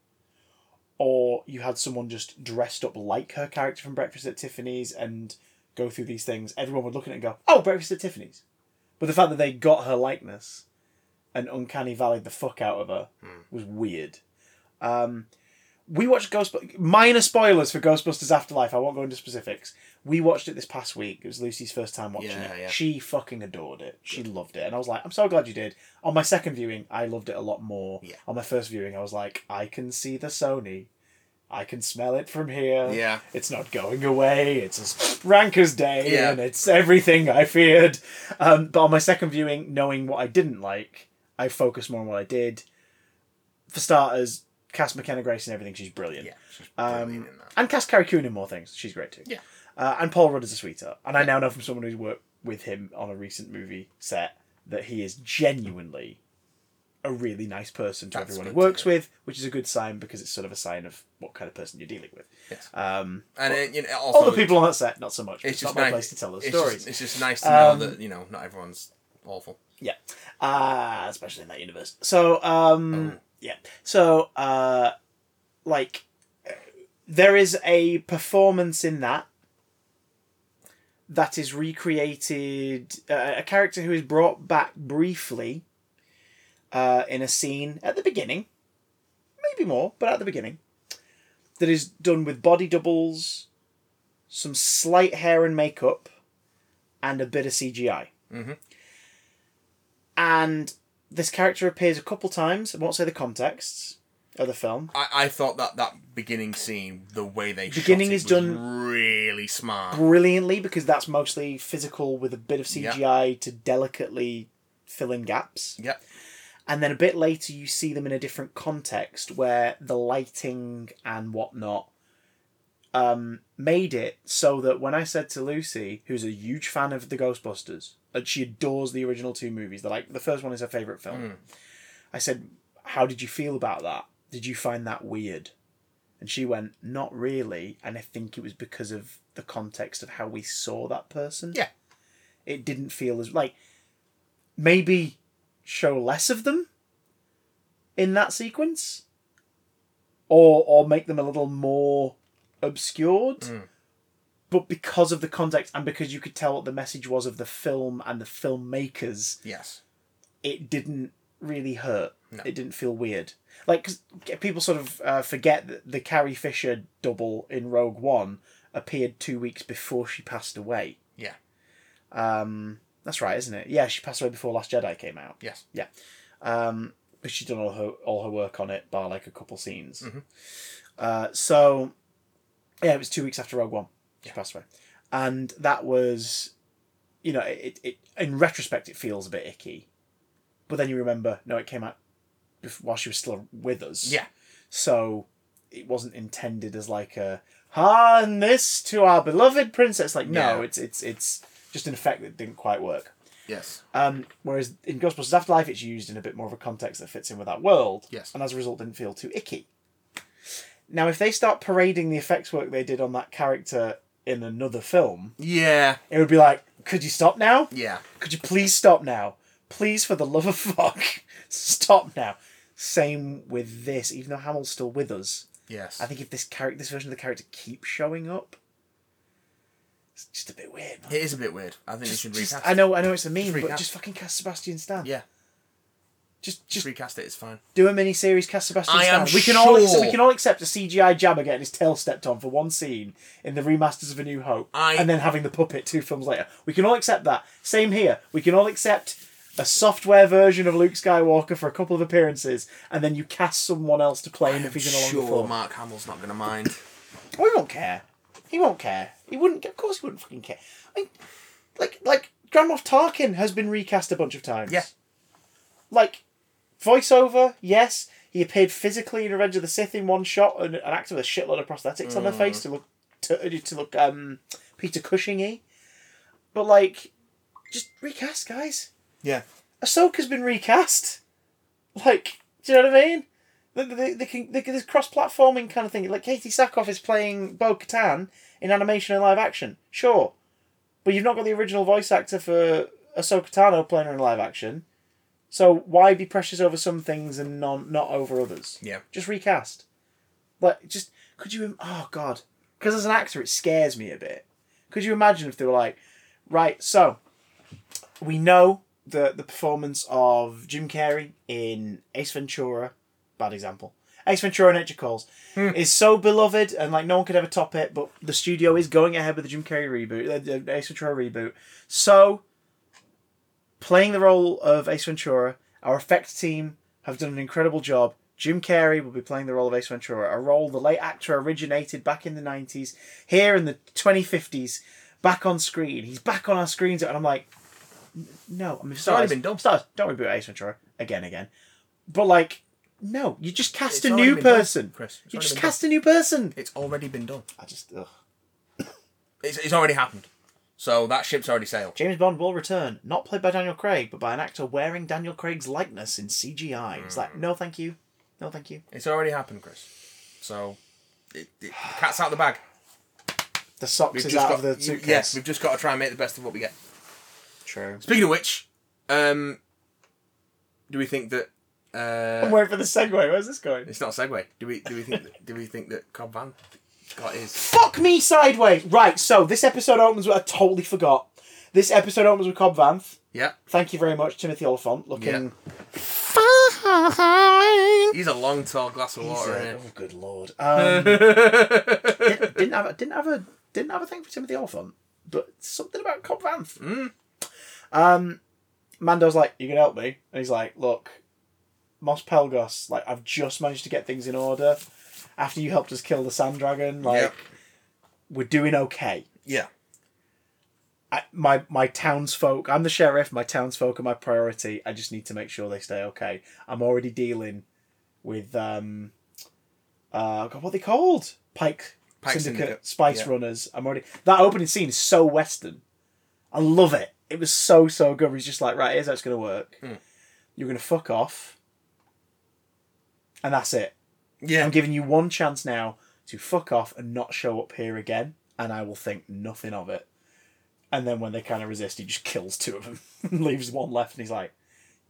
Speaker 1: or you had someone just dressed up like her character from Breakfast at Tiffany's and go through these things, everyone would look at it and go, "Oh, Breakfast at Tiffany's." But the fact that they got her likeness and uncanny valleyed the fuck out of her
Speaker 3: Hmm.
Speaker 1: was weird. Um, we watched Ghostbusters. Minor spoilers for Ghostbusters Afterlife. I won't go into specifics. We watched it this past week. It was Lucy's first time watching
Speaker 3: Yeah,
Speaker 1: it.
Speaker 3: yeah.
Speaker 1: She fucking adored it. She loved it, and I was like, "I'm so glad you did." On my second viewing, I loved it a lot more.
Speaker 3: Yeah.
Speaker 1: On my first viewing, I was like, "I can see the Sony. I can smell it from here.
Speaker 3: Yeah.
Speaker 1: It's not going away. It's as rank as day,
Speaker 3: Yeah.
Speaker 1: and it's everything I feared. Um, but on my second viewing, knowing what I didn't like, I focused more on what I did. For starters, Cass McKenna Grace and everything, she's brilliant.
Speaker 3: Yeah, she's
Speaker 1: Um,
Speaker 3: brilliant in that.
Speaker 1: And Cass Carrie Coon in more things, she's great too.
Speaker 3: Yeah.
Speaker 1: Uh, and Paul Rudd is a sweetheart. And I now know from someone who's worked with him on a recent movie set that he is genuinely a really nice person to
Speaker 3: That's
Speaker 1: everyone he
Speaker 3: good to
Speaker 1: works with, which is a good sign because it's sort of a sign of what kind of person you're dealing with.
Speaker 3: Yes.
Speaker 1: Um,
Speaker 3: And it, you know, also,
Speaker 1: all the people on that set, not so much. It's,
Speaker 3: It's
Speaker 1: not
Speaker 3: just
Speaker 1: my
Speaker 3: nice.
Speaker 1: place to tell those
Speaker 3: it's
Speaker 1: stories.
Speaker 3: Just, it's just nice to know
Speaker 1: Um,
Speaker 3: that you know not everyone's awful.
Speaker 1: Yeah. Uh, especially in that universe. So, um, yeah. So, uh, like, there is a performance in that that is recreated, uh, a character who is brought back briefly uh, in a scene at the beginning, maybe more, but at the beginning, that is done with body doubles, some slight hair and makeup, and a bit of CGI and this character appears a couple times. I won't say the contexts of the film.
Speaker 3: I, I thought that that beginning scene, the way they
Speaker 1: Beginning
Speaker 3: shot it
Speaker 1: is
Speaker 3: was
Speaker 1: done-
Speaker 3: really smart.
Speaker 1: Brilliantly, because that's mostly physical with a bit of CGI to delicately fill in gaps.
Speaker 3: Yep.
Speaker 1: And then a bit later, you see them in a different context where the lighting and whatnot um, made it so that when I said to Lucy, who's a huge fan of the Ghostbusters, and she adores the original two movies, they're like the first one is her favorite film. I said, "How did you feel about that? Did you find that weird?" And she went, "Not really." And I think it was because of the context of how we saw that person.
Speaker 3: Yeah.
Speaker 1: It didn't feel as like maybe show less of them in that sequence or or make them a little more obscured. But because of the context and because you could tell what the message was of the film and the filmmakers,
Speaker 3: Yes.
Speaker 1: it didn't really hurt. It didn't feel weird. Like 'cause people sort of uh, forget that the Carrie Fisher double in Rogue One appeared two weeks before she passed away.
Speaker 3: Yeah.
Speaker 1: Um, That's right, isn't it? Yeah, she passed away before Last Jedi came out.
Speaker 3: Yes.
Speaker 1: Yeah. Um, but she'd done all her all her work on it, bar like a couple scenes.
Speaker 3: Mm-hmm.
Speaker 1: Uh, so, yeah, it was two weeks after Rogue One. She passed away, and that was, you know, it, it in retrospect it feels a bit icky, but then you remember, no, it came out bef- while she was still with us.
Speaker 3: Yeah.
Speaker 1: So, it wasn't intended as like a harness to our beloved princess. Like no,
Speaker 3: Yeah.
Speaker 1: it's it's it's just an effect that didn't quite work.
Speaker 3: Yes.
Speaker 1: Um, whereas in Ghostbusters Afterlife, it's used in a bit more of a context that fits in with that world.
Speaker 3: Yes.
Speaker 1: And as a result, didn't feel too icky. Now, if they start parading the effects work they did on that character in another film,
Speaker 3: Yeah.
Speaker 1: it would be like, could you stop now?
Speaker 3: Yeah.
Speaker 1: Could you please stop now? Please, for the love of fuck, stop now. Same with this, even though Hamill's still with us.
Speaker 3: Yes.
Speaker 1: I think if this character, this version of the character keeps showing up, it's just a bit weird. Man.
Speaker 3: it is a bit weird. I think
Speaker 1: Just-
Speaker 3: you should
Speaker 1: just-
Speaker 3: recast.
Speaker 1: I know, I know it's a meme, but
Speaker 3: recast.
Speaker 1: just fucking cast Sebastian Stan.
Speaker 3: Yeah.
Speaker 1: Just,
Speaker 3: Just
Speaker 1: just
Speaker 3: recast it. It's fine.
Speaker 1: do a mini series cast Sebastian
Speaker 3: I
Speaker 1: Stan.
Speaker 3: am
Speaker 1: we can all
Speaker 3: sure-
Speaker 1: accept, we can all accept a CGI jabber getting his tail stepped on for one scene in the remasters of A New Hope,
Speaker 3: I-
Speaker 1: and then having the puppet two films later. We can all accept that. Same here. We can all accept a software version of Luke Skywalker for a couple of appearances, and then you cast someone else to play him if he's in a longer
Speaker 3: Sure,
Speaker 1: film.
Speaker 3: Mark Hamill's not going to mind.
Speaker 1: Oh, he won't care. He won't care. He wouldn't. Of course, he wouldn't fucking care. I mean, like, like Grand Moff Tarkin has been recast a bunch of times.
Speaker 3: Yeah.
Speaker 1: Like, voiceover, yes. He appeared physically in Revenge of the Sith in one shot, and an actor with a shitload of prosthetics on their face to look to, to look um, Peter Cushing-y. But like, just recast, guys.
Speaker 3: Yeah.
Speaker 1: Ahsoka's been recast. Like, do you know what I mean? They, they, they can, they can, this cross-platforming kind of thing. Like, Katie Sackhoff is playing Bo-Katan in animation and live action. Sure. But you've not got the original voice actor for Ahsoka Tano playing her in live action. So why be precious over some things and non, not over others?
Speaker 3: Yeah.
Speaker 1: Just recast. Like, just, could you, im- oh God. Because as an actor, it scares me a bit. Could you imagine if they were like, right, so we know the the performance of Jim Carrey in Ace Ventura, bad example. Ace Ventura: Nature Calls is so beloved and like no one could ever top it. But the studio is going ahead with the Jim Carrey reboot, uh, the Ace Ventura reboot. So, playing the role of Ace Ventura, our effects team have done an incredible job. Jim Carrey will be playing the role of Ace Ventura, a role the late actor originated back in the '90s, here in the 2050s, back on screen. He's back on our screens, and I'm like, no, I mean,
Speaker 3: already
Speaker 1: sorry,
Speaker 3: been done.
Speaker 1: Stars, don't reboot Ace Ventura again, again. But like, no, you just cast
Speaker 3: It's
Speaker 1: a
Speaker 3: already
Speaker 1: new
Speaker 3: been done,
Speaker 1: person,
Speaker 3: Chris. It's
Speaker 1: You
Speaker 3: already
Speaker 1: just
Speaker 3: been done.
Speaker 1: cast a new person.
Speaker 3: It's already been done.
Speaker 1: I just, ugh.
Speaker 3: It's, it's already happened. So that ship's already sailed.
Speaker 1: James Bond will return, not played by Daniel Craig, but by an actor wearing Daniel Craig's likeness in CGI. It's like, no, thank you, no, thank you.
Speaker 3: It's already happened, Chris. So it, it, the cat's out of the bag.
Speaker 1: The socks is out of the suitcase.
Speaker 3: yes, we've just got to try and make the best of what we get.
Speaker 1: true.
Speaker 3: Speaking of which, um, do we think that
Speaker 1: I'm
Speaker 3: uh,
Speaker 1: waiting for the segue. Where's this going?
Speaker 3: it's not a segue? Do we do we think that, do we think that Cobb Van got his?
Speaker 1: Fuck me sideways. Right. So this episode opens with I totally forgot. This episode opens with Cobb Vanth.
Speaker 3: Yeah,
Speaker 1: Thank you very much, Timothy Oliphant, looking fine.
Speaker 3: he's a long tall glass of
Speaker 1: He's
Speaker 3: water.
Speaker 1: a-
Speaker 3: Isn't
Speaker 1: oh, good lord! Um,
Speaker 3: it?
Speaker 1: didn't, didn't have a- didn't have a didn't have a thing for Timothy Oliphant, but something about Cobb Vanth.
Speaker 3: Mm.
Speaker 1: Um, Mando's like, "You can help me," and he's like, "Look, Mos Pelgos, like I've just managed to get things in order after you helped us kill the Sand Dragon. Like,
Speaker 3: Yep.
Speaker 1: we're doing okay."
Speaker 3: yeah,
Speaker 1: I, my my townsfolk. I'm the sheriff. My townsfolk are my priority. I just need to make sure they stay okay. I'm already dealing with um, uh, God, what are they called? Pike,
Speaker 3: Pike
Speaker 1: Syndicate,
Speaker 3: Syndicate,
Speaker 1: Spice
Speaker 3: yeah.
Speaker 1: Runners. I'm already that opening scene is so western. I love it. It was so so good. He's just like, right, here's how it's gonna work.
Speaker 3: Hmm.
Speaker 1: You're gonna fuck off, and that's it.
Speaker 3: yeah.
Speaker 1: I'm giving you one chance now to fuck off and not show up here again, and I will think nothing of it. And then when they kind of resist, he just kills two of them and leaves one left, and he's like,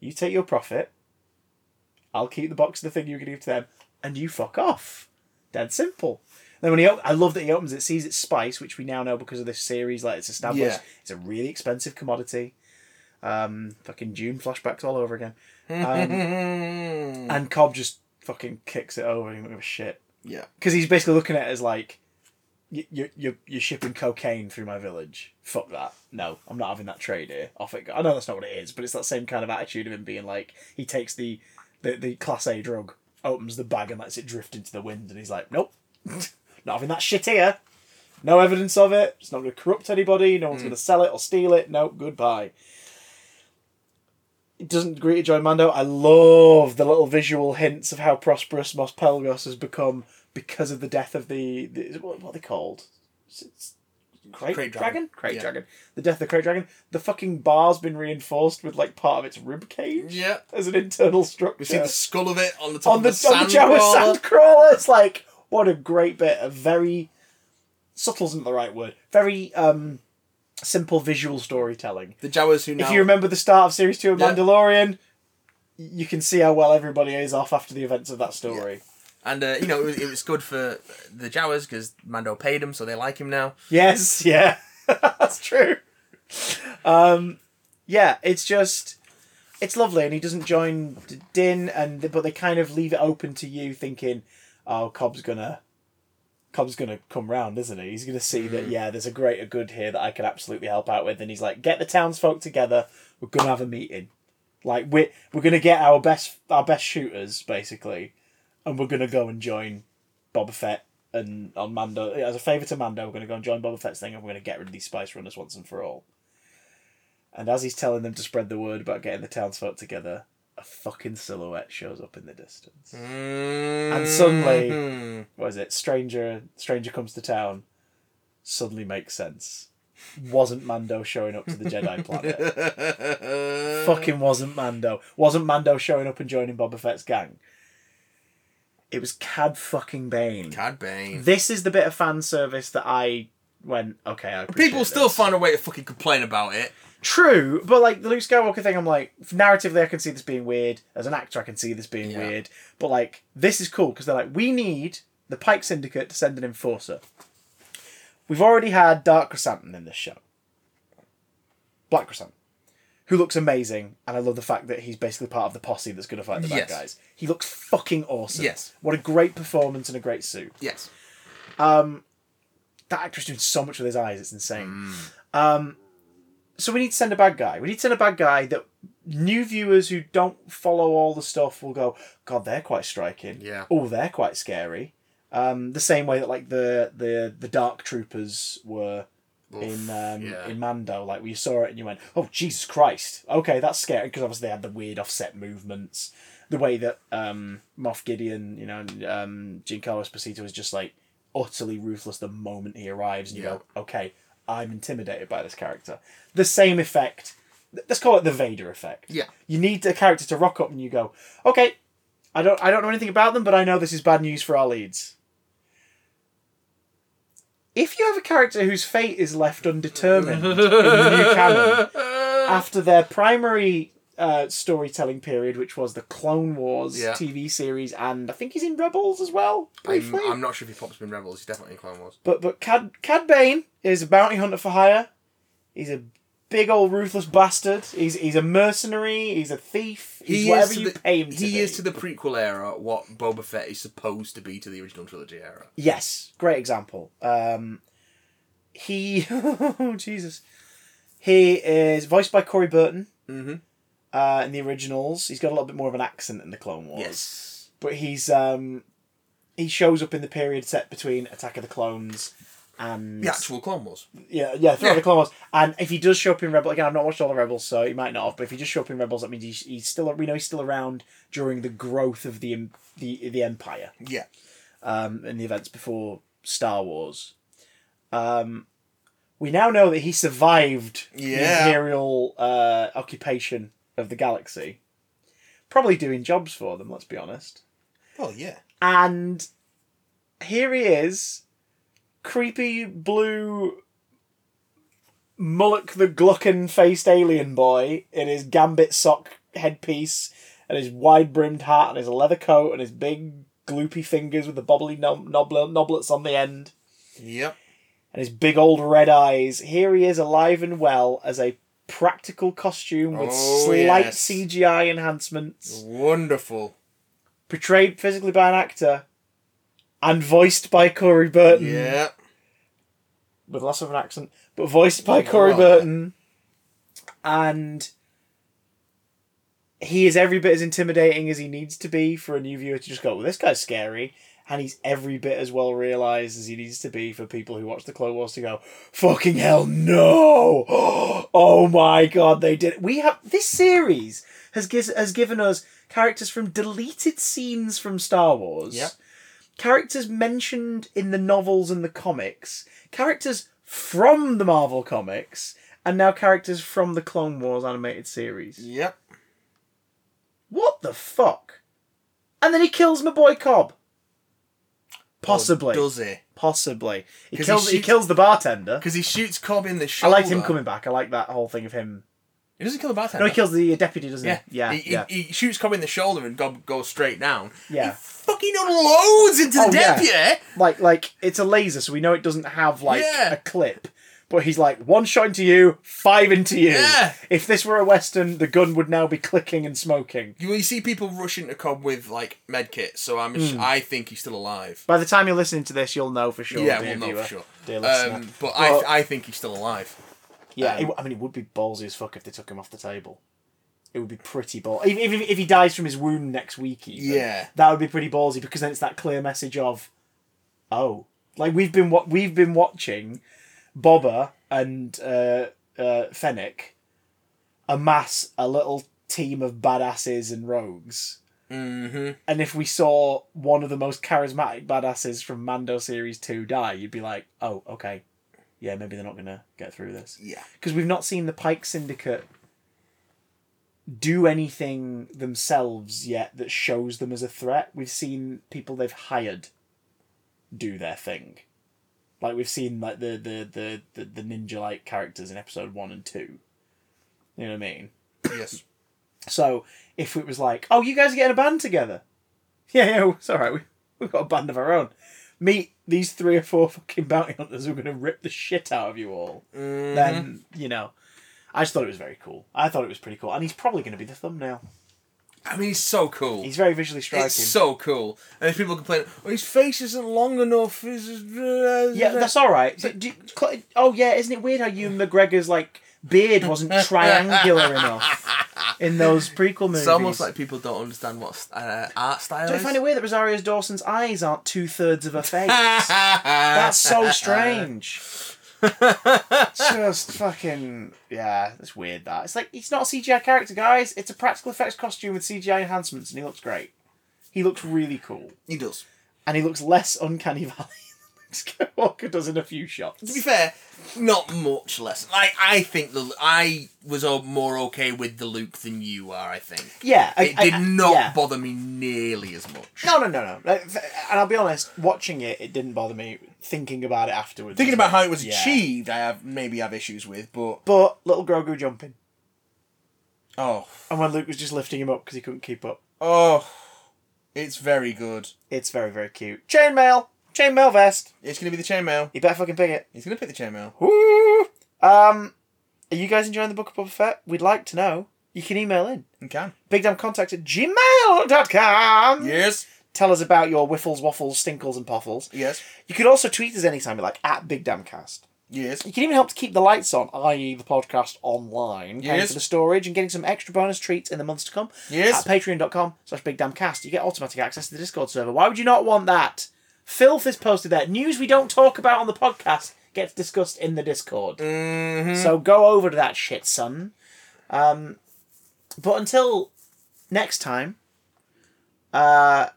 Speaker 1: You take your profit, I'll keep the box of the thing you can give to them, and you fuck off. Dead simple. Then when he, op- I love that he opens it, sees it's spice, which we now know because of this series, like it's established,
Speaker 3: Yeah.
Speaker 1: it's a really expensive commodity. Um, fucking June flashbacks all over again. Um, and Cobb just fucking kicks it over. He don't give a shit
Speaker 3: yeah,
Speaker 1: because he's basically looking at it as like you, you, you're, you're shipping cocaine through my village. Fuck that. No, I'm not having that trade here. Off it go. I know that's not what it is, but it's that same kind of attitude of him being like, he takes the, the, the class A drug, opens the bag and lets it drift into the wind, and he's like, nope, not having that shit here. No evidence of it. It's not going to corrupt anybody. No
Speaker 3: Hmm.
Speaker 1: one's going to sell it or steal it. No, goodbye. It doesn't agree to join Mando. I love the little visual hints of how prosperous Mos Pelgos has become because of the death of the, the what, what are they called? It's, it's, Crate,
Speaker 3: Crate
Speaker 1: dragon.
Speaker 3: Dragon.
Speaker 1: Crate
Speaker 3: Yeah.
Speaker 1: dragon. The death of the crate dragon. The fucking bar's been reinforced with like part of its rib cage
Speaker 3: Yeah.
Speaker 1: as an internal
Speaker 3: We
Speaker 1: structure
Speaker 3: see the skull of it on the top
Speaker 1: on the,
Speaker 3: of the
Speaker 1: on the Jawa
Speaker 3: sandcrawler.
Speaker 1: Sandcrawler. It's like what a great bit of very subtle isn't the right word. Very um, simple visual storytelling.
Speaker 3: The Jawas who now
Speaker 1: If you remember the start of series two of
Speaker 3: Yeah.
Speaker 1: Mandalorian, you can see how well everybody is off after the events of that story.
Speaker 3: and uh, you know it was, it was good for the Jawas because Mando paid them, so they like him now.
Speaker 1: Yes, yeah, that's true. Um, yeah, it's just it's lovely, and he doesn't join D- Din, and but they kind of leave it open to you, thinking, "Oh, Cobb's gonna, Cobb's gonna come round, isn't he? He's gonna see that yeah, there's a greater good here that I could absolutely help out with." And he's like, "Get the townsfolk together. We're gonna have a meeting. Like we're we're gonna get our best our best shooters basically, and we're gonna go and join Boba Fett." And on Mando, as a favour to Mando, we're going to go and join Boba Fett's thing and we're going to get rid of these spice runners once and for all. And as he's telling them to spread the word about getting the townsfolk together, a fucking silhouette shows up in the distance.
Speaker 3: And
Speaker 1: suddenly-
Speaker 3: Hmm.
Speaker 1: What is it? Stranger Stranger comes to town. Suddenly makes sense. Wasn't Mando showing up to the Jedi planet? Fucking wasn't Mando. Wasn't Mando showing up and joining Boba Fett's gang? It was Cad fucking Bane.
Speaker 3: Cad Bane.
Speaker 1: This is the bit of fan service that I went, okay, I appreciate
Speaker 3: People still
Speaker 1: this.
Speaker 3: find a way to fucking complain about it.
Speaker 1: True, but like the Luke Skywalker thing, I'm like narratively, I can see this being weird. As an actor, I can see this being
Speaker 3: Yeah.
Speaker 1: weird. But like this is cool because they're like, we need the Pike Syndicate to send an enforcer. We've already had Dark Chrysanthemum in this show. Black Chrysanthemum, who looks amazing, and I love the fact that he's basically part of the posse that's going to fight the bad
Speaker 3: Yes.
Speaker 1: guys. He looks fucking awesome.
Speaker 3: Yes.
Speaker 1: What a great performance and a great suit
Speaker 3: Yes.
Speaker 1: that actor's doing so much with his eyes, it's insane. Um,
Speaker 3: Mm.
Speaker 1: so we need to send a bad guy. We need to send a bad guy that new viewers who don't follow all the stuff will go, God, they're quite striking.
Speaker 3: Yeah.
Speaker 1: Oh, they're quite scary. Um, the same way that like the the the dark troopers were in um,
Speaker 3: yeah.
Speaker 1: in Mando, like where you saw it and you went, "Oh Jesus Christ!" Okay, that's scary because obviously they had the weird offset movements, the way that um, Moff Gideon, you know, and, um, Giancarlo Esposito was just like utterly ruthless the moment he arrives, and
Speaker 3: Yeah.
Speaker 1: you go, "Okay, I'm intimidated by this character." The same effect. Let's call it the Vader effect.
Speaker 3: Yeah.
Speaker 1: You need a character to rock up and you go, "Okay, I don't I don't know anything about them, but I know this is bad news for our leads." if you have a character whose fate is left undetermined in the new canon
Speaker 3: Uh,
Speaker 1: after their primary uh, storytelling period, which was the Clone Wars
Speaker 3: Yeah.
Speaker 1: TV series, and I think he's in Rebels as well,
Speaker 3: I'm,
Speaker 1: briefly.
Speaker 3: I'm not sure if he pops up in Rebels. He's definitely in Clone Wars.
Speaker 1: But but Cad Cad Bane is a bounty hunter for hire. He's a big old ruthless bastard. He's he's a mercenary. He's a thief. He's whatever
Speaker 3: to
Speaker 1: you
Speaker 3: the,
Speaker 1: pay him to
Speaker 3: he
Speaker 1: be.
Speaker 3: is to the prequel era what Boba Fett is supposed to be to the original trilogy era.
Speaker 1: Yes, great example. Um, he, oh, Jesus, he is voiced by Corey Burton
Speaker 3: Mhm.
Speaker 1: uh, in the originals. He's got a little bit more of an accent in the Clone Wars,
Speaker 3: Yes.
Speaker 1: but he's um, he shows up in the period set between Attack of the Clones and
Speaker 3: The actual Clone Wars.
Speaker 1: yeah, yeah, Attack of the
Speaker 3: Yeah.
Speaker 1: Clone Wars. And if he does show up in Rebel again, I've not watched all the Rebels, so he might not have. But if he does show up in Rebels, that means he's, he's still we know he's still around during the growth of the em- the the Empire
Speaker 3: Yeah.
Speaker 1: um, in the events before Star Wars. Um, we now know that he survived
Speaker 3: Yeah.
Speaker 1: the imperial uh, occupation of the galaxy, probably doing jobs for them. Let's be honest.
Speaker 3: Well, Oh, yeah.
Speaker 1: And here he is, creepy blue Mullock the Gluckin faced alien boy in his gambit sock headpiece and his wide brimmed hat and his leather coat and his big gloopy fingers with the bobbly knob- knob- knoblets on the end
Speaker 3: Yep.
Speaker 1: and his big old red eyes. Here he is alive and well as a practical costume with
Speaker 3: Oh,
Speaker 1: slight
Speaker 3: yes.
Speaker 1: CGI enhancements
Speaker 3: Wonderful. Mm.
Speaker 1: portrayed physically by an actor and voiced by Corey Burton.
Speaker 3: Yeah.
Speaker 1: with less of an accent, but voiced by Corey
Speaker 3: wow.
Speaker 1: Burton. And he is every bit as intimidating as he needs to be for a new viewer to just go, well, this guy's scary. And he's every bit as well realised as he needs to be for people who watch the Clone Wars to go, fucking hell, no! Oh my god, they did it. We have this series has gives has given us characters from deleted scenes from Star Wars
Speaker 3: Yep.
Speaker 1: characters mentioned in the novels and the comics, characters from the Marvel comics, and now characters from the Clone Wars animated series.
Speaker 3: Yep.
Speaker 1: What the fuck? And then he kills my boy Cobb. Possibly,
Speaker 3: Or does he?
Speaker 1: possibly he
Speaker 3: 'Cause he
Speaker 1: kills he,
Speaker 3: shoots-
Speaker 1: kills the bartender.
Speaker 3: Because he shoots Cobb in the
Speaker 1: I
Speaker 3: shoulder.
Speaker 1: liked him coming back. I like that whole thing of him.
Speaker 3: He doesn't kill the bartender.
Speaker 1: No, he kills the deputy, doesn't
Speaker 3: Yeah,
Speaker 1: he? Yeah,
Speaker 3: He,
Speaker 1: yeah,
Speaker 3: He, he shoots Cobb in the shoulder and Cobb goes straight down.
Speaker 1: yeah.
Speaker 3: He fucking unloads into the
Speaker 1: Oh, yeah.
Speaker 3: deputy.
Speaker 1: like like it's a laser, so we know it doesn't have like
Speaker 3: Yeah.
Speaker 1: a clip. But he's like one shot into you, five into you.
Speaker 3: Yeah.
Speaker 1: If this were a western, the gun would now be clicking and smoking.
Speaker 3: You, you see people rushing to Cobb with like medkit, so I'm
Speaker 1: Mm.
Speaker 3: I think he's still alive.
Speaker 1: By the time you're listening to this, you'll know for sure.
Speaker 3: yeah,
Speaker 1: dear
Speaker 3: we'll know
Speaker 1: viewer,
Speaker 3: for sure.
Speaker 1: Dear listener.
Speaker 3: Um, but
Speaker 1: Well-
Speaker 3: I I think he's still alive.
Speaker 1: yeah,
Speaker 3: Um,
Speaker 1: it, I mean, it would be ballsy as fuck if they took him off the table. It would be pretty ball. Even if, if he dies from his wound next week, even,
Speaker 3: Yeah.
Speaker 1: that would be pretty ballsy because then it's that clear message of, oh, like we've been what we've been watching, Boba and uh, uh, Fennec, amass a little team of badasses and rogues.
Speaker 3: Mm-hmm.
Speaker 1: And if we saw one of the most charismatic badasses from Mando series two die, you'd be like, oh, okay, yeah, maybe they're not gonna get through this
Speaker 3: Yeah.
Speaker 1: because we've not seen the Pike Syndicate do anything themselves yet that shows them as a threat. We've seen people they've hired do their thing. Like we've seen like the the the, the, the ninja like characters in episode one and two. You know what I mean?
Speaker 3: yes.
Speaker 1: So if it was like, oh, you guys are getting a band together, yeah, yeah, it's all right. We we've got a band of our own. Meet these three or four fucking bounty hunters who are going to rip the shit out of you all.
Speaker 3: Mm-hmm.
Speaker 1: Then you know, I just thought it was very cool. I thought it was pretty cool, and he's probably going to be the thumbnail.
Speaker 3: I mean, he's so cool.
Speaker 1: He's very visually striking.
Speaker 3: it's so cool. And there's people complain, oh, his face isn't long enough. uh, His-
Speaker 1: yeah, that's all right. But do you- cl- oh yeah, isn't it weird how you McGregor's like beard wasn't triangular enough in those prequel movies?
Speaker 3: It's almost like people don't understand what uh, art style
Speaker 1: Do you
Speaker 3: is.
Speaker 1: find it weird that Rosario Dawson's eyes aren't two thirds of her face? That's so strange. Just fucking yeah, it's weird that it's like he's not a CGI character, guys. It's a practical effects costume with CGI enhancements, and he looks great. He looks really cool,
Speaker 3: He does.
Speaker 1: and he looks less uncanny valley than Luke Skywalker does in a few
Speaker 3: To be
Speaker 1: shots.
Speaker 3: fair, not much less. I I think the I was o- more okay with the Luke than you are. I think
Speaker 1: Yeah, I-
Speaker 3: it
Speaker 1: I-
Speaker 3: did
Speaker 1: I-
Speaker 3: not
Speaker 1: yeah.
Speaker 3: bother me nearly as much.
Speaker 1: No, no, no, no. Like, f- And I'll be honest, watching it, it didn't bother me. Thinking about it afterwards, Yeah.
Speaker 3: achieved, I have maybe have issues with, but
Speaker 1: But little Grogu jumping,
Speaker 3: oh
Speaker 1: and when Luke was just lifting him up because he couldn't keep up,
Speaker 3: oh, it's very good.
Speaker 1: it's very, very cute. Chainmail, chainmail vest.
Speaker 3: It's gonna be the chainmail.
Speaker 1: You better fucking pick it.
Speaker 3: He's gonna pick the chainmail.
Speaker 1: Woo! Um, are you guys enjoying the Book of Boba Fett? We'd like to know. You can email in.
Speaker 3: He can.
Speaker 1: BigDamnContact at gmail.com.
Speaker 3: Yes.
Speaker 1: Tell us about your whiffles, waffles, stinkles, and puffles.
Speaker 3: Yes.
Speaker 1: You could also tweet us anytime you like, at BigDamnCast.
Speaker 3: Yes.
Speaker 1: You can even help to keep the lights on, i.e. the podcast online, paying
Speaker 3: Yes.
Speaker 1: for the storage and getting some extra bonus treats in the months to come
Speaker 3: Yes.
Speaker 1: at patreon.com slash bigdamncast. You get automatic access to the Discord server. Why would you not want that? Filth is posted there. News we don't talk about on the podcast gets discussed in the Discord.
Speaker 3: Mm-hmm.
Speaker 1: So go over to that shit, son. Um, but until next time, uh,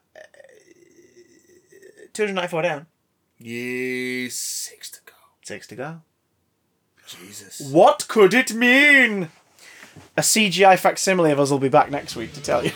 Speaker 1: 294 down,
Speaker 3: Yes. Six to go.
Speaker 1: six to go.
Speaker 3: Jesus.
Speaker 1: What could it mean? A CGI facsimile of us will be back next week to tell you.